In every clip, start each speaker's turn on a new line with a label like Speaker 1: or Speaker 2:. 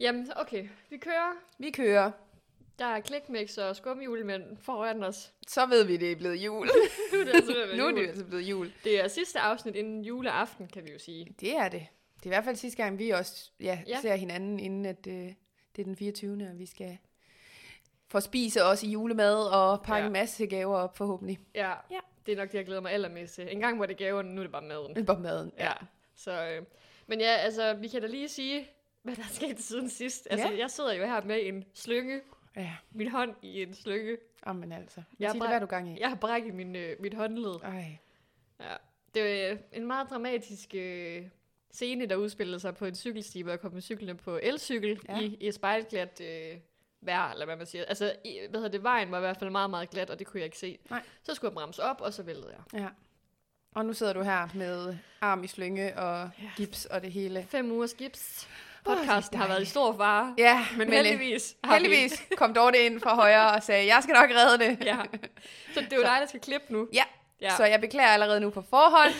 Speaker 1: Jamen, okay. Vi kører.
Speaker 2: Vi kører.
Speaker 1: Der er klikmix og skumhjulmænd foran os.
Speaker 2: Så ved vi, det er blevet jul.
Speaker 1: Nu er det altså ved at være
Speaker 2: nu er det
Speaker 1: jul.
Speaker 2: altså blevet jul.
Speaker 1: Det er sidste afsnit inden juleaften, kan vi jo sige.
Speaker 2: Det er det. Det er i hvert fald sidste gang, vi også ja,
Speaker 1: Ja.
Speaker 2: ja. ser hinanden, inden at, øh, det er den 24. og vi skal få spise os i julemad og pakke
Speaker 1: Ja.
Speaker 2: ja. en masse gaver op forhåbentlig.
Speaker 1: Ja,
Speaker 2: Ja.
Speaker 1: det er nok det, jeg glæder mig allermest til. En gang var det gaverne, nu er det bare maden.
Speaker 2: På maden.
Speaker 1: Ja, så... Øh. Men ja, altså, vi kan da lige sige, hvad der er sket siden sidst. Altså,
Speaker 2: Ja.
Speaker 1: jeg sidder jo her med en slynge.
Speaker 2: Ja.
Speaker 1: Min hånd i en slynge.
Speaker 2: Oh, men altså.
Speaker 1: Jeg
Speaker 2: Jeg Sig
Speaker 1: bræ-
Speaker 2: det, hvad du gang i.
Speaker 1: Jeg har brækket min, øh, mit håndled.
Speaker 2: Ej.
Speaker 1: Ja. Det var øh, en meget dramatisk øh, scene, der udspillede sig på en cykelsti, hvor jeg kom med cyklen på elcykel ja.
Speaker 2: Ja.
Speaker 1: i, i et spejlglat øh, vejr, eller hvad man siger. Altså, i, hvad hedder det, vejen var i hvert fald meget, meget glat, og det kunne jeg ikke se.
Speaker 2: Nej.
Speaker 1: Så skulle jeg bremse op, og så væltede jeg.
Speaker 2: Ja. Og nu sidder du her med arm i slynge og
Speaker 1: Ja.
Speaker 2: ja. gips og det hele.
Speaker 1: Fem uger skips.
Speaker 2: Åh, det er
Speaker 1: Podcasten har været i
Speaker 2: dejligt.
Speaker 1: stor fare.
Speaker 2: Ja, øh,
Speaker 1: men, men heldigvis. har vi-
Speaker 2: heldigvis kom Dorte ind fra højre og sagde, jeg skal nok redde det.
Speaker 1: ja. Så det er jo dig, der skal klippe nu.
Speaker 2: Ja.
Speaker 1: ja.
Speaker 2: Så jeg beklager allerede nu på forhånd.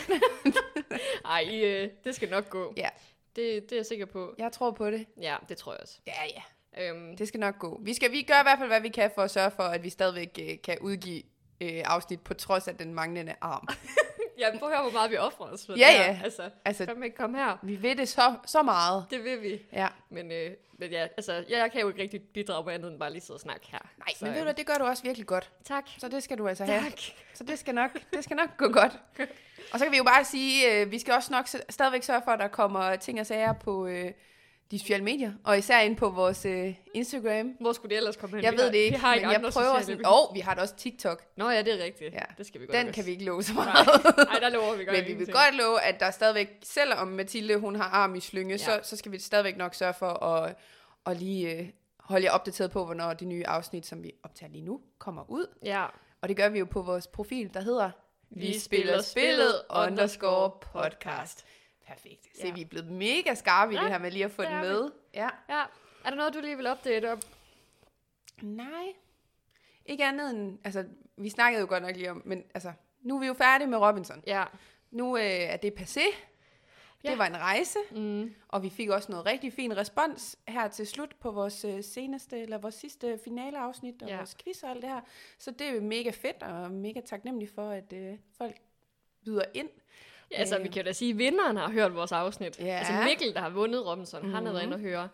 Speaker 1: Ej, I, øh, det skal nok gå.
Speaker 2: Ja.
Speaker 1: Det, det er jeg sikker på.
Speaker 2: Jeg tror på det.
Speaker 1: Ja, det tror jeg også.
Speaker 2: Ja, ja.
Speaker 1: Øhm,
Speaker 2: Det skal nok gå. Vi, skal, vi gør i hvert fald, hvad vi kan for at sørge for, at vi stadigvæk øh, kan udgive øh, afsnit på trods af den manglende arm.
Speaker 1: Ja, prøv at høre, hvor meget vi offrer os for
Speaker 2: Ja,
Speaker 1: det her.
Speaker 2: ja.
Speaker 1: Altså,
Speaker 2: Altså,
Speaker 1: kan man ikke komme her?
Speaker 2: vi ved det så, så meget.
Speaker 1: Det vil vi.
Speaker 2: Ja.
Speaker 1: Men, øh, men ja, altså, jeg, jeg kan jo ikke rigtig bidrage med andet end bare lige sidde og snakke her.
Speaker 2: Nej,
Speaker 1: så, øh,
Speaker 2: men ved du, hvad, det gør du også virkelig godt.
Speaker 1: Tak.
Speaker 2: Så det skal du altså have.
Speaker 1: Tak.
Speaker 2: Så det skal nok, det skal nok gå godt. Og så kan vi jo bare sige, øh, vi skal også nok s- stadigvæk sørge for, at der kommer ting og sager på øh, de sociale medier, og især ind på vores øh, Instagram.
Speaker 1: Hvor skulle det ellers komme hen?
Speaker 2: Jeg
Speaker 1: Vi
Speaker 2: ved
Speaker 1: har-
Speaker 2: det ikke,
Speaker 1: vi har
Speaker 2: men jeg
Speaker 1: andre
Speaker 2: prøver
Speaker 1: sociale
Speaker 2: sådan...
Speaker 1: medier.
Speaker 2: Åh, oh, vi har da også TikTok.
Speaker 1: Nå ja, det er rigtigt.
Speaker 2: Ja.
Speaker 1: Det skal vi godt
Speaker 2: Den
Speaker 1: nok
Speaker 2: kan
Speaker 1: også.
Speaker 2: vi ikke love så
Speaker 1: Nej,
Speaker 2: meget.
Speaker 1: Ej, der lover vi godt
Speaker 2: Men vi vil
Speaker 1: ingenting.
Speaker 2: godt love, at der stadigvæk, selvom Mathilde hun har arm i slynge,
Speaker 1: Ja.
Speaker 2: ja. så, så skal vi stadigvæk nok sørge for at, at lige øh, holde jer opdateret på, hvornår det nye afsnit, som vi optager lige nu, kommer ud.
Speaker 1: Ja.
Speaker 2: Og det gør vi jo på vores profil, der hedder Perfekt. Se,
Speaker 1: Ja.
Speaker 2: ja. vi er blevet mega skarpe i
Speaker 1: Ja,
Speaker 2: det her med lige at få
Speaker 1: det
Speaker 2: den
Speaker 1: er vi.
Speaker 2: med. Ja.
Speaker 1: Ja. Er der noget, du lige vil opdate om?
Speaker 2: Nej. Ikke andet end, altså, vi snakkede jo godt nok lige om, men altså, nu er vi jo færdige med Robinson.
Speaker 1: Ja.
Speaker 2: Nu øh, er det passé.
Speaker 1: Ja.
Speaker 2: Det var en rejse,
Speaker 1: Mm.
Speaker 2: og vi fik også noget rigtig fin respons her til slut på vores øh, seneste, eller vores sidste finaleafsnit og
Speaker 1: Ja.
Speaker 2: ja. vores quiz og alt det her. Så det er jo mega fedt og mega taknemmelig for, at øh, folk byder ind.
Speaker 1: Ja, altså,
Speaker 2: Øh.
Speaker 1: vi kan jo da sige, at vinderen har hørt vores afsnit.
Speaker 2: Ja.
Speaker 1: Altså, Mikkel, der har vundet Robinson, mm. han har været inde og høre.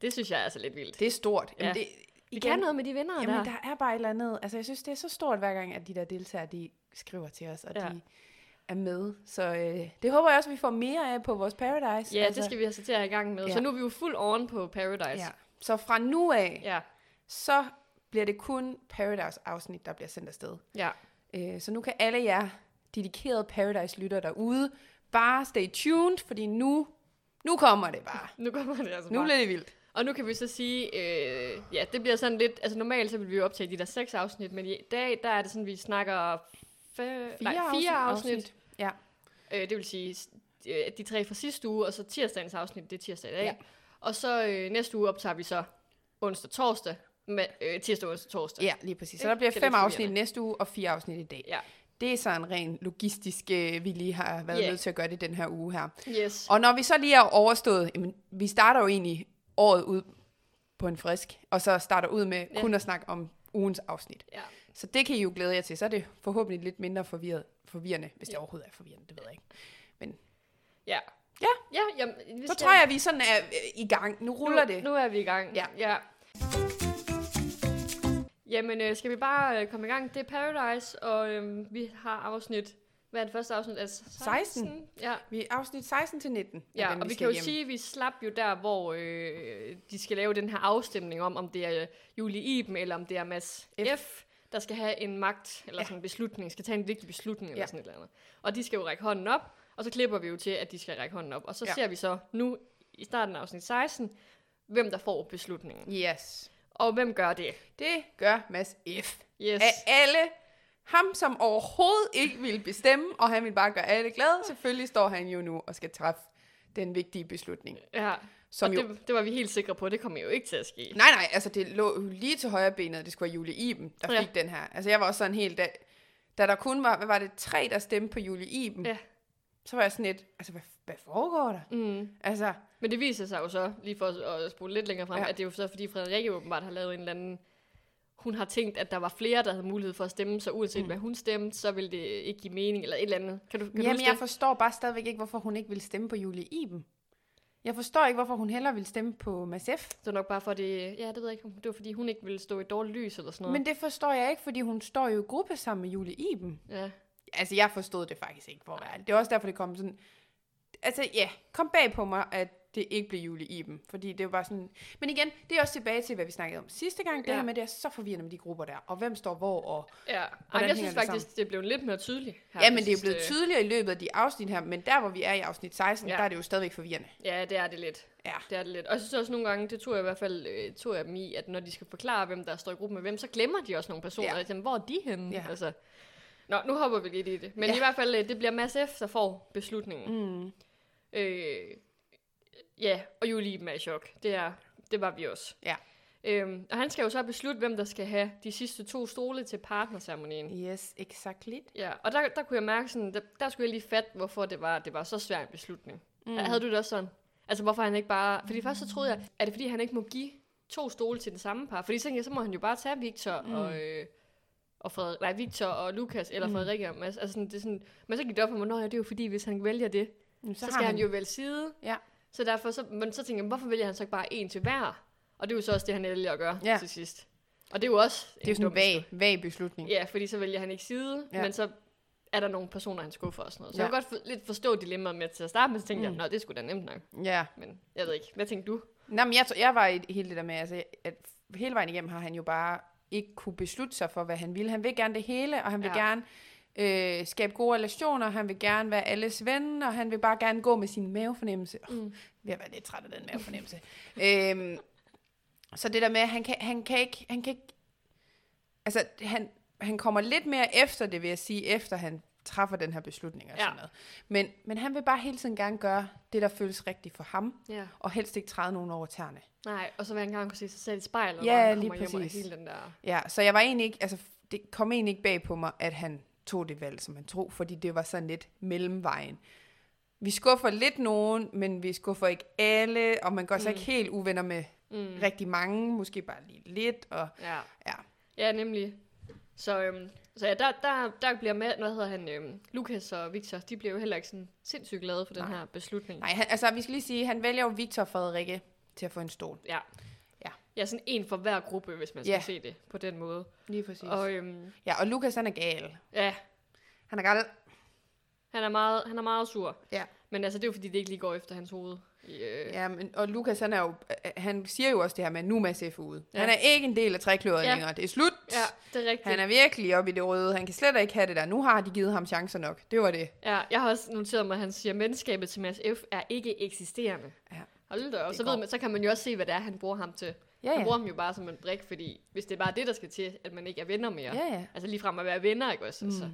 Speaker 1: Det synes jeg er altså lidt vildt.
Speaker 2: Det er stort.
Speaker 1: Ja.
Speaker 2: Jamen, det,
Speaker 1: Vi kan noget med de vinder
Speaker 2: Jamen,
Speaker 1: der.
Speaker 2: der er bare et eller andet. Altså, jeg synes, det er så stort hver gang, at de der deltagere, de skriver til os, og
Speaker 1: Ja.
Speaker 2: ja. de er med. Så øh, det håber jeg også, vi får mere af på vores Paradise.
Speaker 1: Ja, det skal vi altså til at have i gang med. Ja. Så
Speaker 2: Ja.
Speaker 1: nu er vi jo fuld oven på Paradise.
Speaker 2: Ja. Så fra nu af, ja.
Speaker 1: ja.
Speaker 2: så bliver det kun Paradise-afsnit, der bliver sendt afsted.
Speaker 1: ja.
Speaker 2: Øh, så nu kan alle jer dedikerede Paradise-lytter derude bare stay tuned, fordi nu, nu kommer det bare.
Speaker 1: Nu kommer det altså
Speaker 2: Nu
Speaker 1: bare.
Speaker 2: bliver det vildt.
Speaker 1: Og nu kan vi så sige, øh, ja, det bliver sådan lidt... Altså normalt så vil vi jo optage de der seks afsnit, men i dag, der er det sådan, vi snakker fe, nej, fire afsnit. afsnit.
Speaker 2: Ja.
Speaker 1: Øh, det vil sige s- øh, de tre fra sidste uge, og så tirsdagens afsnit, det er tirsdag i dag. Ja.
Speaker 2: Ja.
Speaker 1: Og så øh, næste uge optager vi så onsdag-torsdag. Med, øh, tirsdag, onsdag, torsdag.
Speaker 2: ja, lige præcis. Så
Speaker 1: Ikke?
Speaker 2: der bliver
Speaker 1: Det er
Speaker 2: fem
Speaker 1: lidt
Speaker 2: afsnit
Speaker 1: forvirrende.
Speaker 2: næste uge og fire afsnit i dag.
Speaker 1: ja.
Speaker 2: Det er så en ren logistisk, øh, vi lige har været
Speaker 1: Ja.
Speaker 2: yeah. nødt til at gøre det den her uge her.
Speaker 1: Yes.
Speaker 2: Og når vi så lige er overstået, jamen, vi starter jo egentlig året ud på en frisk, og så starter ud med
Speaker 1: Ja.
Speaker 2: kun at snakke om ugens afsnit.
Speaker 1: Ja.
Speaker 2: Så det kan I jo glæde jer til. Så er det forhåbentlig lidt mindre forvirret, forvirrende, hvis det overhovedet er forvirrende, det ved jeg ikke.
Speaker 1: Ja.
Speaker 2: Ja.
Speaker 1: Ja, jamen, vi
Speaker 2: Så
Speaker 1: skal-
Speaker 2: tror jeg, at vi sådan er øh, i gang. Nu ruller
Speaker 1: nu,
Speaker 2: det.
Speaker 1: Nu er vi i gang.
Speaker 2: Ja.
Speaker 1: ja. Jamen, øh, skal vi bare øh, komme i gang? Det er Paradise, og øh, vi har afsnit... Hvad er det første afsnit? Altså
Speaker 2: 16.
Speaker 1: Ja,
Speaker 2: Vi er afsnit 16 til 19. af
Speaker 1: ja
Speaker 2: dem,
Speaker 1: og vi
Speaker 2: skal
Speaker 1: kan jo
Speaker 2: igennem.
Speaker 1: sige, at vi slap jo der, hvor øh, de skal lave den her afstemning om, om det er øh, Julie Iben, eller om det er Mads F.,
Speaker 2: F.
Speaker 1: F der skal have en magt, eller sådan en beslutning, skal tage en vigtig beslutning, eller
Speaker 2: Ja.
Speaker 1: sådan et eller andet. Og de skal jo række hånden op, og så klipper vi jo til, at de skal række hånden op. Og så ja.
Speaker 2: Ja.
Speaker 1: ser vi så nu i starten af afsnit 16, hvem der får beslutningen.
Speaker 2: Yes.
Speaker 1: Og hvem gør det?
Speaker 2: Det gør Mads F.
Speaker 1: Yes.
Speaker 2: Af alle, ham som overhovedet ikke ville bestemme, og han ville bare gøre alle glade, selvfølgelig står han jo nu og skal træffe den vigtige beslutning.
Speaker 1: Ja.
Speaker 2: Som
Speaker 1: og
Speaker 2: jo
Speaker 1: det, det var vi helt sikre på, det kommer jo ikke til at ske.
Speaker 2: Nej, nej, altså det lå jo lige til højre benet, at det skulle være Julie Iben, der
Speaker 1: Ja.
Speaker 2: fik den her. Altså jeg var også sådan helt, da, da der kun var, hvad var det, tre, der stemte på Julie Iben,
Speaker 1: Ja.
Speaker 2: så var jeg sådan lidt, altså hvad, hvad foregår der?
Speaker 1: Mm.
Speaker 2: Altså,
Speaker 1: Men det viser sig jo så, lige for at at spole lidt længere frem,
Speaker 2: Ja.
Speaker 1: ja. at det er jo så, fordi Frederikke åbenbart har lavet en eller anden... Hun har tænkt, at der var flere, der havde mulighed for at stemme, så uanset mm. hvad hun stemte, så ville det ikke give mening eller et eller andet. Kan du, kan
Speaker 2: jamen
Speaker 1: du
Speaker 2: jeg forstår bare stadigvæk ikke, hvorfor hun ikke ville stemme på Julie Iben. Jeg forstår ikke, hvorfor hun hellere ville stemme på Mads F.
Speaker 1: Det var nok bare for det... Ja, det ved jeg ikke. om- Det var fordi, hun ikke ville stå i dårligt lys eller sådan noget.
Speaker 2: Men det forstår jeg ikke, fordi hun står jo i gruppe sammen med Julie Iben.
Speaker 1: Ja.
Speaker 2: Altså, jeg forstod det faktisk ikke, hvor værd. Det er også derfor, det kom sådan... Altså, ja, kom bag på mig, at det ikke blev Julie Iben. Fordi det var bare sådan... Men igen, det er også tilbage til, hvad vi snakkede om sidste gang. Det
Speaker 1: Ja.
Speaker 2: her med, det er så forvirrende med de grupper der. Og hvem står hvor, og...
Speaker 1: ja. Ej,
Speaker 2: hænger
Speaker 1: jeg
Speaker 2: det
Speaker 1: synes
Speaker 2: sammen?
Speaker 1: faktisk, det blev lidt mere tydeligt. her
Speaker 2: Ja,
Speaker 1: på
Speaker 2: men det er jo
Speaker 1: sidste-
Speaker 2: blevet tydeligere i løbet af de afsnit her. Men der, hvor vi er i afsnit 16,
Speaker 1: øh. Ja.
Speaker 2: ja. der er det jo stadigvæk forvirrende.
Speaker 1: Ja, det er det lidt.
Speaker 2: Ja.
Speaker 1: Det er det lidt. Og jeg synes også nogle gange, det tog jeg i hvert fald øh, tog jeg dem i, at når de skal forklare, hvem der står i gruppen med hvem, så glemmer de også nogle personer.
Speaker 2: Ja.
Speaker 1: Ja. Jamen, hvor er de henne?
Speaker 2: Ja.
Speaker 1: Altså. Nå, nu hopper vi lidt i det. Men ja.
Speaker 2: Ja.
Speaker 1: i hvert fald, øh, det bliver Mads F., der får beslutningen.
Speaker 2: Mm.
Speaker 1: Øh, ja, og Julie Iben er i chok. Det, er, det var vi også.
Speaker 2: Ja.
Speaker 1: Øhm, og han skal jo så beslutte, hvem der skal have de sidste to stole til partnerceremonien.
Speaker 2: Yes, exactly.
Speaker 1: Ja, og der, der kunne jeg mærke sådan, der, der skulle jeg lige fatte, hvorfor det var, det var så svær en beslutning. Mm. Havde du det også sådan? Altså, hvorfor han ikke bare... Fordi først så troede jeg, er det fordi, han ikke må give to stole til den samme par? Fordi så, tænkte jeg, så må han jo bare tage Victor mm. og... Øh, og Fred, nej, Victor og Lukas, eller mm. Frederikke og Mads. Altså, sådan, det er sådan, men så gik det op for mig, "Nå ja, det er jo fordi, hvis han vælger det,
Speaker 2: Jamen,
Speaker 1: så, så skal han jo vælge side.
Speaker 2: Ja.
Speaker 1: Så derfor, så, men så tænker jeg, hvorfor vælger han så ikke bare en til hver? Og det er jo så også det, han vælger at gøre
Speaker 2: Ja.
Speaker 1: til sidst. Og det er jo også...
Speaker 2: Det er jo sådan en vag, vag beslutning.
Speaker 1: Ja, fordi så vælger han ikke side, ja.
Speaker 2: Ja.
Speaker 1: men så er der nogle personer, han skuffer og sådan noget. Så ja.
Speaker 2: Ja.
Speaker 1: jeg kan godt for, lidt forstå dilemmaet med til at starte, men så tænkte mm. jeg, nå, det skulle da nemt nok.
Speaker 2: ja.
Speaker 1: Men jeg ved ikke, hvad tænkte du?
Speaker 2: Nej, men jeg, tror- jeg var i hele det der med, altså, at hele vejen igennem har han jo bare ikke kunne beslutte sig for, hvad han ville. Han vil gerne det hele, og han vil
Speaker 1: Ja.
Speaker 2: ja. gerne øh, skabe gode relationer, han vil gerne være alles ven, og han vil bare gerne gå med sin mavefornemmelse. Mm. Jeg var lidt træt af den mavefornemmelse. øhm, så det der med, at han kan, han kan ikke... Han kan ikke altså, han, han kommer lidt mere efter det, vil jeg sige, efter han træffer den her beslutning og
Speaker 1: Ja.
Speaker 2: sådan noget. Men, men han vil bare hele tiden gerne gøre det, der føles rigtigt for ham
Speaker 1: Ja.
Speaker 2: og helst ikke træde nogen over tæerne.
Speaker 1: Nej, og så vil han gerne kunne se sig selv i spejlet,
Speaker 2: Ja,
Speaker 1: når han
Speaker 2: lige
Speaker 1: kommer hjem og
Speaker 2: præcis.
Speaker 1: hele den der...
Speaker 2: Ja, så jeg var egentlig ikke, altså det kom egentlig ikke bag på mig, at han tog det valg, som han tog, fordi det var sådan lidt mellemvejen. Vi skuffer lidt nogen, men vi skuffer ikke alle, og man går så ikke helt uvenner med mm. rigtig mange, måske bare lige lidt, og
Speaker 1: Ja,
Speaker 2: ja.
Speaker 1: ja nemlig. Så, øhm, så ja, der, der, der bliver med, hvad hedder han, øhm, Lukas og Victor, de bliver jo heller ikke sådan sindssygt glade for den her beslutning.
Speaker 2: Nej, han, altså vi skal lige sige, han vælger jo Victor og Frederikke til at få en stol.
Speaker 1: Ja.
Speaker 2: Ja.
Speaker 1: ja, sådan en for hver gruppe, hvis man skal
Speaker 2: Ja.
Speaker 1: se det på den måde.
Speaker 2: Lige præcis. Og,
Speaker 1: Og øhm,
Speaker 2: ja, og Lukas han er gal.
Speaker 1: ja,
Speaker 2: Han er gal.
Speaker 1: han er meget, han er meget sur.
Speaker 2: Ja.
Speaker 1: Men altså, det er jo fordi, det ikke lige går efter hans hoved. I, øh,
Speaker 2: Ja, men, og Lukas han er jo, øh, han siger jo også det her med, at nu er Mads F. ude.
Speaker 1: Ja.
Speaker 2: Ja. Han er ikke en del af trækløret
Speaker 1: Ja.
Speaker 2: ja. længere. Det er slut.
Speaker 1: Ja, det er rigtigt.
Speaker 2: Han er virkelig oppe i det røde. Han kan slet ikke have det der. Nu har de givet ham chancer nok. Det var det.
Speaker 1: ja, jeg har også noteret mig, at han siger, at menneskabet til Mads F. er ikke eksisterende.
Speaker 2: Ja.
Speaker 1: Hold da op.
Speaker 2: Det
Speaker 1: Så, ved
Speaker 2: går.
Speaker 1: man, så kan man jo også se, hvad det er, han bruger ham til.
Speaker 2: Ja,
Speaker 1: Han
Speaker 2: ja.
Speaker 1: bruger ham jo bare som en brik, fordi hvis det er bare det, der skal til, at man ikke er venner mere.
Speaker 2: Ja, ja.
Speaker 1: Altså ligefrem at være venner, ikke også? Altså.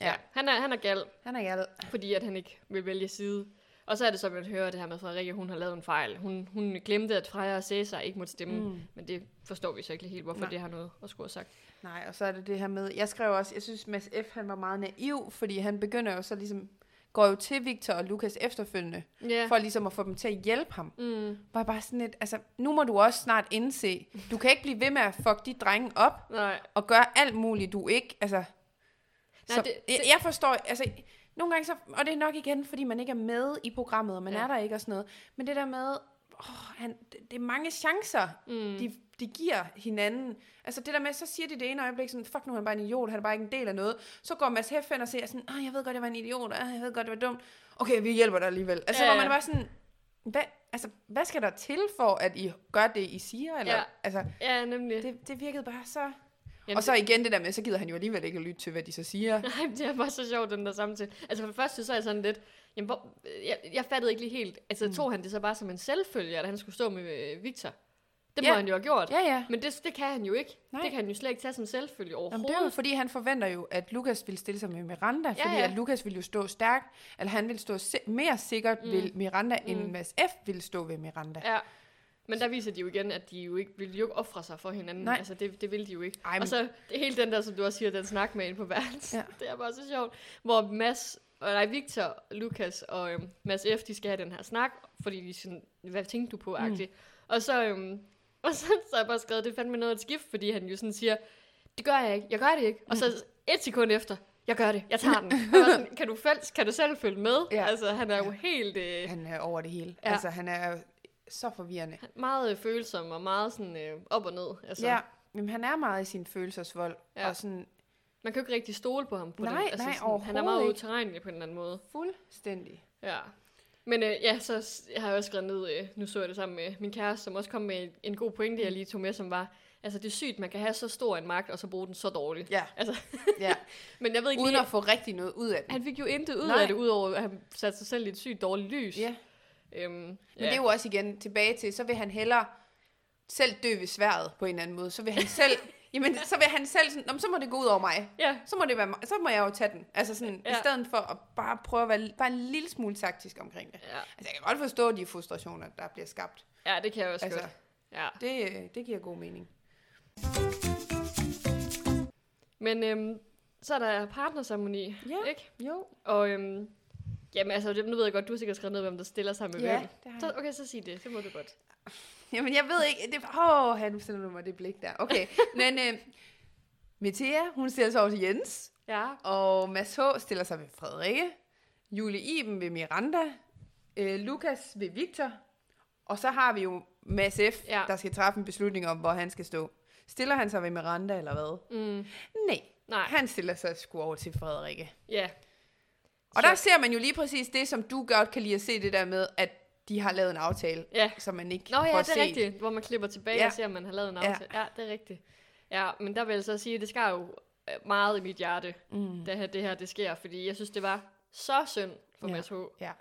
Speaker 2: Ja.
Speaker 1: Han er, han er gal,
Speaker 2: Han er gal.
Speaker 1: fordi at han ikke vil vælge side. Og så er det så, man hører det her med at Frederikke, hun har lavet en fejl. Hun, hun glemte, at Freja og Cæsar ikke måtte stemme. Mm. Men det forstår vi så ikke lige helt, hvorfor Nej.
Speaker 2: Nej.
Speaker 1: det har noget at skulle have sagt.
Speaker 2: Nej, og så er det det her med, jeg skrev også, jeg synes Mads F. han var meget naiv, fordi han begynder jo så ligesom, går jo til Victor og Lukas efterfølgende,
Speaker 1: Ja.
Speaker 2: for ligesom at få dem til at hjælpe ham.
Speaker 1: Mm.
Speaker 2: Var jeg bare sådan lidt, altså, nu må du også snart indse, du kan ikke blive ved med at fuck de drenge op,
Speaker 1: Nej.
Speaker 2: og gøre alt muligt, du ikke, altså... Nej, så,
Speaker 1: det-
Speaker 2: det,
Speaker 1: det-
Speaker 2: det, jeg, jeg forstår, altså... Nogle gange så, og det er nok igen, fordi man ikke er med i programmet, og man
Speaker 1: Ja.
Speaker 2: ja. er der ikke og sådan noget. Men det der med, åh, han, det, det er mange chancer, mm. de, de giver hinanden. Altså det der med, så siger de det ene øjeblik sådan, fuck nu er han bare en idiot, han er bare ikke en del af noget. Så går Mads Heffen og siger sådan, åh, jeg ved godt, jeg var en idiot, ah, jeg ved godt, det var dumt. Okay, vi hjælper dig alligevel. Altså
Speaker 1: Ja,
Speaker 2: ja. hvor
Speaker 1: ja.
Speaker 2: man var sådan, hvad, altså, hvad skal der til for, at I gør det, I siger? Eller,
Speaker 1: Ja.
Speaker 2: Altså,
Speaker 1: Ja, nemlig.
Speaker 2: det, det virkede bare så...
Speaker 1: Jamen,
Speaker 2: og så igen det der med, så gider han jo alligevel ikke at lytte til, hvad de så siger.
Speaker 1: Nej, men det er bare så sjovt, den der samtale. Altså for det første, så er jeg sådan lidt, jamen, hvor, øh, jeg, jeg fattede ikke lige helt, altså mm. tog han det så bare som en selvfølge, at han skulle stå med øh, Victor? Det må
Speaker 2: Ja.
Speaker 1: han jo have gjort.
Speaker 2: Ja, ja.
Speaker 1: Men det, det kan han jo ikke. Nej.
Speaker 2: Nej.
Speaker 1: Det kan han jo slet ikke tage som selvfølge
Speaker 2: Jamen,
Speaker 1: overhovedet.
Speaker 2: det er jo fordi, han forventer jo, at Lukas vil stille sig med Miranda, fordi
Speaker 1: ja.
Speaker 2: at Lukas vil jo stå stærkt, eller han vil stå si- mere sikkert mm. ved Miranda, end
Speaker 1: Mm.
Speaker 2: Mads F. vil stå ved Miranda.
Speaker 1: Ja. Men der viser de jo igen, at de jo ikke vil jo ikke ofre sig for hinanden.
Speaker 2: Nej.
Speaker 1: Altså, det, det vil de jo ikke.
Speaker 2: Ej,
Speaker 1: Ej,
Speaker 2: men-
Speaker 1: Og så det, hele den der, som du også siger, den snak med ind på værelset.
Speaker 2: Ja.
Speaker 1: Ja. Det er bare så sjovt. Hvor Mads, og nej, Victor, Lukas og øhm, Mads F., de skal have den her snak, fordi de er sådan, hvad tænkte du på,
Speaker 2: Mm.
Speaker 1: agtigt. Og så, øhm, og så, så har jeg bare skrevet, det er fandme noget af et skift, fordi han jo sådan siger, det gør jeg ikke, jeg gør det ikke. Og så
Speaker 2: Mm.
Speaker 1: et sekund efter, jeg gør det, jeg tager den. Og jeg var sådan, kan, du selv, kan du selv følge med?
Speaker 2: Ja.
Speaker 1: Ja. Altså, han er jo helt... Øh,
Speaker 2: Han er over det hele. Ja.
Speaker 1: Ja.
Speaker 2: Altså, han er så forvirrende.
Speaker 1: meget øh, følsom og meget sådan øh, op og ned. Altså,
Speaker 2: Ja, Jamen, han er meget i sin følelsesvold, ja.
Speaker 1: Ja.
Speaker 2: og sådan
Speaker 1: Man kan jo ikke rigtig stole på ham. På
Speaker 2: Nej,
Speaker 1: den. Altså,
Speaker 2: nej,
Speaker 1: sådan, Han er meget
Speaker 2: overhovedet ikke.
Speaker 1: uterrenelig på en eller anden måde.
Speaker 2: fuldstændig.
Speaker 1: Ja. Men øh, ja, så s- jeg har jeg også skrevet ned, øh, nu så jeg det sammen med min kæreste, som også kom med en, en god pointe, jeg lige tog med, som var, altså det er sygt, man kan have så stor en magt, og så bruge den så dårligt.
Speaker 2: Ja,
Speaker 1: Altså,
Speaker 2: ja.
Speaker 1: men jeg ved ikke
Speaker 2: uden
Speaker 1: lige,
Speaker 2: at få rigtig noget ud af det.
Speaker 1: han fik jo intet ud
Speaker 2: Nej.
Speaker 1: af det, udover at han satte sig selv i et sygt dårligt lys.
Speaker 2: Ja.
Speaker 1: Øhm, Men
Speaker 2: Men ja. det er jo også igen tilbage til, så vil han hellere selv dø ved sværet på en eller anden måde. Så vil han selv, jamen, så vil han selv sådan, "Nå, men så må det gå ud over mig.
Speaker 1: Ja,
Speaker 2: Så må, det være mig. så må jeg jo tage den. Altså sådan, ja. i
Speaker 1: Ja.
Speaker 2: stedet for at bare prøve at være bare en lille smule taktisk omkring det.
Speaker 1: ja,
Speaker 2: Altså, jeg kan godt forstå de frustrationer, der bliver skabt.
Speaker 1: ja, det kan jeg også
Speaker 2: Altså.
Speaker 1: altså. godt. Ja.
Speaker 2: Det, øh, det giver god mening.
Speaker 1: Men øhm, så er der partnersamoni,
Speaker 2: Ja.
Speaker 1: ikke?
Speaker 2: Jo.
Speaker 1: Og øhm, jamen, altså, det- nu ved jeg godt, du har sikkert skrevet ned, hvem der stiller sig med
Speaker 2: Ja,
Speaker 1: hvem.
Speaker 2: det har
Speaker 1: Så,
Speaker 2: jeg.
Speaker 1: okay, så sig det. Det må du godt.
Speaker 2: Jamen, jeg ved ikke. Det, åh, oh, han sender du mig det blik der. Okay, men øh, Metea, hun stiller sig over til Jens,
Speaker 1: Ja.
Speaker 2: og Mads H. stiller sig ved Frederikke, Julie Iben ved Miranda, øh, Lukas ved Victor, og så har vi jo Mads F., ja.
Speaker 1: Ja.
Speaker 2: der skal træffe en beslutning om, hvor han skal stå. Stiller han sig ved Miranda, eller hvad?
Speaker 1: Mm,
Speaker 2: Nej,
Speaker 1: nej,
Speaker 2: han stiller sig sgu over til Frederikke.
Speaker 1: ja.
Speaker 2: Og der ser man jo lige præcis det, som du godt kan lide at se, det der med, at de har lavet en aftale,
Speaker 1: Ja.
Speaker 2: som man ikke
Speaker 1: Nå ja,
Speaker 2: får
Speaker 1: det
Speaker 2: set.
Speaker 1: er rigtigt, hvor man klipper tilbage
Speaker 2: Ja.
Speaker 1: ja. og ser, om man har lavet en
Speaker 2: Ja.
Speaker 1: aftale. Ja. ja, det er rigtigt. Ja, men der vil jeg så sige, at det skar jo øh, meget i mit hjerte, mm. da her- det her det sker, fordi jeg synes, det var så synd for
Speaker 2: Ja.
Speaker 1: ja. Mads H.
Speaker 2: Ja.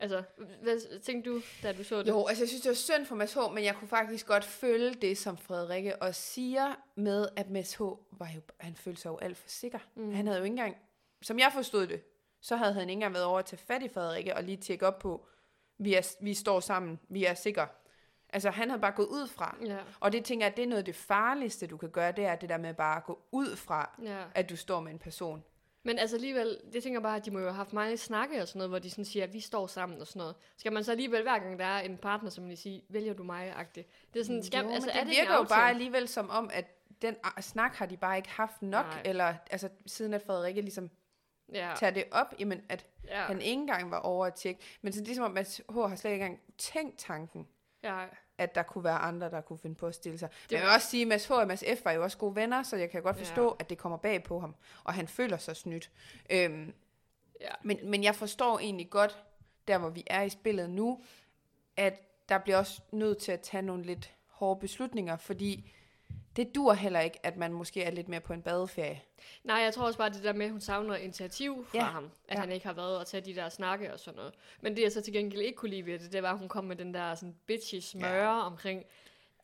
Speaker 1: Altså, hvad tænkte du, da du så det?
Speaker 2: Jo, altså jeg synes, det var synd for Mads H., men jeg kunne faktisk godt følge det, som Frederikke også siger, med at Mads H. Var jo, han følte sig jo alt for sikker. Mm. Han havde jo ikke engang, som jeg forstod det, så havde han ikke engang været over til fat i Frederikke og lige tjekke op på, vi, er, vi står sammen, vi er sikre. Altså han havde bare gået ud fra.
Speaker 1: Ja,
Speaker 2: Og det tænker jeg, det er noget af det farligste, du kan gøre, det er det der med bare at gå ud fra,
Speaker 1: ja.
Speaker 2: at du står med en person.
Speaker 1: Men altså alligevel, det tænker jeg bare, at de må jo have haft mange snakke og sådan noget, hvor de sådan siger, at vi står sammen og sådan noget. Skal man så alligevel, hver gang der er en partner, som de siger, vælger du mig -agtigt. Det er sådan, skal,
Speaker 2: Mm, jo,
Speaker 1: altså,
Speaker 2: men det,
Speaker 1: er det en
Speaker 2: virker jo bare
Speaker 1: aftale?
Speaker 2: alligevel som om, at den ah, snak har de bare ikke haft nok, Nej.
Speaker 1: Nej.
Speaker 2: eller altså, siden at Frederikke ligesom
Speaker 1: Ja,
Speaker 2: tager det op, jamen, at ja.
Speaker 1: ja,
Speaker 2: han ikke engang var over at tjekke. Men så det er som om, at H. har slet ikke engang tænkt tanken,
Speaker 1: ja,
Speaker 2: at der kunne være andre, der kunne finde på at stille sig. Det
Speaker 1: Det
Speaker 2: Men jeg vil også sige, at Mads H. og Mads F. var jo også gode venner, så jeg kan godt
Speaker 1: Ja.
Speaker 2: forstå, ja. at det kommer bag på ham, og han føler sig snydt. Øhm,
Speaker 1: Ja.
Speaker 2: men, men jeg forstår egentlig godt, der hvor vi er i spillet nu, at der bliver også nødt til at tage nogle lidt hårde beslutninger, fordi det dur heller ikke, at man måske er lidt mere på en badeferie.
Speaker 1: Nej, jeg tror også bare det der med, at hun savner initiativ fra
Speaker 2: Ja,
Speaker 1: ja. ham. At
Speaker 2: ja.
Speaker 1: ja. han ikke har været og tage de der snakke og sådan noget. Men det jeg så til gengæld ikke kunne lide ved det, det var, at hun kom med den der sådan bitchy smøre ja. omkring,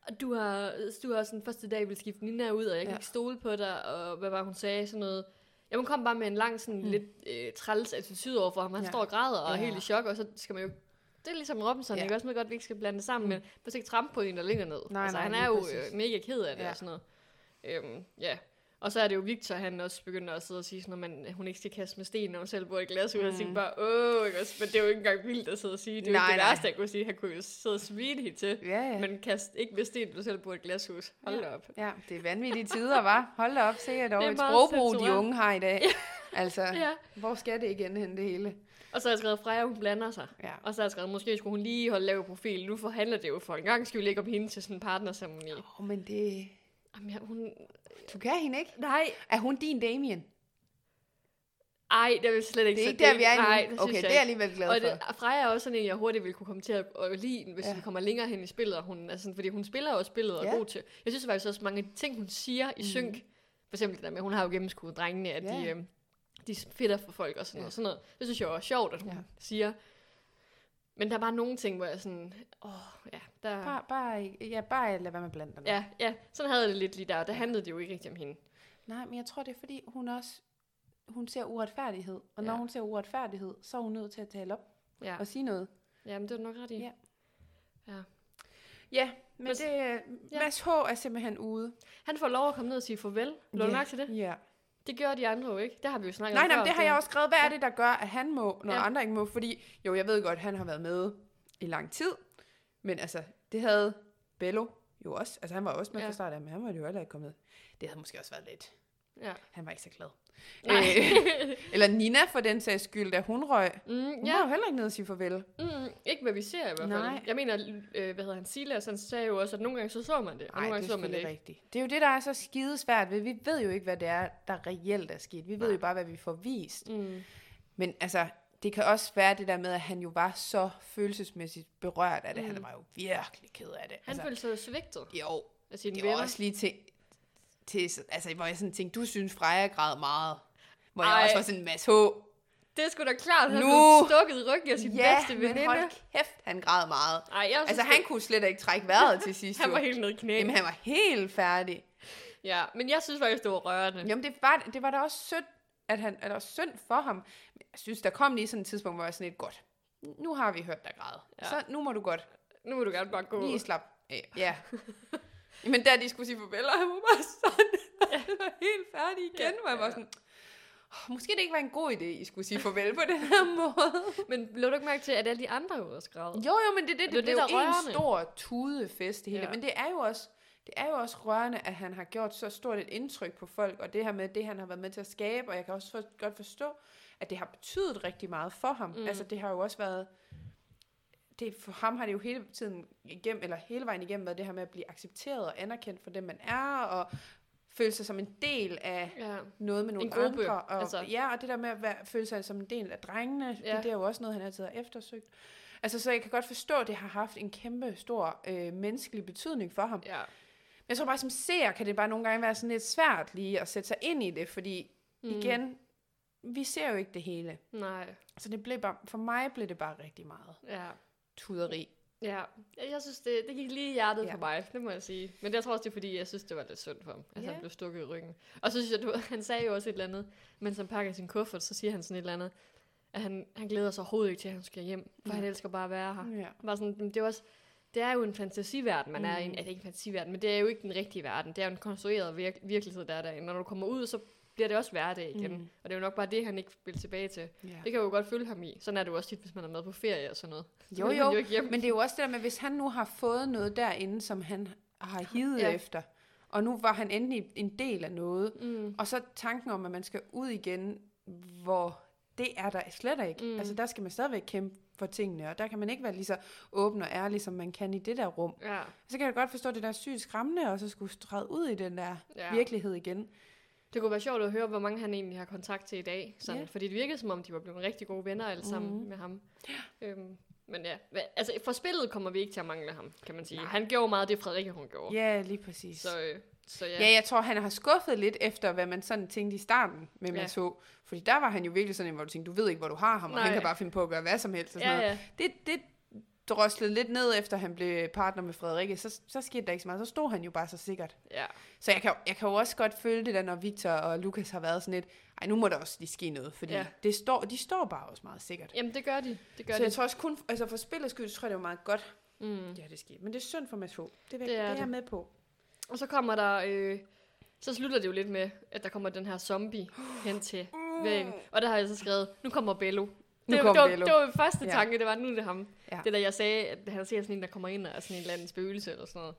Speaker 1: "Og du har, du har sådan første dag vil skifte Nina ud, og jeg kan
Speaker 2: Ja.
Speaker 1: ja. ikke stole på dig, og hvad var hun sagde, sådan noget. Jamen, hun kom bare med en lang, sådan mm. lidt øh, træls attitude overfor ham. Han
Speaker 2: Ja.
Speaker 1: ja. står og græder og er
Speaker 2: Ja.
Speaker 1: helt i chok, og så skal man jo... Det er ligesom Robinson,
Speaker 2: Ja.
Speaker 1: ja. ikke også med godt, at vi ikke skal blande det sammen, mm. men hvis ikke trampe på en, der ligger ned.
Speaker 2: Nej,
Speaker 1: altså,
Speaker 2: nej,
Speaker 1: han
Speaker 2: lige
Speaker 1: er jo
Speaker 2: præcis.
Speaker 1: øh, mega ked af det
Speaker 2: Ja.
Speaker 1: og sådan noget. Øhm, ja. Og så er det jo Victor, han også begynder at sidde og sige, sådan, at man, at hun ikke skal kaste med sten, når hun selv bor i glashus. Mm. Jeg tænkte bare, åh, ikke også? men det er jo ikke engang vildt at sidde og sige. Det er jo
Speaker 2: Nej,
Speaker 1: ikke det
Speaker 2: nej.
Speaker 1: værste, jeg kunne sige. Han kunne jo sidde og svine hende til.
Speaker 2: Ja, ja.
Speaker 1: Ja. Men kast ikke med sten, når du selv bor i et glashus. Hold da op.
Speaker 2: Ja, det er vanvittige tider, var. Hold da op, sikkert over
Speaker 1: Det er
Speaker 2: et
Speaker 1: meget
Speaker 2: sprogbrug, de
Speaker 1: censureret.
Speaker 2: unge har i dag. Altså, ja.
Speaker 1: Ja.
Speaker 2: hvor skal det igen hen, det hele?
Speaker 1: Og så har jeg skrevet, Freja, hun blander sig.
Speaker 2: Ja.
Speaker 1: Og så har jeg skrevet, måske skulle hun lige holde lav profil. Nu forhandler det jo for en gang, skal vi lægge om hende til sådan en partnersamoni.
Speaker 2: Oh, men det...
Speaker 1: Jamen, ja, hun...
Speaker 2: Du kan hende ikke.
Speaker 1: Nej.
Speaker 2: Er hun din Damien?
Speaker 1: Ej, det er vi slet ikke
Speaker 2: Det er
Speaker 1: så-
Speaker 2: ikke der, vi er
Speaker 1: Nej,
Speaker 2: endnu.
Speaker 1: det synes
Speaker 2: okay,
Speaker 1: jeg
Speaker 2: det er
Speaker 1: ikke.
Speaker 2: jeg alligevel glad
Speaker 1: Og
Speaker 2: for.
Speaker 1: det, Freja er også sådan en, jeg hurtigt ville kunne komme til at, at lide, hvis
Speaker 2: Ja.
Speaker 1: ja. vi kommer længere hen i spillet. Og hun, altså, sådan, fordi hun spiller jo spillet og
Speaker 2: Ja. Mhm.
Speaker 1: er god til. Jeg synes faktisk også, mange af de ting, hun siger i synk, For eksempel det der med, hun har jo gennemskuet drengene, at
Speaker 2: Ja.
Speaker 1: de, øh, de fitter for folk og sådan
Speaker 2: Ja.
Speaker 1: noget. Sådan noget. Det synes jeg var sjovt, at hun
Speaker 2: Ja.
Speaker 1: siger. Men der er bare nogle ting, hvor jeg sådan, åh, ja, der...
Speaker 2: Bare, bare, ja, bare lad være med blanderne.
Speaker 1: Ah. Ja, ja, sådan havde jeg det lidt lige der, og der handlede det jo ikke rigtig om hende.
Speaker 2: Nej, men jeg tror, det er fordi, hun også hun ser uretfærdighed. Og når
Speaker 1: Ja.
Speaker 2: hun ser uretfærdighed, så er hun nødt til at tale op
Speaker 1: Ja,
Speaker 2: og sige noget.
Speaker 1: ja men det var du nok ret i.
Speaker 2: Ja.
Speaker 1: Ja.
Speaker 2: Ja, men
Speaker 1: Hvis-
Speaker 2: det, ja.
Speaker 1: ja.
Speaker 2: Mads H. er simpelthen ude.
Speaker 1: Han får lov at komme ned og sige farvel. Lå du
Speaker 2: Ja.
Speaker 1: mærke til det?
Speaker 2: Ja.
Speaker 1: Det gør de andre jo ikke. Det har vi jo snakket
Speaker 2: Nej,
Speaker 1: om
Speaker 2: nej,
Speaker 1: før,
Speaker 2: men det har jeg også skrevet. Hvad er det, der gør, at han må, når ja.
Speaker 1: Ja.
Speaker 2: andre ikke må? Fordi, jo, jeg ved godt, han har været med i lang tid. Men altså, det havde Bello jo også. Altså, han var også med ja.
Speaker 1: Ja.
Speaker 2: fra start af, men han var jo heller ikke kommet. Det havde måske også været lidt.
Speaker 1: Ja.
Speaker 2: Han var ikke så glad.
Speaker 1: Nej.
Speaker 2: Øh, eller Nina, for den sags skyld, da hun røg.
Speaker 1: Mm,
Speaker 2: Hun
Speaker 1: ja,
Speaker 2: ja. var jo heller ikke nede og sige farvel.
Speaker 1: Mm, ikke hvad vi ser i hvert fald.
Speaker 2: Nej.
Speaker 1: Jeg mener, øh, hvad hedder han, Silas, han sagde jo også, at nogle gange så så man det, og nogle
Speaker 2: Nej, det er
Speaker 1: gange så man det
Speaker 2: selvfølgelig
Speaker 1: ikke.
Speaker 2: rigtigt. Det er jo det, der er så skidesvært ved. Vi ved jo ikke, hvad det er, der reelt er sket. Vi ved jo bare, hvad vi får vist.
Speaker 1: Mm.
Speaker 2: Men altså, det kan også være det der med, at han jo var så følelsesmæssigt berørt af det. Mm. Han var jo virkelig ked af det.
Speaker 1: Han altså, følte sig jo svigtet
Speaker 2: jo,
Speaker 1: af sine
Speaker 2: det var
Speaker 1: venner.
Speaker 2: også lige til, til sådan- altså, hvor jeg sådan tænkte, du synes Freja græd meget. Hvor Ej.
Speaker 1: Ej.
Speaker 2: jeg også var sådan, Mads H.
Speaker 1: Det er sgu da klart, at han
Speaker 2: Nu!
Speaker 1: blev stukket i ryggen af sin bedste
Speaker 2: men
Speaker 1: veninde.
Speaker 2: hold kæft, han græd meget.
Speaker 1: Ej, jeg synes,
Speaker 2: Altså, han kunne slet ikke trække vejret til sidst.
Speaker 1: han
Speaker 2: jo.
Speaker 1: var helt nede i knæet.
Speaker 2: Jamen, han var helt færdig.
Speaker 1: Ja, men jeg synes faktisk, det var rørende.
Speaker 2: Jamen, det var, det var da også synd, at han, eller synd for ham. Men jeg synes, der kom lige sådan et tidspunkt, hvor jeg var sådan lidt, godt, nu har vi hørt dig græde. Ja.
Speaker 1: Ja.
Speaker 2: Så nu må du godt
Speaker 1: Nu må du gerne bare gå.
Speaker 2: lige slappe af. Ja. Men da de skulle sige farvel, og han var bare sådan, han var helt færdig igen,
Speaker 1: Ja,
Speaker 2: ja, hvor jeg var
Speaker 1: ja.
Speaker 2: sådan, "Åh, måske det ikke var en god idé, I skulle sige farvel på den her måde.
Speaker 1: Men lå du ikke mærke til, at alle de andre jo også græd?
Speaker 2: Jo, jo, men det, det, det,
Speaker 1: det er
Speaker 2: det, det
Speaker 1: det,
Speaker 2: er
Speaker 1: der
Speaker 2: jo
Speaker 1: er
Speaker 2: en
Speaker 1: rørende.
Speaker 2: stor tudefest det hele. Ja.
Speaker 1: Ja.
Speaker 2: Men det er jo også det er jo også rørende, at han har gjort så stort et indtryk på folk, og det her med det, han har været med til at skabe, og jeg kan også for, godt forstå, at det har betydet rigtig meget for ham. Mm.
Speaker 1: Mm.
Speaker 2: Altså, det har jo også været... Det, for ham har det jo hele tiden igennem, eller hele vejen igennem været det her med at blive accepteret og anerkendt for den, man er, og føle sig som en del af
Speaker 1: Ja.
Speaker 2: noget med nogle
Speaker 1: En gruppe,
Speaker 2: andre. Og, altså.
Speaker 1: altså.
Speaker 2: Ja, og det der med at være, føle sig som en del af drengene, ja.
Speaker 1: Ja.
Speaker 2: det, det er jo også noget, han altid har eftersøgt. Altså, så jeg kan godt forstå, at det har haft en kæmpe stor øh, menneskelig betydning for ham.
Speaker 1: ja.
Speaker 2: Men jeg tror bare, som seer kan det bare nogle gange være sådan lidt svært lige at sætte sig ind i det, fordi mm. igen, vi ser jo ikke det hele.
Speaker 1: Nej.
Speaker 2: Så det blev bare, for mig blev det bare rigtig meget
Speaker 1: Ja.
Speaker 2: tuderi.
Speaker 1: Ja, jeg synes, det, det gik lige i hjertet
Speaker 2: Ja.
Speaker 1: ja. for mig, det må jeg sige. Men jeg tror også, det er fordi, jeg synes, det var lidt synd for ham, at
Speaker 2: Ja.
Speaker 1: han blev stukket i ryggen. Og så synes jeg, du, han sagde jo også et eller andet, mens han pakker sin kuffert, så siger han sådan et eller andet, at han, han glæder sig overhovedet ikke til, at han skal hjem, for
Speaker 2: Mm.
Speaker 1: han elsker bare at være her.
Speaker 2: Ja.
Speaker 1: Bare sådan, men det, er også, det er jo en fantasiverden, man er i.
Speaker 2: Mm.
Speaker 1: Altså ikke en fantasiverden, men det er jo ikke den rigtige verden. Det er jo en konstrueret virk- virkelighed, der er derinde. Når du kommer ud, så bliver det også hverdag igen.
Speaker 2: Mm.
Speaker 1: Mm. Og det er jo nok bare det, han ikke vil tilbage til.
Speaker 2: Ja.
Speaker 1: Det kan jeg jo godt følge ham i. Sådan er det jo også tit, hvis man er med på ferie og sådan noget. Så
Speaker 2: Jo,
Speaker 1: vil
Speaker 2: jo,
Speaker 1: man jo ikke hjem.
Speaker 2: Men det er jo også det der med, hvis han nu har fået noget derinde, som han har hivet ja.
Speaker 1: Ja.
Speaker 2: efter, og nu var han endelig en del af noget,
Speaker 1: Mm.
Speaker 2: Og så tanken om, at man skal ud igen, hvor det er der slet ikke. Mm.
Speaker 1: Mm.
Speaker 2: Altså der skal man stadigvæk kæmpe for tingene, og der kan man ikke være lige så åben og ærlig, som man kan i det der rum.
Speaker 1: Ja,
Speaker 2: Så kan jeg godt forstå, at det der er sygt skræmmende, og så skulle stræde ud i den der ja.
Speaker 1: ja.
Speaker 2: virkelighed igen.
Speaker 1: Det kunne være sjovt at høre, hvor mange han egentlig har kontakt til i dag. Sådan,
Speaker 2: Ja.
Speaker 1: yeah. Fordi det virkede som om, de var blevet rigtig gode venner alle sammen
Speaker 2: Mhm.
Speaker 1: mm-hmm. med ham. Øhm, men ja, hva- altså for spillet kommer vi ikke til at mangle ham, kan man sige.
Speaker 2: Nej.
Speaker 1: Han gjorde meget af det, Frederikke hun gjorde.
Speaker 2: Ja, lige præcis.
Speaker 1: Så, øh, så ja.
Speaker 2: Ja, jeg tror, han har skuffet lidt efter, hvad man sådan tænkte i starten med
Speaker 1: Ja.
Speaker 2: Mads H. Fordi der var han jo virkelig sådan en, hvor du tænkte, du ved ikke, hvor du har ham, og han
Speaker 1: Nej.
Speaker 2: kan bare finde på at gøre hvad som helst. Og sådan
Speaker 1: ja,
Speaker 2: noget.
Speaker 1: ja.
Speaker 2: det, det droslede lidt ned, efter han blev partner med Frederikke, så, så skete der ikke så meget. Så stod han jo bare så sikkert.
Speaker 1: ja.
Speaker 2: Så jeg kan, jo- jeg kan jo også godt føle det der, når Victor og Lukas har været sådan lidt, ej, nu må der også lige ske noget, fordi ja.
Speaker 1: Ja.
Speaker 2: det står, de står bare også meget sikkert.
Speaker 1: Jamen det gør de. Det gør
Speaker 2: så jeg
Speaker 1: de.
Speaker 2: tror også kun, altså for spillets skyld, så tror jeg, det var meget godt,
Speaker 1: Mm.
Speaker 2: ja, det skete. Men det er synd for Mads H. Det, det, det
Speaker 1: Det er
Speaker 2: er jeg
Speaker 1: det.
Speaker 2: med på.
Speaker 1: Og så kommer der... Øh, så slutter det jo lidt med, at der kommer den her zombie hen til
Speaker 2: Uh.
Speaker 1: væggen. Og der har jeg så skrevet, nu kommer Bello. Det,
Speaker 2: kom
Speaker 1: det, var,
Speaker 2: Bello.
Speaker 1: det var min første
Speaker 2: Ja.
Speaker 1: tanke, det var, nu er det ham.
Speaker 2: Ja.
Speaker 1: Det der, jeg sagde, at han ser sådan en, der kommer ind og er sådan en eller anden spøgelse eller sådan noget.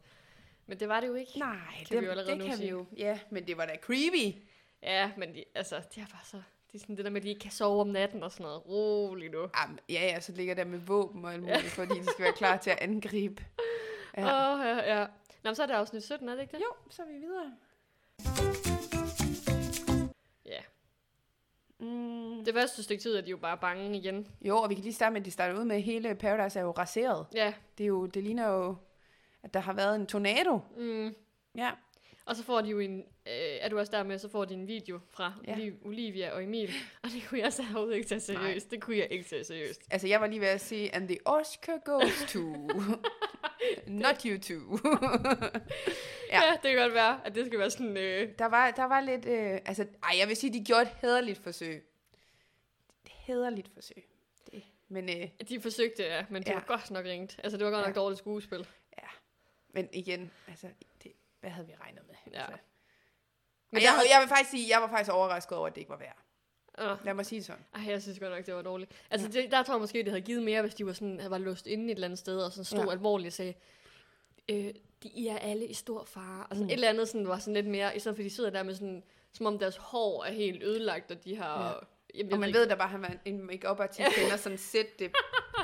Speaker 1: Men det var det jo ikke.
Speaker 2: Nej,
Speaker 1: Kan vi jo allerede
Speaker 2: det
Speaker 1: nu
Speaker 2: kan vi
Speaker 1: sige.
Speaker 2: jo. Ja, men det var da creepy.
Speaker 1: Ja, men de, altså, det er bare så... Det er sådan det der med, at de ikke kan sove om natten og sådan noget. Rolig nu.
Speaker 2: Jamen, ja, ja, så ligger der med våben og alt muligt, fordi de skal være klar til at angribe.
Speaker 1: Ja. Åh, ja, ja. Nå, men så er det afsnit 17, er det ikke det?
Speaker 2: Jo, så er vi videre.
Speaker 1: Ja.
Speaker 2: Mm.
Speaker 1: Det første stykke tid er de jo bare bange igen.
Speaker 2: Jo, og vi kan lige starte med, at de starter ud med, at hele Paradise er jo raseret.
Speaker 1: Ja.
Speaker 2: Det, er jo, det ligner jo, at der har været en tornado.
Speaker 1: Mm.
Speaker 2: Ja.
Speaker 1: Og så får de jo en, øh, er du også der med, så får de en video fra
Speaker 2: Ja.
Speaker 1: ja. Olivia og Emil. Og det kunne jeg så overhovedet ikke tage seriøst. Det kunne jeg ikke tage seriøst.
Speaker 2: Altså, jeg var lige ved at sige, and the Oscar goes to... Not you two. Ja.
Speaker 1: Ja. ja, det kan godt være, at det skal være sådan... Øh,
Speaker 2: der, var, der var lidt... Øh, altså, ej, jeg vil sige, de gjorde et hederligt forsøg. Et hederligt forsøg. Det. Men, øh,
Speaker 1: de forsøgte, ja, men det
Speaker 2: Ja.
Speaker 1: ja. var godt nok ringt. Altså, det var godt
Speaker 2: Ja.
Speaker 1: nok dårligt skuespil.
Speaker 2: men igen, altså, det, hvad havde vi regnet med?
Speaker 1: Ja.
Speaker 2: Altså.
Speaker 1: Men
Speaker 2: Men
Speaker 1: der
Speaker 2: jeg,
Speaker 1: var-
Speaker 2: jeg, vil faktisk sige, jeg var faktisk overrasket over, at det ikke var værd.
Speaker 1: Åh,
Speaker 2: Lad mig sige det sådan.
Speaker 1: Ej, jeg synes godt nok, det var dårligt. Altså, det, der tror jeg måske, det havde givet mere, hvis de var sådan, havde var låst inde et eller andet sted, og sådan stod
Speaker 2: Ja.
Speaker 1: ja. alvorligt og sagde, øh, de I er alle i stor fare. Og sådan
Speaker 2: Mm.
Speaker 1: mm. et eller andet sådan, var sådan lidt mere, i stedet for de sidder der med sådan, som om deres hår er helt ødelagt, og de har...
Speaker 2: Ja.
Speaker 1: Ja. Jamen,
Speaker 2: Og man ved da bare, at han var en make-up artist, og sådan sætte det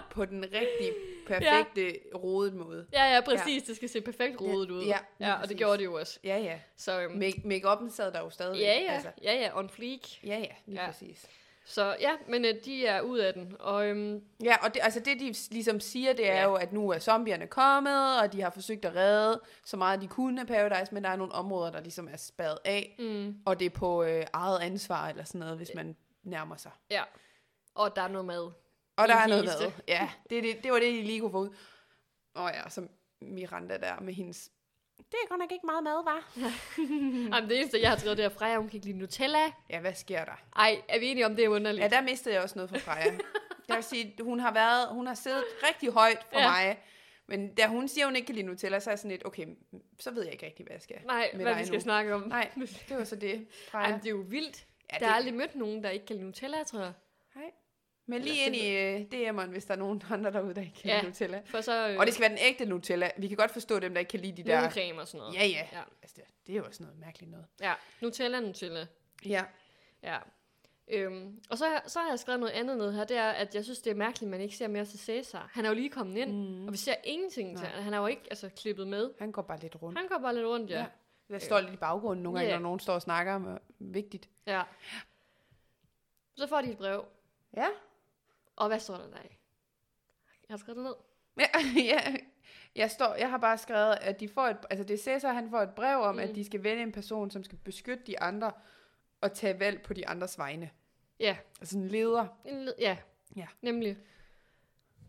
Speaker 2: på den rigtige, perfekte, rodet måde.
Speaker 1: Ja, ja, præcis. Ja. Det skal se perfekt rodet ud.
Speaker 2: ja, lige
Speaker 1: ja og
Speaker 2: præcis.
Speaker 1: det gjorde det jo også.
Speaker 2: Ja, ja.
Speaker 1: Så, øhm,
Speaker 2: Make- Make-up'en sad der jo stadig.
Speaker 1: ja, ja,
Speaker 2: altså.
Speaker 1: ja, ja, on fleek.
Speaker 2: ja, ja, lige ja.
Speaker 1: Ja.
Speaker 2: præcis.
Speaker 1: Så ja, men øh, de er ud af den. Og øhm,
Speaker 2: Ja, og det, altså det, de ligesom siger, det er ja.
Speaker 1: Ja.
Speaker 2: jo, at nu er zombierne kommet, og de har forsøgt at redde så meget de kunne af Paradise, men der er nogle områder, der ligesom er spadet af,
Speaker 1: mm,
Speaker 2: og det er på øh, eget ansvar eller sådan noget, hvis man nærmer sig.
Speaker 1: ja, og der er noget mad.
Speaker 2: Og der
Speaker 1: En
Speaker 2: er noget
Speaker 1: heste.
Speaker 2: mad. Ja, det, det, det var det, de lige kunne få ud. Og ja, som Miranda der med hendes... Det er godt nok ikke meget mad, var.
Speaker 1: Mm. Jamen, det eneste, jeg har skrevet, det er Freja, hun kan ikke lide Nutella.
Speaker 2: Ja, hvad sker der?
Speaker 1: Ej, er vi enige om, det er underligt?
Speaker 2: Ja, der mistede jeg også noget fra Freja. Jeg vil sige, hun har, været, hun har siddet rigtig højt for ja.
Speaker 1: Ja.
Speaker 2: mig. Men da hun siger, hun ikke kan lide Nutella, så er jeg sådan lidt, okay, så ved jeg ikke rigtig, hvad jeg skal.
Speaker 1: Nej,
Speaker 2: med
Speaker 1: hvad
Speaker 2: dig
Speaker 1: vi skal
Speaker 2: nu.
Speaker 1: snakke om.
Speaker 2: Nej, det var så det, Freja.
Speaker 1: Ej, men det er jo vildt.
Speaker 2: ja,
Speaker 1: Der har aldrig mødt nogen, der ikke kan lide Nutella, tror jeg.
Speaker 2: Men lige ind
Speaker 1: Eller,
Speaker 2: i øh, DM'eren, hvis der er nogen andre derude, der ikke kan ja.
Speaker 1: Ja.
Speaker 2: lide Nutella.
Speaker 1: For så øh,
Speaker 2: Og det skal være den ægte Nutella. Vi kan godt forstå dem, der ikke kan lide de der...
Speaker 1: nødecreme og sådan noget.
Speaker 2: Ja, ja.
Speaker 1: Ja.
Speaker 2: Altså, det, det er jo også noget mærkeligt noget.
Speaker 1: ja. Nutella, Nutella.
Speaker 2: Ja.
Speaker 1: Ja. Øhm, og så, så har jeg skrevet noget andet ned her, det er, at jeg synes, det er mærkeligt, at man ikke ser mere til Cæsar. Han er jo lige kommet ind, mm. og vi ser ingenting til
Speaker 2: Nej.
Speaker 1: ham. Han er jo ikke altså, klippet med.
Speaker 2: Han går bare lidt rundt.
Speaker 1: Han går bare lidt rundt, ja.
Speaker 2: Ja. Der står lidt i baggrunden nogle gange,
Speaker 1: Ja.
Speaker 2: når nogen står og snakker om øh, vigtigt.
Speaker 1: ja. ja. Så får de et brev,
Speaker 2: Ja.
Speaker 1: og hvad står der der i? Jeg har skrevet det ned.
Speaker 2: Ja, ja. Jeg, står, jeg har bare skrevet, at de får et, altså det er Cæsar, han får et brev om, mm. at
Speaker 1: Mm.
Speaker 2: de skal vælge en person, som skal beskytte de andre og tage valg på de andres vegne.
Speaker 1: Ja,
Speaker 2: Altså en leder.
Speaker 1: En led- Ja.
Speaker 2: Ja.
Speaker 1: Nemlig.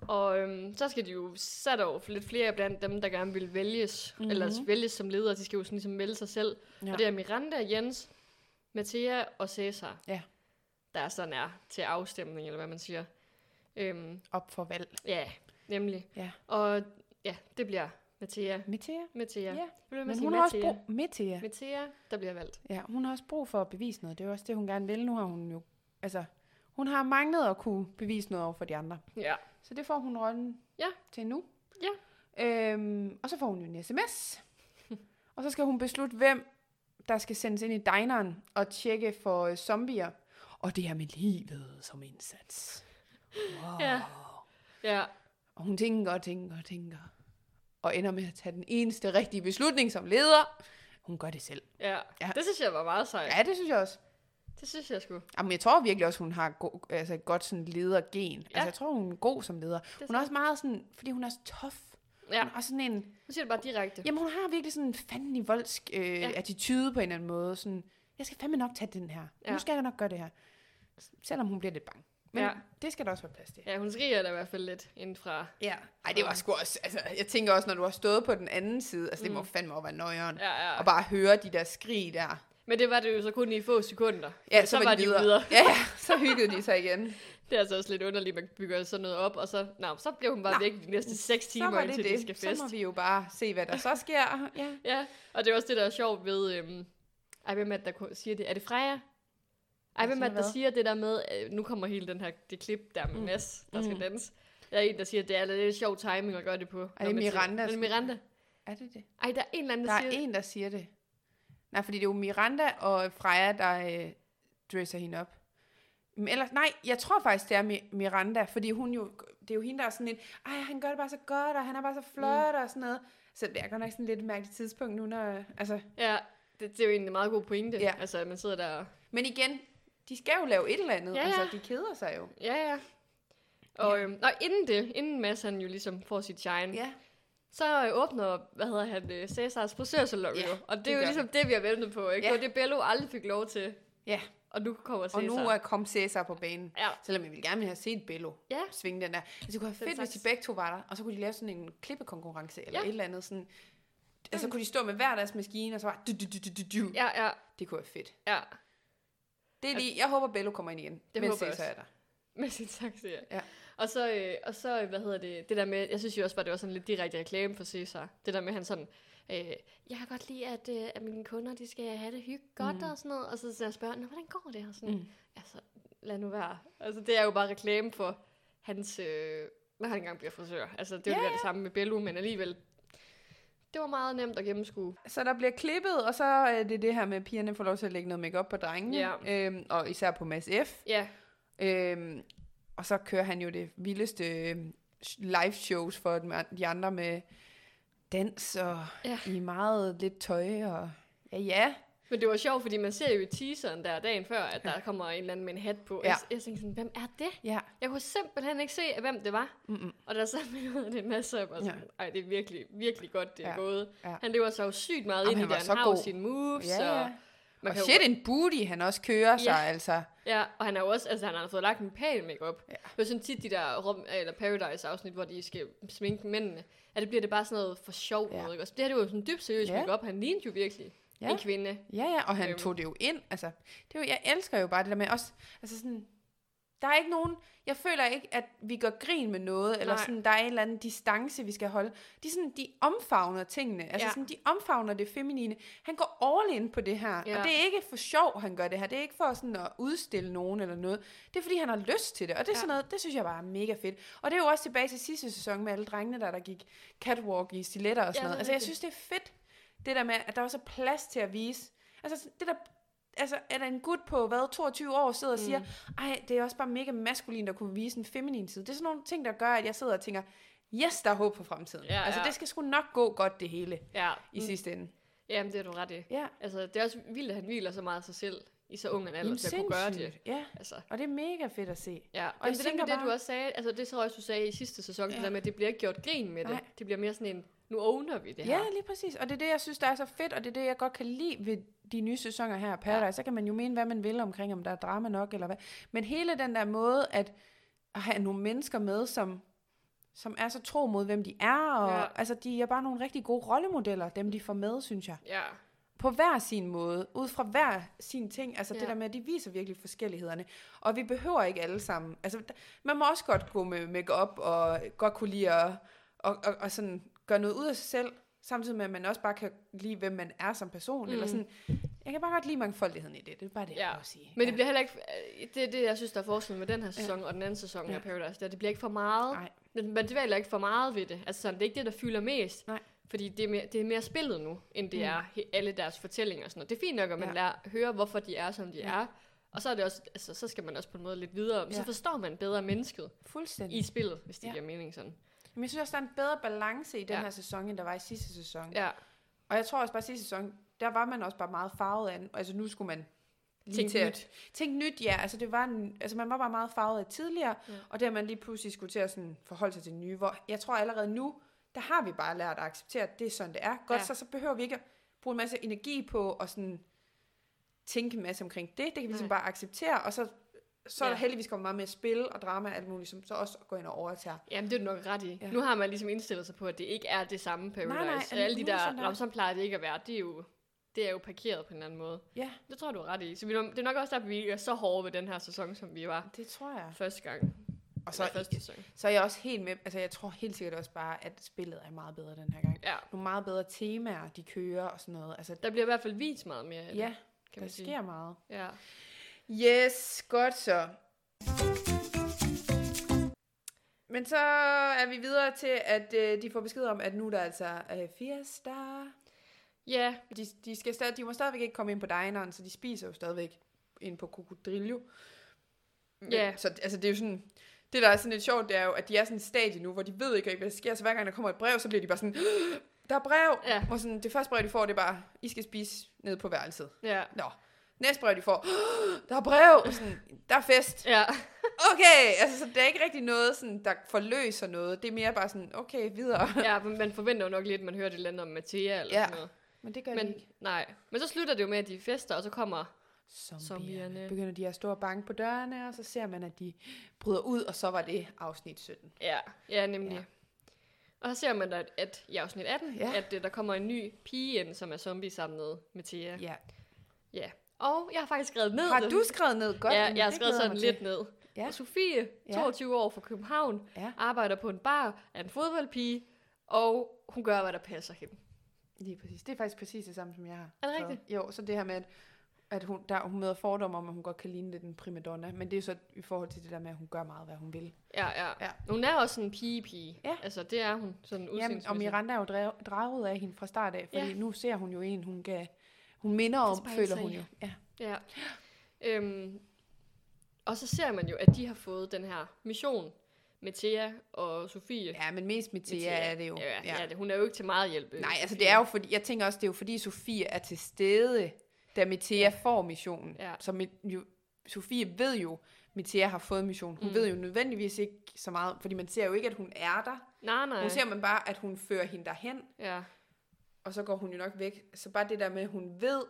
Speaker 1: Og øhm, så skal de jo, så er der jo lidt flere blandt dem, der gerne vil vælges,
Speaker 2: Mhm.
Speaker 1: mm-hmm. eller vælges som ledere, de skal jo sådan ligesom vælge sig selv.
Speaker 2: Ja.
Speaker 1: Ja. Og det er Miranda, Jens, Mathia og Cæsar,
Speaker 2: Ja.
Speaker 1: der sådan er til afstemning, eller hvad man siger. Øhm,
Speaker 2: Op for valg.
Speaker 1: ja, nemlig.
Speaker 2: Ja.
Speaker 1: Og ja, det bliver Mathia.
Speaker 2: Metea.
Speaker 1: Mathia.
Speaker 2: Ja.
Speaker 1: Det bliver
Speaker 2: Men
Speaker 1: Mathia.
Speaker 2: hun har også
Speaker 1: Mathia.
Speaker 2: brug... Metea.
Speaker 1: Mathia, der bliver valgt.
Speaker 2: Ja, hun har også brug for at bevise noget. Det er jo også det, hun gerne vil. Nu har hun jo... Altså, hun har manglet at kunne bevise noget over for de andre.
Speaker 1: Ja.
Speaker 2: Så det får hun rollen
Speaker 1: Ja.
Speaker 2: til nu.
Speaker 1: Ja.
Speaker 2: Øhm, og så får hun jo en sms. og så skal hun beslutte, hvem der skal sendes ind i dineren og tjekke for øh, zombier. Og det er med livet som indsats. Wow.
Speaker 1: Ja. Ja.
Speaker 2: Og hun tænker og tænker og tænker. Og ender med at tage den eneste rigtige beslutning som leder. Hun gør det selv.
Speaker 1: Ja.
Speaker 2: Ja.
Speaker 1: ja. Det synes jeg var meget sejt. Ja.
Speaker 2: Ja, det synes jeg også.
Speaker 1: Det synes jeg sgu.
Speaker 2: Jamen, jeg tror virkelig også, hun har go- altså et godt sådan ledergen. Ja. Altså, jeg tror, hun er god som leder.
Speaker 1: er
Speaker 2: hun er også meget sådan, fordi hun er så tough.
Speaker 1: Ja.
Speaker 2: Hun er også sådan en,
Speaker 1: Nu siger det bare direkte.
Speaker 2: jamen, hun har virkelig sådan en fandelig voldsk øh, ja.
Speaker 1: Ja.
Speaker 2: attitude på en eller anden måde. Sådan, jeg skal fandme nok tage den her. Ja.
Speaker 1: Ja.
Speaker 2: Nu skal jeg nok gøre det her. Selvom hun bliver lidt bange. Men ja.
Speaker 1: Ja.
Speaker 2: det skal der også være plads til.
Speaker 1: Ja, hun skriger da i hvert fald lidt indfra.
Speaker 2: Ja. Ej, det var sgu også, altså, jeg tænker også, når du har stået på den anden side, altså, det må fandme også være nøjeren. Ja.
Speaker 1: Ja, ja.
Speaker 2: Og bare høre de der skrig der.
Speaker 1: Men det var det jo så kun i få sekunder.
Speaker 2: Ja,
Speaker 1: Men
Speaker 2: så, så var, de videre. videre. Ja, ja, så hyggede de sig igen.
Speaker 1: Det er altså også lidt underligt, at man bygger sådan noget op, og så, nå, så bliver hun bare
Speaker 2: Nå.
Speaker 1: væk de næste 6 timer, indtil de skal fest.
Speaker 2: Så må vi jo bare se, hvad der så sker. Ja.
Speaker 1: Ja, og det er også det, der er sjovt ved... Øhm, ej, hvem er det, der ko- siger det? Er det Freja? Ej, hvem
Speaker 2: siger
Speaker 1: er det, der
Speaker 2: hvad?
Speaker 1: siger det der med... Øh, nu kommer hele den her, det klip der med
Speaker 2: Mm.
Speaker 1: Mads, der skal
Speaker 2: Mm.
Speaker 1: danse. Der er en, der siger, at det er lidt sjov timing at gøre det på. når
Speaker 2: det er
Speaker 1: man siger-
Speaker 2: Miranda,
Speaker 1: Er det Miranda?
Speaker 2: Er det det?
Speaker 1: Ej, der er en eller anden,
Speaker 2: Der
Speaker 1: der,
Speaker 2: er
Speaker 1: siger...
Speaker 2: en, der siger det. Nej, fordi det er jo Miranda og Freja, der øh, dresser hende op. Men ellers, nej, jeg tror faktisk, det er Mi- Miranda, fordi hun jo, det er jo hende, der er sådan lidt, ej, han gør det bare så godt, og han er bare så flot, mm. og sådan noget. Så det er godt nok sådan lidt et mærkeligt tidspunkt nu, når, øh, altså,
Speaker 1: Ja, det, det er jo egentlig en meget god pointe.
Speaker 2: Ja.
Speaker 1: Altså, at man sidder der og
Speaker 2: men igen, de skal jo lave et eller andet,
Speaker 1: Ja,
Speaker 2: ja, ja. altså,
Speaker 1: ja.
Speaker 2: de keder sig jo.
Speaker 1: Ja, ja. Og øhm, og inden det, inden Mads han jo ligesom får sit shine, ja. Så øh, åbner, hvad hedder han, øh, Cæsars frisørsalon
Speaker 2: Ja,
Speaker 1: jo. Og det,
Speaker 2: det
Speaker 1: er jo
Speaker 2: gør
Speaker 1: ligesom det, vi har ventet på, ikke?
Speaker 2: Ja.
Speaker 1: Ja. Det var det, Bello aldrig fik lov til.
Speaker 2: Ja.
Speaker 1: Og nu kommer Cæsar.
Speaker 2: Og nu er kom Cæsar på banen.
Speaker 1: Ja.
Speaker 2: Selvom jeg ville gerne ville have set Bello
Speaker 1: Ja.
Speaker 2: svinge den der. Altså, det kunne
Speaker 1: Den
Speaker 2: være fedt, hvis de
Speaker 1: slags.
Speaker 2: begge to var der, og så kunne de lave sådan en klippekonkurrence eller
Speaker 1: Ja. Mm.
Speaker 2: et eller andet sådan. Og så kunne de stå med hver deres maskine, og så bare... Du, du, du, du, du, du.
Speaker 1: Ja, ja,
Speaker 2: Det kunne være fedt.
Speaker 1: ja.
Speaker 2: Det er lige, jeg håber, Bello kommer ind igen,
Speaker 1: Det
Speaker 2: mens
Speaker 1: håber jeg
Speaker 2: Cæsar
Speaker 1: også.
Speaker 2: er der.
Speaker 1: Med sin taxa, ja.
Speaker 2: Ja.
Speaker 1: Og så, øh, og så, øh, hvad hedder det, det der med, jeg synes jo også bare, det var sådan lidt direkte reklame for Cæsar. Det der med, han sådan, øh, jeg kan godt lide, at, øh, at mine kunder, de skal have det hygge godt mm. og sådan noget. Og så så jeg spørger, "Nå, hvordan går det? Og sådan,
Speaker 2: Mm.
Speaker 1: mm. altså, lad nu være. Altså, det er jo bare reklame for hans, øh, når han engang bliver frisør. Altså, det er jo
Speaker 2: Ja,
Speaker 1: yeah. det samme med Bello, men alligevel, det var meget nemt at gennemskue.
Speaker 2: Så der bliver klippet, og så er det det her med, at pigerne får lov til at lægge noget makeup på drengene.
Speaker 1: Ja.
Speaker 2: Øhm, og især på Mads F.
Speaker 1: Ja,
Speaker 2: Øhm, og så kører han jo det vildeste øhm, sh- live shows for dem- de andre med dans og ja.
Speaker 1: Ja.
Speaker 2: i meget lidt tøj. Og, ja, ja.
Speaker 1: men det var sjovt, fordi man ser jo i teaseren der dagen før, at der kommer en eller anden med en hat på.
Speaker 2: Ja.
Speaker 1: Ja. Jeg, jeg tænkte sådan, hvem er det?
Speaker 2: ja.
Speaker 1: Jeg kunne simpelthen ikke se, hvem det var.
Speaker 2: Mm-mm.
Speaker 1: Og der sad man ud af det masse op, og sådan, ej, det er virkelig, virkelig godt, det er
Speaker 2: Ja,
Speaker 1: ja. gået.
Speaker 2: ja.
Speaker 1: Ja. Han lever så jo sygt meget
Speaker 2: Jamen,
Speaker 1: ind i
Speaker 2: han var
Speaker 1: det,
Speaker 2: så
Speaker 1: han har jo
Speaker 2: god.
Speaker 1: sine moves,
Speaker 2: Ja,
Speaker 1: og,
Speaker 2: ja.
Speaker 1: man
Speaker 2: Og
Speaker 1: kan
Speaker 2: shit, en booty, han også kører sig,
Speaker 1: Ja.
Speaker 2: altså.
Speaker 1: Jo, ja, og han har jo også, altså han har fået lagt en pæn makeup.
Speaker 2: Ja.
Speaker 1: Ja. Det er jo sådan tit de der rum, eller Paradise-afsnit, hvor de skal sminke mændene, at det bliver det bare sådan noget for sjov
Speaker 2: Ja.
Speaker 1: ja. noget, ikke? også? Det her det var jo sådan en dybt seriøs
Speaker 2: Ja.
Speaker 1: ja. makeup. han lignede jo virkelig
Speaker 2: Ja.
Speaker 1: ja. en kvinde.
Speaker 2: Ja, ja, og han øhm.
Speaker 1: Øhm.
Speaker 2: tog det jo ind. Altså, det er jo, jeg elsker jo bare det der med også, altså sådan, der er ikke nogen, jeg føler ikke, at vi gør grin med noget, eller
Speaker 1: Nej.
Speaker 2: sådan, der er en eller anden distance, vi skal holde. De, er sådan, de omfavner tingene, altså
Speaker 1: Ja.
Speaker 2: sådan, de omfavner det feminine. Han går all in på det her, ja.
Speaker 1: Ja.
Speaker 2: og det er ikke for sjov, han gør det her. Det er ikke for sådan at udstille nogen eller noget. Det er fordi, han har lyst til det, og det er ja.
Speaker 1: Ja.
Speaker 2: sådan noget, det synes jeg bare er mega fedt. Og det er jo også tilbage til sidste sæson med alle drengene, der, der gik catwalk i stiletter og sådan
Speaker 1: Ja,
Speaker 2: ja, noget.
Speaker 1: det er
Speaker 2: Altså, jeg synes,
Speaker 1: rigtigt.
Speaker 2: det er fedt, det der med, at der også er plads til at vise. Altså, det der, altså, er der en gut på, hvad, 22 år sidder og
Speaker 1: Mm.
Speaker 2: siger, ej, det er også bare mega maskulin at kunne vise en feminin side. Det er sådan nogle ting, der gør, at jeg sidder og tænker, yes, der er håb for fremtiden.
Speaker 1: Ja,
Speaker 2: altså,
Speaker 1: ja.
Speaker 2: det skal sgu nok gå godt, det hele,
Speaker 1: Ja,
Speaker 2: i mm. sidste ende.
Speaker 1: Jamen, det er du ret i.
Speaker 2: Ja,
Speaker 1: Altså, det er også vildt, at han hviler så meget af sig selv i så ung en alder
Speaker 2: Jamen,
Speaker 1: til at kunne gøre det.
Speaker 2: sindssygt. Ja,
Speaker 1: Altså,
Speaker 2: og det er mega fedt at se.
Speaker 1: Ja, og
Speaker 2: jeg
Speaker 1: det er
Speaker 2: tænker
Speaker 1: nemlig det,
Speaker 2: bare-
Speaker 1: du også sagde, altså det tror jeg også, du sagde i sidste sæson, ja.
Speaker 2: Ja.
Speaker 1: det der med, at det bliver ikke gjort grin med det.
Speaker 2: Nej.
Speaker 1: Nej. Det bliver mere sådan en, nu owner vi det
Speaker 2: Ja,
Speaker 1: her.
Speaker 2: lige præcis. Og det er det, jeg synes, der er så fedt, og det er det, jeg godt kan lide ved de nye sæsoner her af Paradise. Ja. Så kan man jo mene, hvad man vil omkring, om der er drama nok eller hvad. Men hele den der måde at, at have nogle mennesker med, som, som er så tro mod, hvem de er. Og,
Speaker 1: Ja.
Speaker 2: Altså, de er bare nogle rigtig gode rollemodeller, dem de får med, synes jeg.
Speaker 1: Ja,
Speaker 2: På hver sin måde, ud fra hver sin ting. Altså ja. det
Speaker 1: Ja.
Speaker 2: der med, at de viser virkelig forskellighederne. Og vi behøver ikke alle sammen. Altså, d- man må også godt gå med makeup og godt kunne lide at og, og, og sådan gøre noget ud af sig selv, samtidig med, at man også bare kan lide, hvem man er som person. Mm. Eller sådan. Jeg kan bare godt lide mangfoldigheden i det. Det er bare det,
Speaker 1: Ja.
Speaker 2: jeg vil sige.
Speaker 1: men det bliver heller ikke, øh, det er det, jeg synes, der er forskellen med den her sæson og den anden sæson
Speaker 2: Ja.
Speaker 1: af Paradise, det er, det bliver ikke for meget.
Speaker 2: Nej.
Speaker 1: Men man dvæler ikke for meget ved det. Altså sådan, det er ikke det, der fylder mest.
Speaker 2: Nej.
Speaker 1: Fordi det er, mere, det er mere spillet nu, end det mm. er he- alle deres fortællinger og sådan noget. Det er fint nok, at man
Speaker 2: Ja.
Speaker 1: ja. lærer, hører, hvorfor de er, som de ja. er. Og så, er det også, altså, så skal man også på en måde lidt videre, men
Speaker 2: Ja.
Speaker 1: så forstår man bedre mennesket
Speaker 2: Fuldstændig.
Speaker 1: i spillet, hvis det
Speaker 2: Ja.
Speaker 1: ja. giver mening sådan.
Speaker 2: Men jeg synes også, der er en bedre balance i den
Speaker 1: Ja.
Speaker 2: her sæson, end der var i sidste sæson.
Speaker 1: Ja,
Speaker 2: Og jeg tror også bare, at sidste sæson, der var man også bare meget farvet af den. Altså nu skulle man lige
Speaker 1: Tænke
Speaker 2: til at-
Speaker 1: nyt.
Speaker 2: Tænke nyt, ja. Altså, det var en, altså man var bare meget farvet af tidligere, ja.
Speaker 1: Ja.
Speaker 2: og der man lige pludselig skulle til at sådan forholde sig til det nye. Hvor jeg tror allerede nu, der har vi bare lært at acceptere, at det er sådan, det er. Godt, ja.
Speaker 1: Ja.
Speaker 2: så, så behøver vi ikke at bruge en masse energi på at sådan tænke en masse omkring det. Det kan vi ligesom
Speaker 1: Nej.
Speaker 2: bare acceptere, og så, så er der
Speaker 1: Ja.
Speaker 2: heldigvis kommet meget mere spil og drama og alt muligt, som så også går ind og overtager.
Speaker 1: Jamen, det er du nok ret i.
Speaker 2: Ja.
Speaker 1: Ja. Nu har man ligesom indstillet sig på, at det ikke er det samme Paradise.
Speaker 2: nej,
Speaker 1: Nej,
Speaker 2: er
Speaker 1: nej,
Speaker 2: det
Speaker 1: alle de
Speaker 2: 100%
Speaker 1: der,
Speaker 2: der?
Speaker 1: der... som plejer det ikke at være, det er jo, det er jo parkeret på en eller anden måde.
Speaker 2: Ja,
Speaker 1: Det tror jeg, du er ret i. Så vi, det er nok også derfor, vi ikke er så hårde ved den her sæson, som vi var
Speaker 2: det tror jeg.
Speaker 1: første gang.
Speaker 2: Og
Speaker 1: Eller
Speaker 2: så,
Speaker 1: første sæson.
Speaker 2: så er jeg også helt med, altså jeg tror helt sikkert også bare, at spillet er meget bedre den her gang.
Speaker 1: Ja.
Speaker 2: Nogle meget bedre temaer, de kører og sådan noget. Altså,
Speaker 1: Der bliver i hvert fald vist meget mere af det,
Speaker 2: ja,
Speaker 1: kan
Speaker 2: der
Speaker 1: man sige.
Speaker 2: sker meget.
Speaker 1: Ja.
Speaker 2: Yes, godt så. Men så er vi videre til, at øh, de får besked om, at nu er der altså øh, fiesta.
Speaker 1: Ja,
Speaker 2: De, de, skal stadig, de må stadigvæk ikke komme ind på dineren, så de spiser jo stadigvæk ind på krokodrillo. Men-
Speaker 1: Ja.
Speaker 2: Så altså, det er jo sådan... Det, der er sådan lidt sjovt, det er jo, at de er sådan et stadie nu, hvor de ved ikke rigtig, hvad der sker. Så hver gang der kommer et brev, så bliver de bare sådan, der er brev!
Speaker 1: Ja.
Speaker 2: Og sådan, det første brev, de får, det er bare, I skal spise nede på værelset.
Speaker 1: ja,
Speaker 2: Nå. Næste brev, de får, der er brev! Og sådan, der er fest!
Speaker 1: ja.
Speaker 2: okay, altså så der er ikke rigtig noget, sådan, der forløser noget. Det er mere bare sådan, okay, videre.
Speaker 1: Ja, men man forventer jo nok lidt, at man hører det eller andet om Mathia eller
Speaker 2: Ja.
Speaker 1: sådan noget.
Speaker 2: Men det gør de
Speaker 1: Men
Speaker 2: ikke.
Speaker 1: nej. Men så slutter det jo med, at de fester, og så kommer... Zombierne.
Speaker 2: Zombierne. Begynder de at stå og banke på dørene, og så ser man, at de bryder ud, og så var det afsnit 17.
Speaker 1: Ja, ja nemlig.
Speaker 2: Ja.
Speaker 1: Ja. Og så ser man da, at i afsnit 18,
Speaker 2: Ja.
Speaker 1: ja. at øh, der kommer en ny pige ind, som er zombie sammen med Mathia. Ja.
Speaker 2: Ja.
Speaker 1: ja. Og jeg har faktisk skrevet ned.
Speaker 2: Har
Speaker 1: det.
Speaker 2: du skrevet ned godt?
Speaker 1: Ja,
Speaker 2: Jamen,
Speaker 1: jeg har
Speaker 2: det
Speaker 1: skrevet
Speaker 2: glæder jeg
Speaker 1: sådan
Speaker 2: mig
Speaker 1: lidt
Speaker 2: til.
Speaker 1: ned.
Speaker 2: Ja.
Speaker 1: Ja. Og Sofie,
Speaker 2: Ja.
Speaker 1: 22 år fra København,
Speaker 2: Ja.
Speaker 1: ja. arbejder på en bar, er en fodboldpige, og hun gør, hvad der passer hende.
Speaker 2: Lige præcis. Det er faktisk præcis det samme, som jeg har.
Speaker 1: Er det
Speaker 2: skrevet.
Speaker 1: rigtigt?
Speaker 2: Jo, så det her med, at, at hun, der, hun møder fordomme om, at hun godt kan ligne lidt en primadonna. Men det er jo så i forhold til det der med, at hun gør meget, hvad hun vil.
Speaker 1: Ja, ja,
Speaker 2: Ja.
Speaker 1: ja. Hun er også en pige-pige.
Speaker 2: Ja.
Speaker 1: Altså, det er hun sådan
Speaker 2: Jamen, og
Speaker 1: udseendemæssigt.
Speaker 2: Miranda er jo drev- draget af hende fra start af, fordi ja.
Speaker 1: Ja.
Speaker 2: nu ser hun jo en, hun kan... Hun minder om,
Speaker 1: spejle
Speaker 2: føler
Speaker 1: sig
Speaker 2: hun
Speaker 1: i.
Speaker 2: jo. Ja.
Speaker 1: Ja. Øhm, og så ser man jo, at de har fået den her mission med Thea og Sofie.
Speaker 2: ja, men mest med Thea
Speaker 1: Thea.
Speaker 2: er det jo.
Speaker 1: Ja, ja. ja det, hun er jo ikke til meget hjælp. øh,
Speaker 2: Nej, altså
Speaker 1: Sofie.
Speaker 2: det er jo fordi, jeg tænker også, det er jo fordi Sofie er til stede, da Metea ja. får missionen.
Speaker 1: Ja.
Speaker 2: Så mit, jo, Sofie ved jo, Metea har fået missionen. Hun mm.
Speaker 1: Mm.
Speaker 2: ved jo nødvendigvis ikke så meget, fordi man ser jo ikke, at hun er der.
Speaker 1: Nej, nej.
Speaker 2: Nu ser man bare, at hun fører hende derhen,
Speaker 1: Ja,
Speaker 2: og så går hun jo nok væk. Så bare det der med, at hun ved,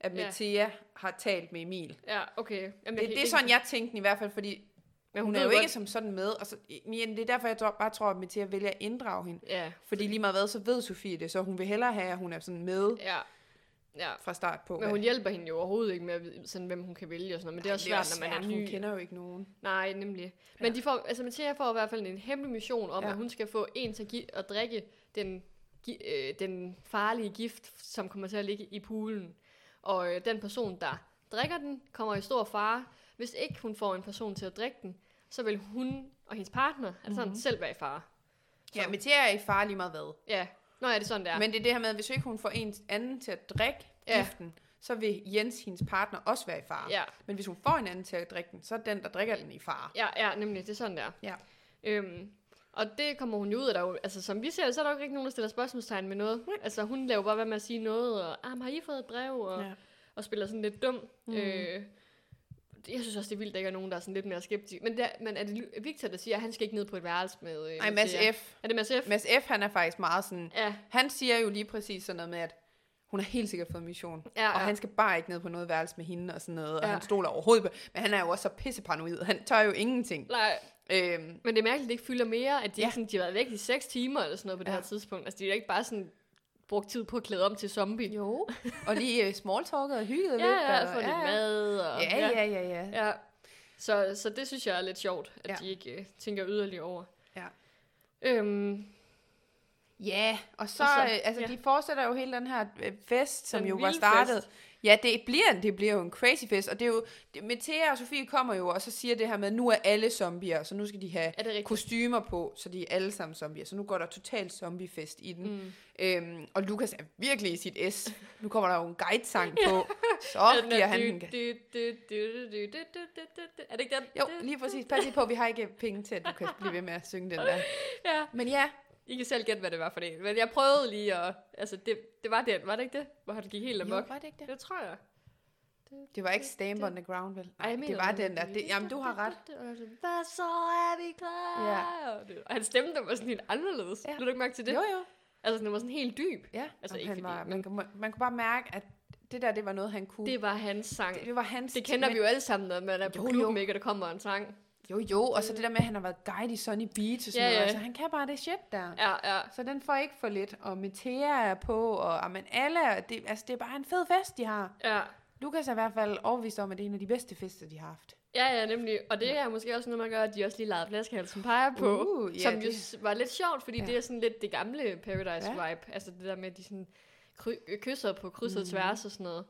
Speaker 2: at
Speaker 1: Ja.
Speaker 2: Metea ja. har talt med Emil.
Speaker 1: ja, okay. Jamen, jeg
Speaker 2: Det,
Speaker 1: kan
Speaker 2: det er
Speaker 1: ikke-
Speaker 2: sådan, jeg tænkte den i hvert fald, fordi
Speaker 1: Men
Speaker 2: hun
Speaker 1: ved
Speaker 2: er jo
Speaker 1: godt-
Speaker 2: ikke som sådan med. Og så, men det er derfor, jeg tror, bare tror, at Metea vælger at inddrage hende.
Speaker 1: Ja,
Speaker 2: Fordi lige meget hvad, så ved Sofie det, så hun vil hellere have, at hun er sådan med
Speaker 1: ja, ja.
Speaker 2: fra start på.
Speaker 1: Men hun hjælper hende jo overhovedet ikke med at vide, sådan, hvem hun kan vælge og sådan noget. Men det er også svært, når man er ny.
Speaker 2: Hun kender jo ikke nogen.
Speaker 1: Nej, nemlig. Men de får, altså Mathia får i hvert fald en hemmelig mission om,
Speaker 2: Ja.
Speaker 1: ja. at hun skal få en til at, give, at drikke den, gi- øh, den farlige gift, som kommer til at ligge i poolen. Og øh, den person, der drikker den, kommer i stor fare. Hvis ikke hun får en person til at drikke den, så vil hun og hendes partner altså mm-hmm. selv være i fare.
Speaker 2: Ja, men det er i far lige meget hvad.
Speaker 1: Ja. Nå ja, det er sådan, det
Speaker 2: Ja.
Speaker 1: er.
Speaker 2: Men det er det her med, at hvis ikke hun får en anden til at drikke ja.
Speaker 1: Ja.
Speaker 2: giften, så vil Jens, hendes partner, også være i fare.
Speaker 1: ja.
Speaker 2: Men hvis hun får en anden til at drikke den, så er den, der drikker den, i fare.
Speaker 1: Ja, ja, nemlig. Det er sådan, der.
Speaker 2: Ja.
Speaker 1: Øhm, og det kommer hun jo ud af. Der er jo, altså, som vi ser det, så er der jo ikke nogen, der stiller spørgsmålstegn med noget. Altså, hun laver bare hvad med at sige noget, og ah, men har I fået et brev? Og,
Speaker 2: Ja.
Speaker 1: ja. og spiller sådan lidt dum.
Speaker 2: Mm.
Speaker 1: Mm. Øh, jeg synes også, det er vildt, at der ikke er nogen, der er sådan lidt mere skeptisk. Men, der, men er det Lu- Victor, der siger, at han skal ikke ned på et værelse med... Øh,
Speaker 2: Nej,
Speaker 1: med
Speaker 2: Mads
Speaker 1: Thea?
Speaker 2: F.
Speaker 1: Er det Mads F?
Speaker 2: Mads F, han er faktisk meget sådan...
Speaker 1: Ja,
Speaker 2: Han siger jo lige præcis sådan noget med, at hun har helt sikkert fået mission.
Speaker 1: ja, ja.
Speaker 2: Og han skal bare ikke ned på noget værelse med hende og sådan noget, og
Speaker 1: Ja.
Speaker 2: han stoler overhovedet på. Men han er jo også så pisseparanoid. Han tør jo ingenting.
Speaker 1: Nej,
Speaker 2: Øhm,
Speaker 1: men det er mærkeligt, at det ikke fylder mere, at de,
Speaker 2: Ja.
Speaker 1: ja. sådan, de har været væk i 6 timer eller sådan noget på det
Speaker 2: Ja.
Speaker 1: her tidspunkt. Altså, de har ikke bare sådan brugt tid på at klæde om til zombie.
Speaker 2: Jo, og lige øh, smalltalket og hygget
Speaker 1: Ja,
Speaker 2: lidt.
Speaker 1: ja,
Speaker 2: og-
Speaker 1: få lidt mad. Og,
Speaker 2: Ja, ja, ja, ja. ja.
Speaker 1: Ja, så, så det synes jeg er lidt sjovt, at
Speaker 2: Ja.
Speaker 1: ja. de ikke øh, tænker yderligere over.
Speaker 2: Ja.
Speaker 1: Øhm,
Speaker 2: Ja, og så,
Speaker 1: Og så-
Speaker 2: øh, altså,
Speaker 1: ja.
Speaker 2: de fortsætter jo hele den her øh, fest, som
Speaker 1: Den
Speaker 2: jo var
Speaker 1: vilde
Speaker 2: startet.
Speaker 1: fest.
Speaker 2: Ja, det bliver, en- det bliver jo en crazy fest, og det er jo, det, Metea og Sofie kommer jo, og så siger det her med, nu er alle zombier, så nu skal de have
Speaker 1: er det rigtigt?
Speaker 2: kostymer på, så de er alle sammen zombier, så nu går der totalt zombiefest i den. Mm. Øhm, og Lukas er virkelig i sit S. Nu kommer der jo en guidesang på, så giver han den gas.
Speaker 1: Er det ikke den?
Speaker 2: Jo, lige præcis. Pas lige på, vi har ikke penge til, at du kan blive ved med at synge den der.
Speaker 1: Ja.
Speaker 2: Men ja,
Speaker 1: I kan selv gætte, hvad det var for en. Men jeg prøvede lige at... Altså, det, det var den, var det ikke det? Hvor han gik helt amok.
Speaker 2: var det ikke det?
Speaker 1: Det tror jeg.
Speaker 2: Det var ikke Stamp on the Ground, vel?
Speaker 1: Ej,
Speaker 2: Nej,
Speaker 1: jeg
Speaker 2: det
Speaker 1: mener,
Speaker 2: var
Speaker 1: det.
Speaker 2: den der. Det, jamen, du har ret.
Speaker 1: Hvad så er vi klar?
Speaker 2: Ja.
Speaker 1: Og det- Og hans stemme, der var sådan helt anderledes.
Speaker 2: Ja.
Speaker 1: Ja. Lå du ikke mærke til det?
Speaker 2: Jo, jo.
Speaker 1: Altså, den var sådan helt dyb.
Speaker 2: Ja,
Speaker 1: Altså,
Speaker 2: altså,
Speaker 1: ikke
Speaker 2: han
Speaker 1: fordi-
Speaker 2: var, man, kunne, man kunne bare mærke, at det der, det var noget, han kunne.
Speaker 1: Det var hans sang.
Speaker 2: Uh. det var hans...
Speaker 1: Det kender
Speaker 2: men,
Speaker 1: vi jo alle sammen, når man er på
Speaker 2: Jo,
Speaker 1: jo,
Speaker 2: jo.
Speaker 1: klubben, ikke, og der kommer en sang.
Speaker 2: Jo, jo, og så det der med, at han har været guide i Sunny Beach og sådan
Speaker 1: Øh. Ja,
Speaker 2: noget.
Speaker 1: ja.
Speaker 2: Altså, han kan bare det shit der.
Speaker 1: Ja, ja.
Speaker 2: Så den får ikke for lidt, og Metea er på, og amen, alle, er- det, altså det er bare en fed fest, de har.
Speaker 1: Ja,
Speaker 2: Lukas er i hvert fald overbevist om, at det er en af de bedste fester, de har haft.
Speaker 1: ja, ja nemlig. Og det er måske også noget, man gør, at de også lige lavede flaskehals, som peger på.
Speaker 2: Uh, ja,
Speaker 1: som jo
Speaker 2: det-
Speaker 1: s- var lidt sjovt, fordi
Speaker 2: Ja.
Speaker 1: ja. det er sådan lidt det gamle
Speaker 2: Ja.
Speaker 1: Paradise-vibe. Altså det der med, at de sådan kry- øh, kysser på krydset og
Speaker 2: Mm.
Speaker 1: tværs og sådan noget.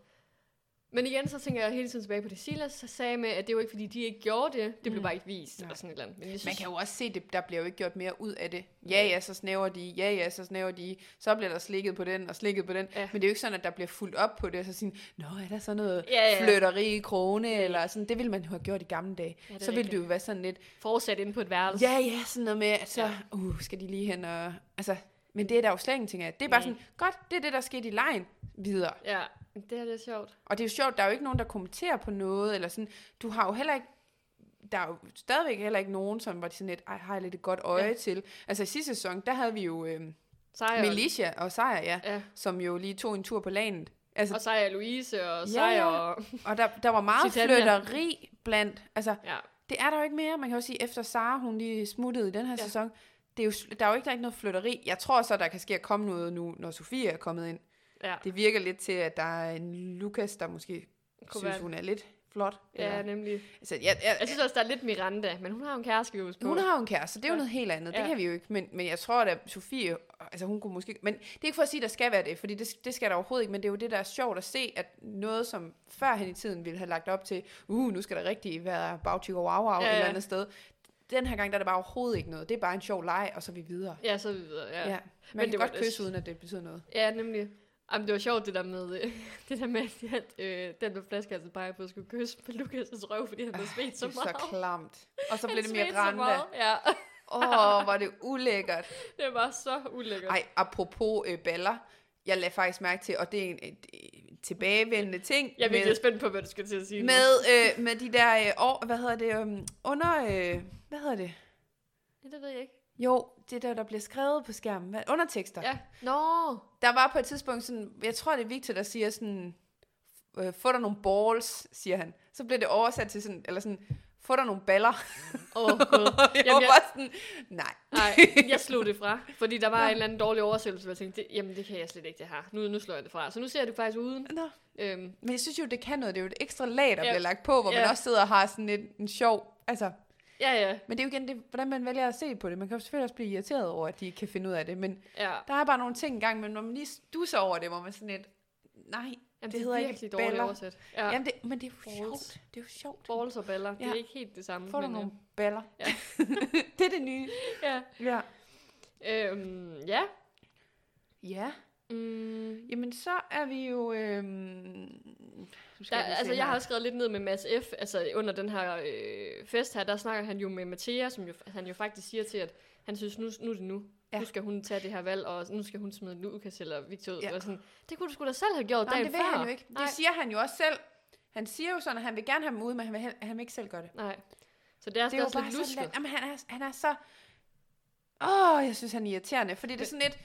Speaker 1: Men igen, så tænker jeg hele tiden tilbage på det, Silas sagde med, at det var ikke, fordi de ikke gjorde det. Det blev bare ikke vist,
Speaker 2: Mm. Nej.
Speaker 1: og sådan et eller andet. Men jeg synes,
Speaker 2: Man kan jo også se, det, der bliver jo ikke gjort mere ud af det. Ja, ja, så snæver de, ja, ja, så snæver de, så bliver der slikket på den og slikket på den. Ja.
Speaker 1: Ja.
Speaker 2: Men det er jo ikke sådan, at der bliver fuldt op på det, og så sådan, nå, er der sådan noget
Speaker 1: Ja, ja.
Speaker 2: flytteri i krone, eller sådan, det ville man jo have gjort i gamle dage. Ja,
Speaker 1: Ja, det er
Speaker 2: så ville
Speaker 1: rigtigt.
Speaker 2: det jo være sådan lidt,
Speaker 1: fortsat inde på et værelse.
Speaker 2: ja, ja, sådan noget med, at så,
Speaker 1: Ja.
Speaker 2: uh, skal de lige hen og, altså, men det er der jo slet ingenting af. Det er bare
Speaker 1: Nej.
Speaker 2: sådan, godt, det er det, der skete i lejen, videre.
Speaker 1: ja. Det her det er sjovt.
Speaker 2: Og det er jo sjovt, der er jo ikke nogen, der kommenterer på noget, eller sådan, du har jo heller ikke, der er jo stadigvæk heller ikke nogen, som var sådan lidt, ej, har jeg lidt et godt øje
Speaker 1: Ja.
Speaker 2: ja. til. Altså i sidste sæson, der havde vi jo øh,
Speaker 1: Sejr,
Speaker 2: Militia og Sejr, ja,
Speaker 1: ja.
Speaker 2: som jo lige tog en tur på landet. Altså,
Speaker 1: Og Sejr Louise og
Speaker 2: Ja,
Speaker 1: Sejr
Speaker 2: ja.
Speaker 1: og...
Speaker 2: og der, der var meget
Speaker 1: Titania.
Speaker 2: flytteri blandt, altså
Speaker 1: Ja.
Speaker 2: det er der jo ikke mere. Man kan jo sige, efter Sara, hun lige smuttede i den her
Speaker 1: Ja.
Speaker 2: ja. sæson, det er jo, sl- der er jo ikke, der er ikke noget flytteri. Jeg tror så, der kan ske at komme noget nu, når Sofie er kommet ind.
Speaker 1: Ja,
Speaker 2: Det virker lidt til, at der er en Lukas, der måske
Speaker 1: Kunne
Speaker 2: Kunne
Speaker 1: være-
Speaker 2: synes, hun er lidt flot.
Speaker 1: ja,
Speaker 2: Eller,
Speaker 1: nemlig.
Speaker 2: altså, jeg, jeg,
Speaker 1: Jeg synes også, der er lidt Miranda, men hun har jo en kæreste, vi husker på.
Speaker 2: hun har jo en kæreste, så det er jo
Speaker 1: Ja.
Speaker 2: noget helt andet. Det
Speaker 1: Ja.
Speaker 2: kan vi jo ikke. Men, men jeg tror, at Sofie, altså hun kunne måske... Men det er ikke for at sige, at der skal være det, fordi det, det skal der overhovedet ikke. Men det er jo det, der er sjovt at se, at noget, som førhen i tiden ville have lagt op til, uh, nu skal der rigtig være bagtik og wow, wow
Speaker 1: Ja,
Speaker 2: ja, et eller
Speaker 1: ja.
Speaker 2: andet sted. Den her gang, der er der bare overhovedet ikke noget. Det er bare en sjov leg, og så er vi videre.
Speaker 1: Ja, så videre, ja.
Speaker 2: Ja.
Speaker 1: ja.
Speaker 2: Man
Speaker 1: Men
Speaker 2: men
Speaker 1: det
Speaker 2: kan
Speaker 1: var
Speaker 2: godt
Speaker 1: det-
Speaker 2: kysse, uden at det betyder noget.
Speaker 1: Ja, nemlig. Jamen, det var sjovt, det der med, øh, det der med at øh, den med flaskehalsen peger på, skulle kysse på Lukas' røv, fordi han havde svedt så
Speaker 2: Det er
Speaker 1: meget.
Speaker 2: så klamt. Og så
Speaker 1: Han
Speaker 2: blev det mere
Speaker 1: svedte så
Speaker 2: Randa.
Speaker 1: meget, Ja,
Speaker 2: Åh, oh, var det ulækkert.
Speaker 1: det var så ulækkert.
Speaker 2: Ej, apropos øh, baller, jeg lagde faktisk mærke til, og det er en, en, en tilbagevendende ting
Speaker 1: Jeg er
Speaker 2: med,
Speaker 1: virkelig spændt på, hvad du skal til at sige nu.
Speaker 2: med, øh, med de der øh, år, hvad hedder det, um, under, øh, hvad hedder det?
Speaker 1: Ja, det ved jeg ikke.
Speaker 2: Jo, det der, der bliver skrevet på skærmen, hvad, undertekster.
Speaker 1: Ja. Nå!
Speaker 2: Der var på et tidspunkt sådan, jeg tror det er Victor, der siger sådan, øh, få dig nogle balls, siger han. Så bliver det oversat til sådan, eller sådan, få dig nogle baller.
Speaker 1: Åh, oh, gud.
Speaker 2: jeg
Speaker 1: Jamen,
Speaker 2: var
Speaker 1: jeg-
Speaker 2: bare sådan, nej.
Speaker 1: Nej, jeg slog det fra, fordi der var en eller anden dårlig oversættelse, hvor jeg tænkte, det, jamen det kan jeg slet ikke det her. Nu, nu slår jeg det fra. Så nu ser jeg det faktisk uden.
Speaker 2: Nå.
Speaker 1: Øhm,
Speaker 2: Men jeg synes jo, det kan noget. Det er jo et ekstra lag, der
Speaker 1: Ja.
Speaker 2: ja. bliver lagt på, hvor
Speaker 1: Ja.
Speaker 2: man også sidder og har sådan lidt en sjov, altså
Speaker 1: ja, ja,
Speaker 2: Men det er jo igen, det, hvordan man vælger at se på det. Man kan jo selvfølgelig også blive irriteret over, at de ikke kan finde ud af det. Men
Speaker 1: ja.
Speaker 2: der er bare nogle ting engang, men når man lige stusser over det, hvor man sådan lidt, nej.
Speaker 1: Jamen, det,
Speaker 2: Det
Speaker 1: det
Speaker 2: hedder
Speaker 1: er
Speaker 2: ikke
Speaker 1: virkelig dårligt
Speaker 2: baller.
Speaker 1: oversat. Ja.
Speaker 2: Jamen det, men det er jo
Speaker 1: Balls.
Speaker 2: sjovt. Det er jo sjovt.
Speaker 1: Balls og baller, det er
Speaker 2: Ja.
Speaker 1: ikke helt det samme.
Speaker 2: Får du
Speaker 1: men, øh,
Speaker 2: nogle baller?
Speaker 1: Ja.
Speaker 2: det er det nye.
Speaker 1: Ja.
Speaker 2: Ja.
Speaker 1: Øhm, ja.
Speaker 2: Ja,
Speaker 1: Mm,
Speaker 2: jamen så er vi jo... Øhm, nu
Speaker 1: der,
Speaker 2: jeg lige se
Speaker 1: altså, jeg
Speaker 2: her.
Speaker 1: har også skrevet lidt ned med Mads F. Altså, under den her øh, fest her, der snakker han jo med Mathia, som jo, han jo faktisk siger til, at han synes, nu, nu er det nu. Ja.
Speaker 2: Ja.
Speaker 1: Nu skal hun tage det her valg, og nu skal hun smide Lukas eller Victor ud.
Speaker 2: Ja.
Speaker 1: Ja. Sådan, det kunne du sgu da selv have gjort
Speaker 2: Nej,
Speaker 1: dagen
Speaker 2: men det vil
Speaker 1: før.
Speaker 2: han jo ikke. Det
Speaker 1: Nej.
Speaker 2: siger han jo også selv. Han siger jo sådan, at han vil gerne have dem ude, men han vil, hel- han vil ikke selv gøre det.
Speaker 1: Nej. Så det er,
Speaker 2: det er jo
Speaker 1: også
Speaker 2: bare
Speaker 1: lidt
Speaker 2: så
Speaker 1: lusket.
Speaker 2: let. Jamen, han er, han er så... Åh, oh, jeg synes, han er irriterende, fordi det er sådan lidt,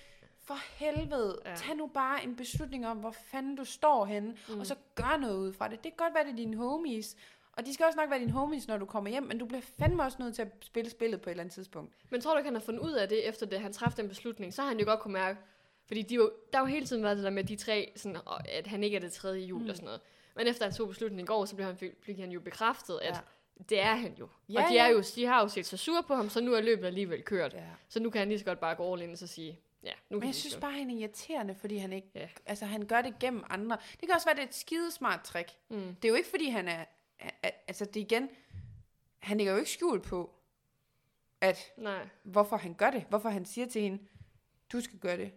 Speaker 2: for helvede,
Speaker 1: Ja.
Speaker 2: ja. tag nu bare en beslutning om, hvor fanden du står henne, mm. og så gør noget ud fra det. Det kan godt være, det er dine homies, og de skal også nok være dine homies, når du kommer hjem, men du bliver fandme også nødt til at spille spillet på et eller andet tidspunkt.
Speaker 1: Men tror du ikke, han har fundet ud af det, efter det, han træffede den beslutning? Så har han jo godt kunne mærke, fordi de jo, der har jo hele tiden været det der med de tre, sådan, og at han ikke er det tredje jul mm. og sådan noget. Men efter han tog beslutningen i går, så blev han, blev han jo bekræftet, at ja. det er han jo. Ja,
Speaker 2: Ja,
Speaker 1: og de, er
Speaker 2: ja.
Speaker 1: jo, de har jo set sig sur på ham, så nu er løbet alligevel kørt. Ja.
Speaker 2: Ja.
Speaker 1: Så nu kan han lige så godt bare gå all in og så sige, ja, nu
Speaker 2: Men
Speaker 1: kan
Speaker 2: jeg
Speaker 1: de
Speaker 2: synes
Speaker 1: slå.
Speaker 2: bare, han er irriterende, fordi han ikke...
Speaker 1: Ja.
Speaker 2: Ja. Altså, han gør det gennem andre. Det kan også være, det er et skidesmart trick.
Speaker 1: Mm.
Speaker 2: Det er jo ikke, fordi han er... a- a- Altså, det er igen... Han ligger jo ikke skjult på, at
Speaker 1: Nej,
Speaker 2: hvorfor han gør det. Hvorfor han siger til hende, du skal gøre det.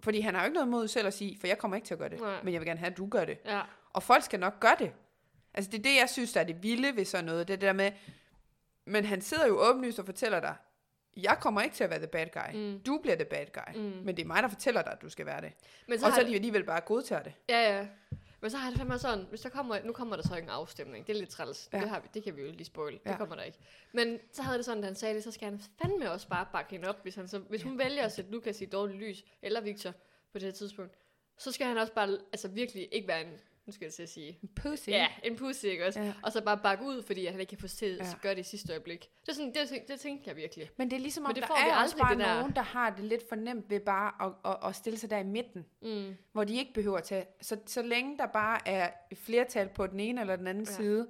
Speaker 2: Fordi han har jo ikke noget mod selv at sige, for jeg kommer ikke til at gøre det.
Speaker 1: Nej.
Speaker 2: Men jeg vil gerne have, at du gør det.
Speaker 1: ja,
Speaker 2: Og folk skal nok gøre det. Altså det er det, jeg synes, der er det vilde ved sådan noget. Det er det der med, men han sidder jo åbenlyst og fortæller dig, jeg kommer ikke til at være the bad guy.
Speaker 1: Mm.
Speaker 2: Du bliver the bad guy.
Speaker 1: Mm.
Speaker 2: Men det er mig, der fortæller dig, at du skal være det.
Speaker 1: Men så
Speaker 2: og
Speaker 1: har
Speaker 2: så
Speaker 1: det-
Speaker 2: de alligevel bare godtager det.
Speaker 1: ja, ja. Men så har det fandme sådan, hvis der kommer, nu kommer der så ikke en afstemning, det er lidt træls, ja.
Speaker 2: Ja.
Speaker 1: det, har vi, det kan vi jo lige spoil, ja.
Speaker 2: Ja.
Speaker 1: det kommer der ikke. Men så havde det sådan, da han sagde det, så skal han fandme også bare bakke hende op, hvis, han så, hvis hun vælger at sætte Lukas i dårligt lys, eller Victor på det her tidspunkt, så skal han også bare, altså virkelig ikke være en, nu skal jeg til at sige,
Speaker 2: Pussy.
Speaker 1: ja, en pussy, ikke også? Ja.
Speaker 2: Ja.
Speaker 1: Og så bare bakke ud, fordi at han ikke kan få til at
Speaker 2: Ja.
Speaker 1: gøre det i sidste øjeblik. Det, er sådan, det, tænk- det tænkte jeg virkelig.
Speaker 2: Men det er ligesom,
Speaker 1: Men
Speaker 2: om
Speaker 1: det
Speaker 2: det der
Speaker 1: får vi
Speaker 2: er også
Speaker 1: aldrig,
Speaker 2: bare
Speaker 1: det der.
Speaker 2: nogen, der har det lidt for nemt ved bare at, at, at stille sig der i midten.
Speaker 1: Mm.
Speaker 2: hvor de ikke behøver at tage. Så, så længe der bare er et flertal på den ene eller den anden
Speaker 1: Ja.
Speaker 2: ja. side,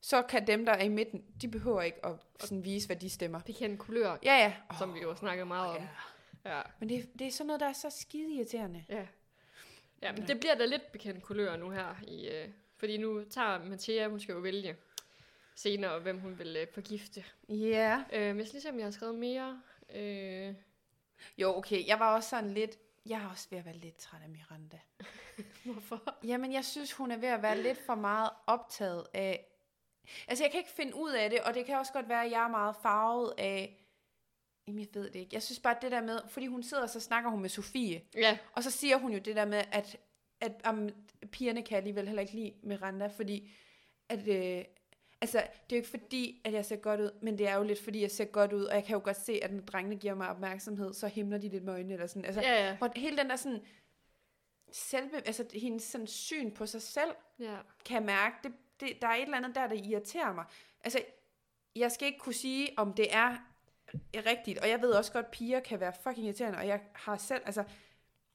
Speaker 2: så kan dem, der er i midten, de behøver ikke at sådan vise, hvad de stemmer.
Speaker 1: Bekendt kulør,
Speaker 2: Ja, ja.
Speaker 1: oh, som vi jo har snakket meget om.
Speaker 2: ja.
Speaker 1: Ja.
Speaker 2: Men det, det er sådan noget, der er så skide irriterende.
Speaker 1: Ja. Ja, men det bliver da lidt bekendt kulør nu her. I, øh, fordi nu tager Mathia, hun skal jo vælge senere, hvem hun vil øh, forgifte.
Speaker 2: Ja.
Speaker 1: Øh, men jeg skal lige se, om jeg har skrevet mere. Øh,
Speaker 2: Jo, okay. Jeg var også sådan lidt... Jeg er også ved at være lidt træt af Miranda.
Speaker 1: hvorfor?
Speaker 2: Jamen, jeg synes, hun er ved at være lidt for meget optaget af... Altså, jeg kan ikke finde ud af det, og det kan også godt være, at jeg er meget farvet af... Jamen, jeg ved det ikke. Jeg synes bare, det der med... Fordi hun sidder, og så snakker hun med Sofie.
Speaker 1: Ja,
Speaker 2: Og så siger hun jo det der med, at, at om, pigerne kan alligevel heller ikke lide Miranda, fordi at, øh, Altså, det er jo ikke fordi, at jeg ser godt ud, men det er jo lidt fordi, jeg ser godt ud, og jeg kan jo godt se, at når drengene giver mig opmærksomhed, så himler de lidt med øjnene, eller sådan. Altså,
Speaker 1: Ja, ja.
Speaker 2: hvor hele den der sådan, selve, altså hendes sådan syn på sig selv,
Speaker 1: ja.
Speaker 2: kan jeg mærke, det, det, der er et eller andet der, der irriterer mig. Altså, jeg skal ikke kunne sige, om det er rigtigt, og jeg ved også godt, at piger kan være fucking irriterende, og jeg har selv, altså,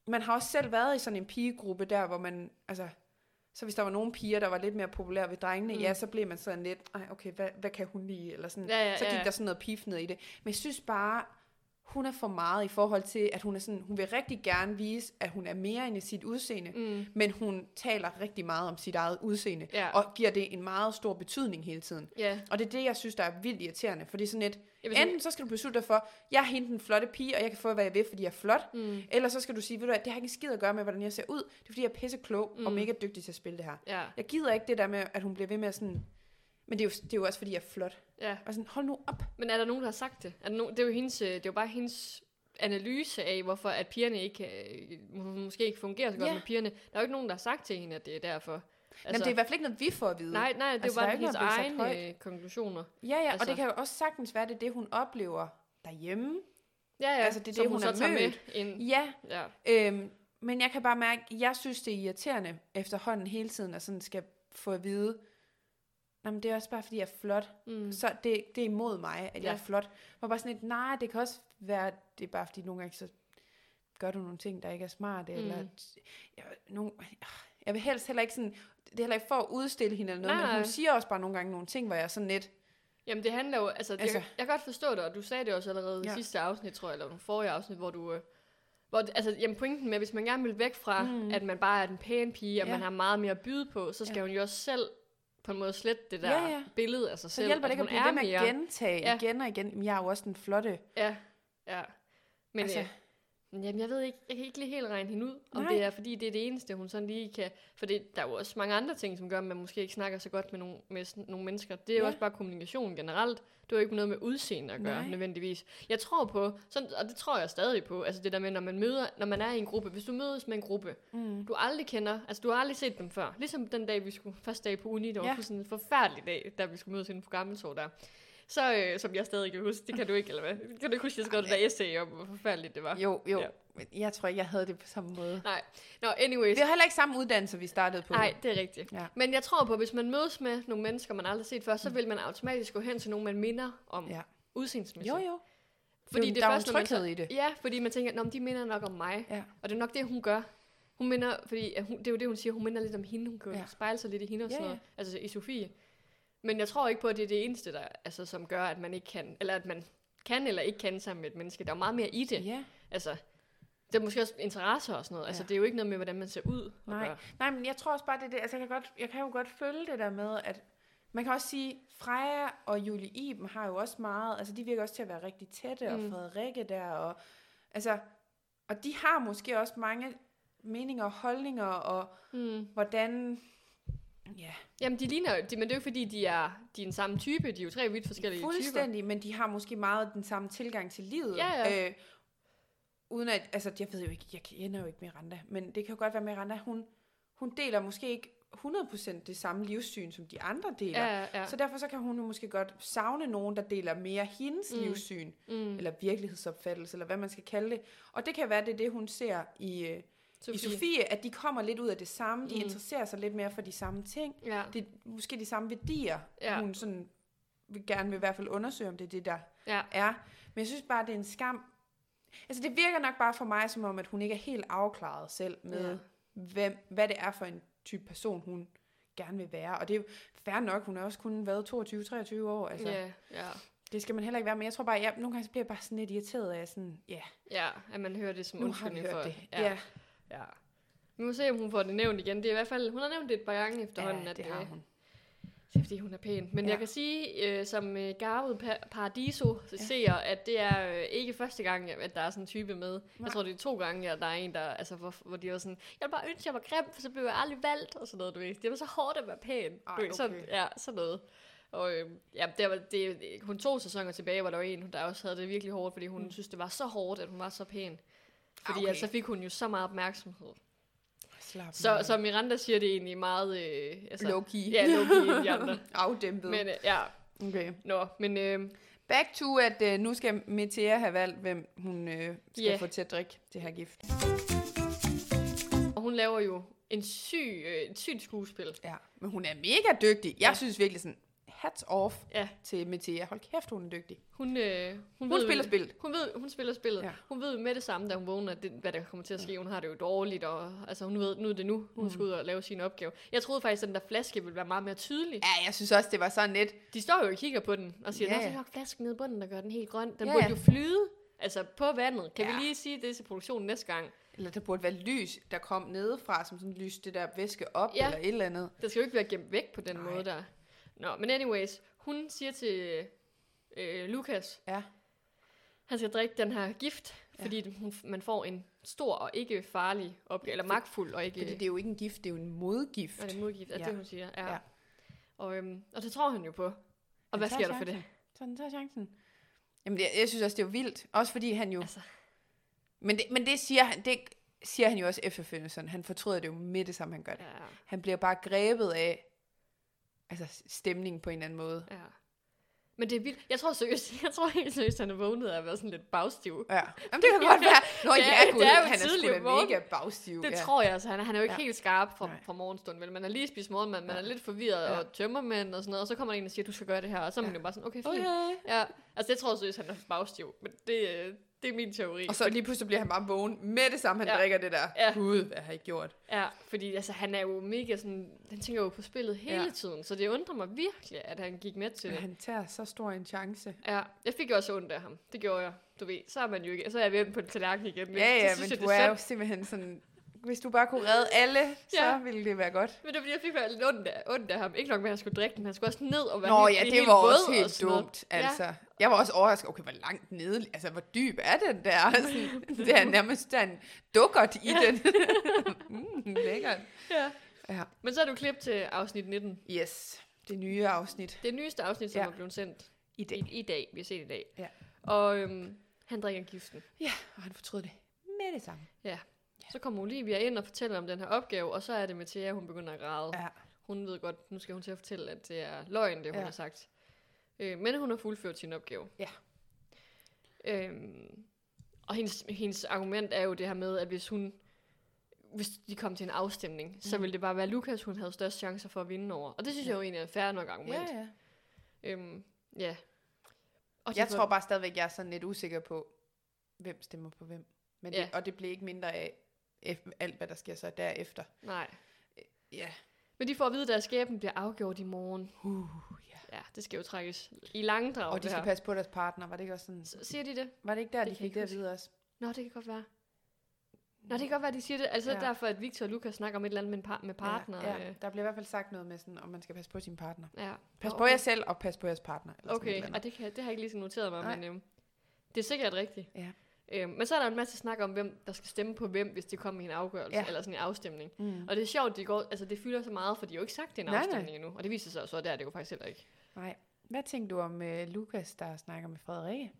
Speaker 2: man har også selv været i sådan en pigegruppe der, hvor man, altså, så hvis der var nogle piger, der var lidt mere populære ved drengene, mm. ja, så blev man sådan lidt, Ej, okay, hvad, hvad kan hun lide, eller sådan,
Speaker 1: Ja, ja,
Speaker 2: så gik
Speaker 1: ja, ja.
Speaker 2: der sådan noget pif ned i det. Men jeg synes bare, hun er for meget i forhold til, at hun er sådan, hun vil rigtig gerne vise, at hun er mere end i sit udseende, mm. men hun taler rigtig meget om sit eget udseende,
Speaker 1: Ja.
Speaker 2: og giver det en meget stor betydning hele tiden.
Speaker 1: Ja.
Speaker 2: Og det er det, jeg synes, der er vildt irriterende, for det er sådan et,
Speaker 1: Jeg vil sige-
Speaker 2: enten så skal du beslutte dig for, jeg er hende den flotte pige, og jeg kan få, hvad jeg vil, fordi jeg er flot, mm. eller så skal du sige, ved du hvad, det har ikke en skid at gøre med, hvordan jeg ser ud, det er fordi, jeg er pisse klog mm. og mega dygtig til at spille det her.
Speaker 1: Ja.
Speaker 2: Jeg gider ikke det der med, at hun bliver ved med at sådan, men det er jo, det er jo også, fordi jeg er flot.
Speaker 1: ja.
Speaker 2: Og sådan, hold nu op.
Speaker 1: Men er der nogen, der har sagt det? Er der nogen, det, er jo hendes, øh, det er jo bare hendes analyse af, hvorfor at pigerne ikke, øh, må- måske ikke fungerer så godt
Speaker 2: Ja.
Speaker 1: med pigerne. Der er jo ikke nogen, der har sagt til hende, at det er derfor. Altså,
Speaker 2: Jamen, det er i hvert fald ikke noget, vi får at vide.
Speaker 1: Nej, nej, det er
Speaker 2: Altså,
Speaker 1: altså, jo
Speaker 2: der er
Speaker 1: bare
Speaker 2: ikke
Speaker 1: hendes
Speaker 2: noget, der bliver sat
Speaker 1: egne øh, konklusioner.
Speaker 2: Ja, ja, altså. og
Speaker 1: Altså.
Speaker 2: det kan jo også sagtens være, det er det, hun oplever derhjemme.
Speaker 1: Ja, ja,
Speaker 2: Altså, det er
Speaker 1: som
Speaker 2: det, hun
Speaker 1: så
Speaker 2: har
Speaker 1: tager
Speaker 2: mødt.
Speaker 1: med ind.
Speaker 2: Ja,
Speaker 1: Ja,
Speaker 2: øhm, men jeg kan bare mærke, at jeg synes, det er irriterende efterhånden hele tiden, at sådan skal få at vide, Jamen, det er også bare, fordi jeg er flot. Mm. Så det, det er imod mig, at ja. jeg
Speaker 1: Ja.
Speaker 2: er flot. Hvor bare sådan et, nej, det kan også være, det er bare, fordi nogle gange så gør du nogle ting, der ikke er smart, mm. eller jeg, nogle, jeg vil helst heller ikke sådan, det er heller ikke for at udstille hende eller noget,
Speaker 1: Nej,
Speaker 2: men hun
Speaker 1: nej.
Speaker 2: siger også bare nogle gange nogle ting, hvor jeg er sådan lidt,
Speaker 1: Jamen det handler jo, altså, altså
Speaker 2: Altså.
Speaker 1: jeg, jeg kan godt forstå det, og du sagde det også allerede ja. i
Speaker 2: Ja.
Speaker 1: sidste afsnit, tror jeg, eller den forrige afsnit, hvor du... Øh, hvor, det- altså, jamen pointen med, hvis man gerne vil væk fra, mm. at man bare er den pæne pige, og
Speaker 2: Ja.
Speaker 1: man har meget mere at byde på, så skal
Speaker 2: Ja.
Speaker 1: hun jo også selv på en måde slette det der
Speaker 2: Ja, ja.
Speaker 1: billede af sig
Speaker 2: Så
Speaker 1: selv.
Speaker 2: hjælper det
Speaker 1: at
Speaker 2: ikke at
Speaker 1: hun
Speaker 2: blive ved med
Speaker 1: er
Speaker 2: at
Speaker 1: mere-
Speaker 2: gentage ja.
Speaker 1: Ja.
Speaker 2: igen og igen. Jamen, jeg er jo også den flotte.
Speaker 1: Ja, ja. Men
Speaker 2: Altså.
Speaker 1: altså. øh, jamen, jeg ved ikke, jeg kan ikke lige helt regne hende ud, om
Speaker 2: Nej.
Speaker 1: det er, fordi det er det eneste, hun sådan lige kan... For det, der er jo også mange andre ting, som gør, at man måske ikke snakker så godt med nogle, med sådan, nogle mennesker. Det er jo
Speaker 2: Ja.
Speaker 1: også bare kommunikation generelt. Det er jo ikke noget med udseende at gøre,
Speaker 2: Nej.
Speaker 1: Nej. nødvendigvis. Jeg tror på, sådan, og det tror jeg stadig på, altså det der med, når man møder, når man er i en gruppe. Hvis du mødes med en gruppe, mm. du aldrig kender, altså du har aldrig set dem før. Ligesom den dag, vi skulle, første dag på uni, det var
Speaker 2: Ja.
Speaker 1: ja. sådan en forfærdelig dag, da vi skulle mødes inden for Gammeltorv der. Så, øh, som jeg stadig kan huske, det kan du ikke, eller hvad? Kan du ikke huske, jeg skrev det der essay om, hvor forfærdeligt det var?
Speaker 2: Jo, jo. Ja.
Speaker 1: Ja.
Speaker 2: Men jeg tror ikke, jeg havde det på samme måde.
Speaker 1: Nej. Nå, anyways.
Speaker 2: Vi har heller ikke samme uddannelse, vi startede på.
Speaker 1: Nej, det er rigtigt.
Speaker 2: Ja. Mm.
Speaker 1: Ja. Men jeg tror på, at hvis man mødes med nogle mennesker, man aldrig har set før, så vil man automatisk gå hen til nogen, man minder om
Speaker 2: Ja.
Speaker 1: ja.
Speaker 2: Jo,
Speaker 1: udseendsmæssigt.
Speaker 2: jo.
Speaker 1: Fordi
Speaker 2: Jo,
Speaker 1: det
Speaker 2: der
Speaker 1: er
Speaker 2: er jo
Speaker 1: først,
Speaker 2: en
Speaker 1: når man så-
Speaker 2: tryghed i det.
Speaker 1: Ja, fordi man tænker, at de minder nok om mig.
Speaker 2: Ja.
Speaker 1: Og det er nok det, hun gør. Hun minder, fordi at hun, det er jo det, hun siger, hun minder lidt om hende. Hun kan
Speaker 2: Ja.
Speaker 1: ja. spejle sig lidt i hende og
Speaker 2: Ja,
Speaker 1: sådan
Speaker 2: ja.
Speaker 1: noget. Altså i Sofie. Men jeg tror ikke på, at det er det eneste, der, altså, som gør, at man ikke kan, eller at man kan eller ikke kan sammen med et menneske. Der er jo meget mere i det.
Speaker 2: Ja.
Speaker 1: Altså, det er måske også interesser og sådan noget. Altså,
Speaker 2: Ja.
Speaker 1: det er jo ikke noget med, hvordan man ser ud. at
Speaker 2: Nej.
Speaker 1: gøre.
Speaker 2: Nej, men jeg tror også bare, det er det. Altså, jeg, kan godt, jeg kan jo godt følge det der med, at man kan også sige, Freja og Julie Iben har jo også meget, altså de virker også til at være rigtig tætte, mm. og
Speaker 1: Mm.
Speaker 2: Frederikke der, og, altså, og de har måske også mange meninger og holdninger, og
Speaker 1: Mm.
Speaker 2: hvordan, ja,
Speaker 1: Jamen, de ligner jo, de, men det er jo ikke, fordi de er, de er den samme type. De er jo tre vidt forskellige typer.
Speaker 2: Fuldstændig, men de har måske meget den samme tilgang til livet.
Speaker 1: Ja, ja.
Speaker 2: Øh, uden at, altså jeg ved jo ikke, jeg kender jo ikke Miranda, men det kan jo godt være, Miranda, hun, hun deler måske ikke 100% det samme livssyn, som de andre deler.
Speaker 1: Ja, ja, ja.
Speaker 2: Så derfor så kan hun jo måske godt savne nogen, der deler mere hendes mm. livssyn,
Speaker 1: Mm.
Speaker 2: eller virkelighedsopfattelse, eller hvad man skal kalde det. Og det kan være, det er det, hun ser i, øh, i Sofie, at de kommer lidt ud af det samme, de
Speaker 1: Mm.
Speaker 2: interesserer sig lidt mere for de samme ting
Speaker 1: Ja.
Speaker 2: det er måske de samme værdier, ja.
Speaker 1: Ja.
Speaker 2: hun sådan vil gerne vil i hvert fald undersøge, om det er det, der
Speaker 1: Ja.
Speaker 2: er. Men jeg synes bare, det er en skam. Altså, det virker nok bare for mig, som om, at hun ikke er helt afklaret selv med, ja.
Speaker 1: Ja.
Speaker 2: hvem, hvad det er for en type person, hun gerne vil være. Og det er jo fair nok, hun har også kun været 22-23 år. Altså, ja.
Speaker 1: Ja, ja.
Speaker 2: Det skal man heller ikke være, men jeg tror bare, ja, nogle gange så bliver jeg bare sådan lidt irriteret af sådan, ja,
Speaker 1: Ja, at man hører det som
Speaker 2: nu har vi
Speaker 1: undskyldning for
Speaker 2: hørt det.
Speaker 1: Ja. ja. ja. Vi må se, om hun får det nævnt igen. Det er i hvert fald, hun har nævnt det et par gange efterhånden,
Speaker 2: ja
Speaker 1: at øh,
Speaker 2: det har hun.
Speaker 1: Det er, fordi hun er pæn. Men
Speaker 2: Ja.
Speaker 1: ja. jeg kan sige, øh, som øh, garvet pa- Paradiso ser, at det er øh, ikke første gang, at der er sådan en type med.
Speaker 2: Nej.
Speaker 1: Jeg tror, det er to gange, at der er en, der, altså, hvor, hvor de var sådan, jeg ville bare ønske, jeg var grim, for så blev jeg aldrig valgt, og sådan noget, du ved. Det var så hårdt at være pæn.
Speaker 2: Ej,
Speaker 1: du ved, sådan,
Speaker 2: okay.
Speaker 1: ja, sådan noget. Og øh, ja, der var, det, hun to sæsoner tilbage, hvor der var en, der også havde det virkelig hårdt, fordi hun mm. synes, det var så hårdt, at hun var så pæn. Fordi
Speaker 2: Ah, okay.
Speaker 1: okay. altså, fik hun jo så meget opmærksomhed.
Speaker 2: Slap
Speaker 1: Så, så Miranda siger det egentlig meget... Øh, altså,
Speaker 2: low-key.
Speaker 1: Ja, low-key end de andre.
Speaker 2: Afdæmpet.
Speaker 1: Men øh, ja,
Speaker 2: okay.
Speaker 1: nå, men øh,
Speaker 2: Back to, at øh, nu skal Metea have valgt, hvem hun øh, skal
Speaker 1: Ja.
Speaker 2: få til at drikke det her gift.
Speaker 1: og hun laver jo en syg, øh, et sygt skuespil.
Speaker 2: Ja, men hun er mega dygtig. Jeg
Speaker 1: Ja.
Speaker 2: ja. synes virkelig sådan, hats off
Speaker 1: Ja.
Speaker 2: til Metea. Hold kæft, hun er dygtig.
Speaker 1: Hun, øh, hun,
Speaker 2: Hun
Speaker 1: ved-
Speaker 2: spiller spillet.
Speaker 1: Hun ved, hun spiller spillet. Ja.
Speaker 2: Ja.
Speaker 1: Hun ved med det samme, da hun vågner, det, hvad der kommer til at ske. Hun har det jo dårligt, og altså, hun ved, nu er det nu, hun mm. skal ud og lave sin opgave. Jeg troede faktisk, at den der flaske ville være meget mere tydelig. Ja.
Speaker 2: Ja, jeg synes også, det var sådan lidt,
Speaker 1: De står jo og kigger på den og siger,
Speaker 2: Ja,
Speaker 1: ja, ja.
Speaker 2: ja.
Speaker 1: der er nok flasken nede i bunden, der gør den helt grøn. Den ja.
Speaker 2: Ja,
Speaker 1: burde
Speaker 2: ja.
Speaker 1: jo flyde, altså på vandet. Kan ja.
Speaker 2: Ja.
Speaker 1: vi lige sige det til produktionen næste gang?
Speaker 2: eller der burde være lys, der kom nedefra, som sådan lys det der væske op,
Speaker 1: Ja.
Speaker 2: ja. eller et eller andet.
Speaker 1: Det skal jo ikke være gemt væk på den Nej.
Speaker 2: Nej.
Speaker 1: måde der. Nå, men anyways, hun siger til øh, Lukas,
Speaker 2: Ja.
Speaker 1: han skal drikke den her gift,
Speaker 2: Ja.
Speaker 1: fordi hun, man får en stor og ikke farlig opgave, eller magtfuld og ikke...
Speaker 2: Fordi det er jo ikke en gift, det er jo en modgift.
Speaker 1: Og det er modgift, er ja.
Speaker 2: Ja.
Speaker 1: det, hun siger. Ja. ja.
Speaker 2: Ja.
Speaker 1: Og, øhm, og det tror han jo på. Og han hvad
Speaker 2: tager
Speaker 1: sker der for det?
Speaker 2: Så den tager chancen. Jamen, det, jeg synes også, det er jo vildt. Også fordi han jo...
Speaker 1: Altså.
Speaker 2: Altså. Men, det, men det, siger han, det siger han jo også efterfølgende sådan. Han fortryder det jo med det samme, han gør det.
Speaker 1: Ja,
Speaker 2: Han bliver bare grebet af altså stemningen på en eller anden måde.
Speaker 1: ja. Men det er vildt. Jeg tror seriøst, jeg tror helt seriøst, han er vågnet af at være sådan lidt bagstiv.
Speaker 2: Ja. Jamen, det kan godt være. Nå,
Speaker 1: Det
Speaker 2: det
Speaker 1: er-
Speaker 2: er, ja,
Speaker 1: det
Speaker 2: gud,
Speaker 1: er jo
Speaker 2: han er sgu
Speaker 1: tidligt
Speaker 2: da
Speaker 1: om morgenen.
Speaker 2: mega bagstiv.
Speaker 1: Det
Speaker 2: ja.
Speaker 1: tror jeg altså. Han, er- han er jo ikke ja.
Speaker 2: Ja.
Speaker 1: helt skarp fra,
Speaker 2: Nej.
Speaker 1: fra morgenstunden. Vel? Man har lige spist morgenmad, man
Speaker 2: Ja.
Speaker 1: er lidt forvirret
Speaker 2: Ja.
Speaker 1: og tømmermænd og sådan noget. Og så kommer der en og siger, du skal gøre det her. Og så er man
Speaker 2: Ja.
Speaker 1: jo bare sådan, okay, fint. Okay.
Speaker 2: Okay.
Speaker 1: Ja. Altså jeg tror seriøst, han er bagstiv. Men det, øh, det er min teori.
Speaker 2: Og så lige pludselig bliver han bare vågen med det samme, han
Speaker 1: Ja.
Speaker 2: ja. drikker det der.
Speaker 1: Ja.
Speaker 2: Ja. Gud, hvad har jeg gjort?
Speaker 1: Ja, fordi altså, han er jo mega sådan, han tænker jo på spillet hele ja.
Speaker 2: Ja.
Speaker 1: tiden. Så det undrer mig virkelig, at han gik med til det.
Speaker 2: Han tager så stor en chance.
Speaker 1: Ja, jeg fik jo også ondt af ham. Det gjorde jeg. Du ved, så er man jo ikke, så er jeg vendt på en tallerken igen. ikke?
Speaker 2: Ja, ja,
Speaker 1: så
Speaker 2: men
Speaker 1: synes
Speaker 2: du
Speaker 1: jeg, det
Speaker 2: er
Speaker 1: er
Speaker 2: jo
Speaker 1: synd.
Speaker 2: simpelthen sådan... Hvis du bare kunne redde alle, så
Speaker 1: Ja.
Speaker 2: ja. ville det være godt.
Speaker 1: Men det var fordi, jeg fik bare lidt ondt af, ondt af ham. Ikke nok med, at han skulle drikke den, han skulle også ned og være
Speaker 2: Nå
Speaker 1: helt,
Speaker 2: ja,
Speaker 1: blive
Speaker 2: det
Speaker 1: helt
Speaker 2: var
Speaker 1: våd
Speaker 2: også
Speaker 1: og
Speaker 2: helt
Speaker 1: sådan noget.
Speaker 2: dumt, altså. Ja. Jeg var også overrasket, okay, hvor langt nede, altså hvor dyb er den der? Sådan, det er nærmest der er en dukkert i den. mm, lækkert.
Speaker 1: Ja.
Speaker 2: Ja.
Speaker 1: Men så er du klip til afsnit 19.
Speaker 2: Yes, det nye afsnit
Speaker 1: Det nyeste afsnit, som
Speaker 2: Ja.
Speaker 1: er blevet sendt
Speaker 2: i dag.
Speaker 1: i, i dag. Vi har set i dag.
Speaker 2: Ja.
Speaker 1: Og øhm, han drikker giften.
Speaker 2: Ja, og han fortrød det med det samme.
Speaker 1: Så kommer Olivia ind og fortæller om den her opgave, og så er det Mathia, hun begynder at græde.
Speaker 2: Ja.
Speaker 1: Hun ved godt, nu skal hun til at fortælle, at det er løgn, det hun ja.
Speaker 2: Ja.
Speaker 1: har sagt. Øh, men hun har fuldført sin opgave.
Speaker 2: Ja.
Speaker 1: Øhm, og hendes, hendes argument er jo det her med, at hvis hun hvis de kom til en afstemning, mm. så ville det bare være Lukas, hun havde størst chancer for at vinde over. Og det synes ja. jeg jo egentlig er et fair nok argument.
Speaker 2: Ja, ja.
Speaker 1: ja. Øhm, ja. Og de
Speaker 2: Jeg
Speaker 1: får-
Speaker 2: tror bare stadigvæk, jeg er sådan lidt usikker på, hvem stemmer på hvem. Men det,
Speaker 1: Ja.
Speaker 2: Og det bliver ikke mindre af eff- alt, hvad der sker så derefter.
Speaker 1: Nej.
Speaker 2: Ja.
Speaker 1: Men de får at vide, at deres skæbne bliver afgjort i morgen.
Speaker 2: Uh,
Speaker 1: Ja, det skal jo trækkes i langdrag.
Speaker 2: og de
Speaker 1: det
Speaker 2: skal
Speaker 1: her.
Speaker 2: passe på deres partner. Var det ikke også sådan?
Speaker 1: Så siger de det?
Speaker 2: Var det ikke der,
Speaker 1: Det
Speaker 2: det de
Speaker 1: kan jeg ikke
Speaker 2: fik det at
Speaker 1: huske.
Speaker 2: vide også?
Speaker 1: Nå, det kan godt være. Nå, det kan godt være, de siger det. Altså ja.
Speaker 2: Mm. Ja.
Speaker 1: derfor, at Victor og Lukas snakker om et eller andet med, en par- med partner.
Speaker 2: Ja,
Speaker 1: øh.
Speaker 2: ja. Der bliver i hvert fald sagt noget med sådan, om man skal passe på sin partner.
Speaker 1: ja.
Speaker 2: Pas
Speaker 1: Nå,
Speaker 2: på jer selv, og pas på jeres partner. Eller sådan et
Speaker 1: Okay,
Speaker 2: eller
Speaker 1: og
Speaker 2: andet.
Speaker 1: det, kan, det har jeg ikke lige sådan noteret mig,
Speaker 2: Nej.
Speaker 1: men øhm, det er sikkert rigtigt.
Speaker 2: Ja.
Speaker 1: Øhm, men så er der en masse snak om, hvem der skal stemme på hvem, hvis det kommer i en afgørelse, ja.
Speaker 2: Ja.
Speaker 1: eller sådan en afstemning.
Speaker 2: Mm.
Speaker 1: Og det er sjovt, det, går, altså, det fylder så meget, for de har jo ikke sagt, det er en
Speaker 2: Nej, nej.
Speaker 1: afstemning endnu. Og det viser sig jo så, at det er det jo faktisk heller ikke.
Speaker 2: Nej. Hvad tænkte du om øh, Lukas, der snakker med Frederikke?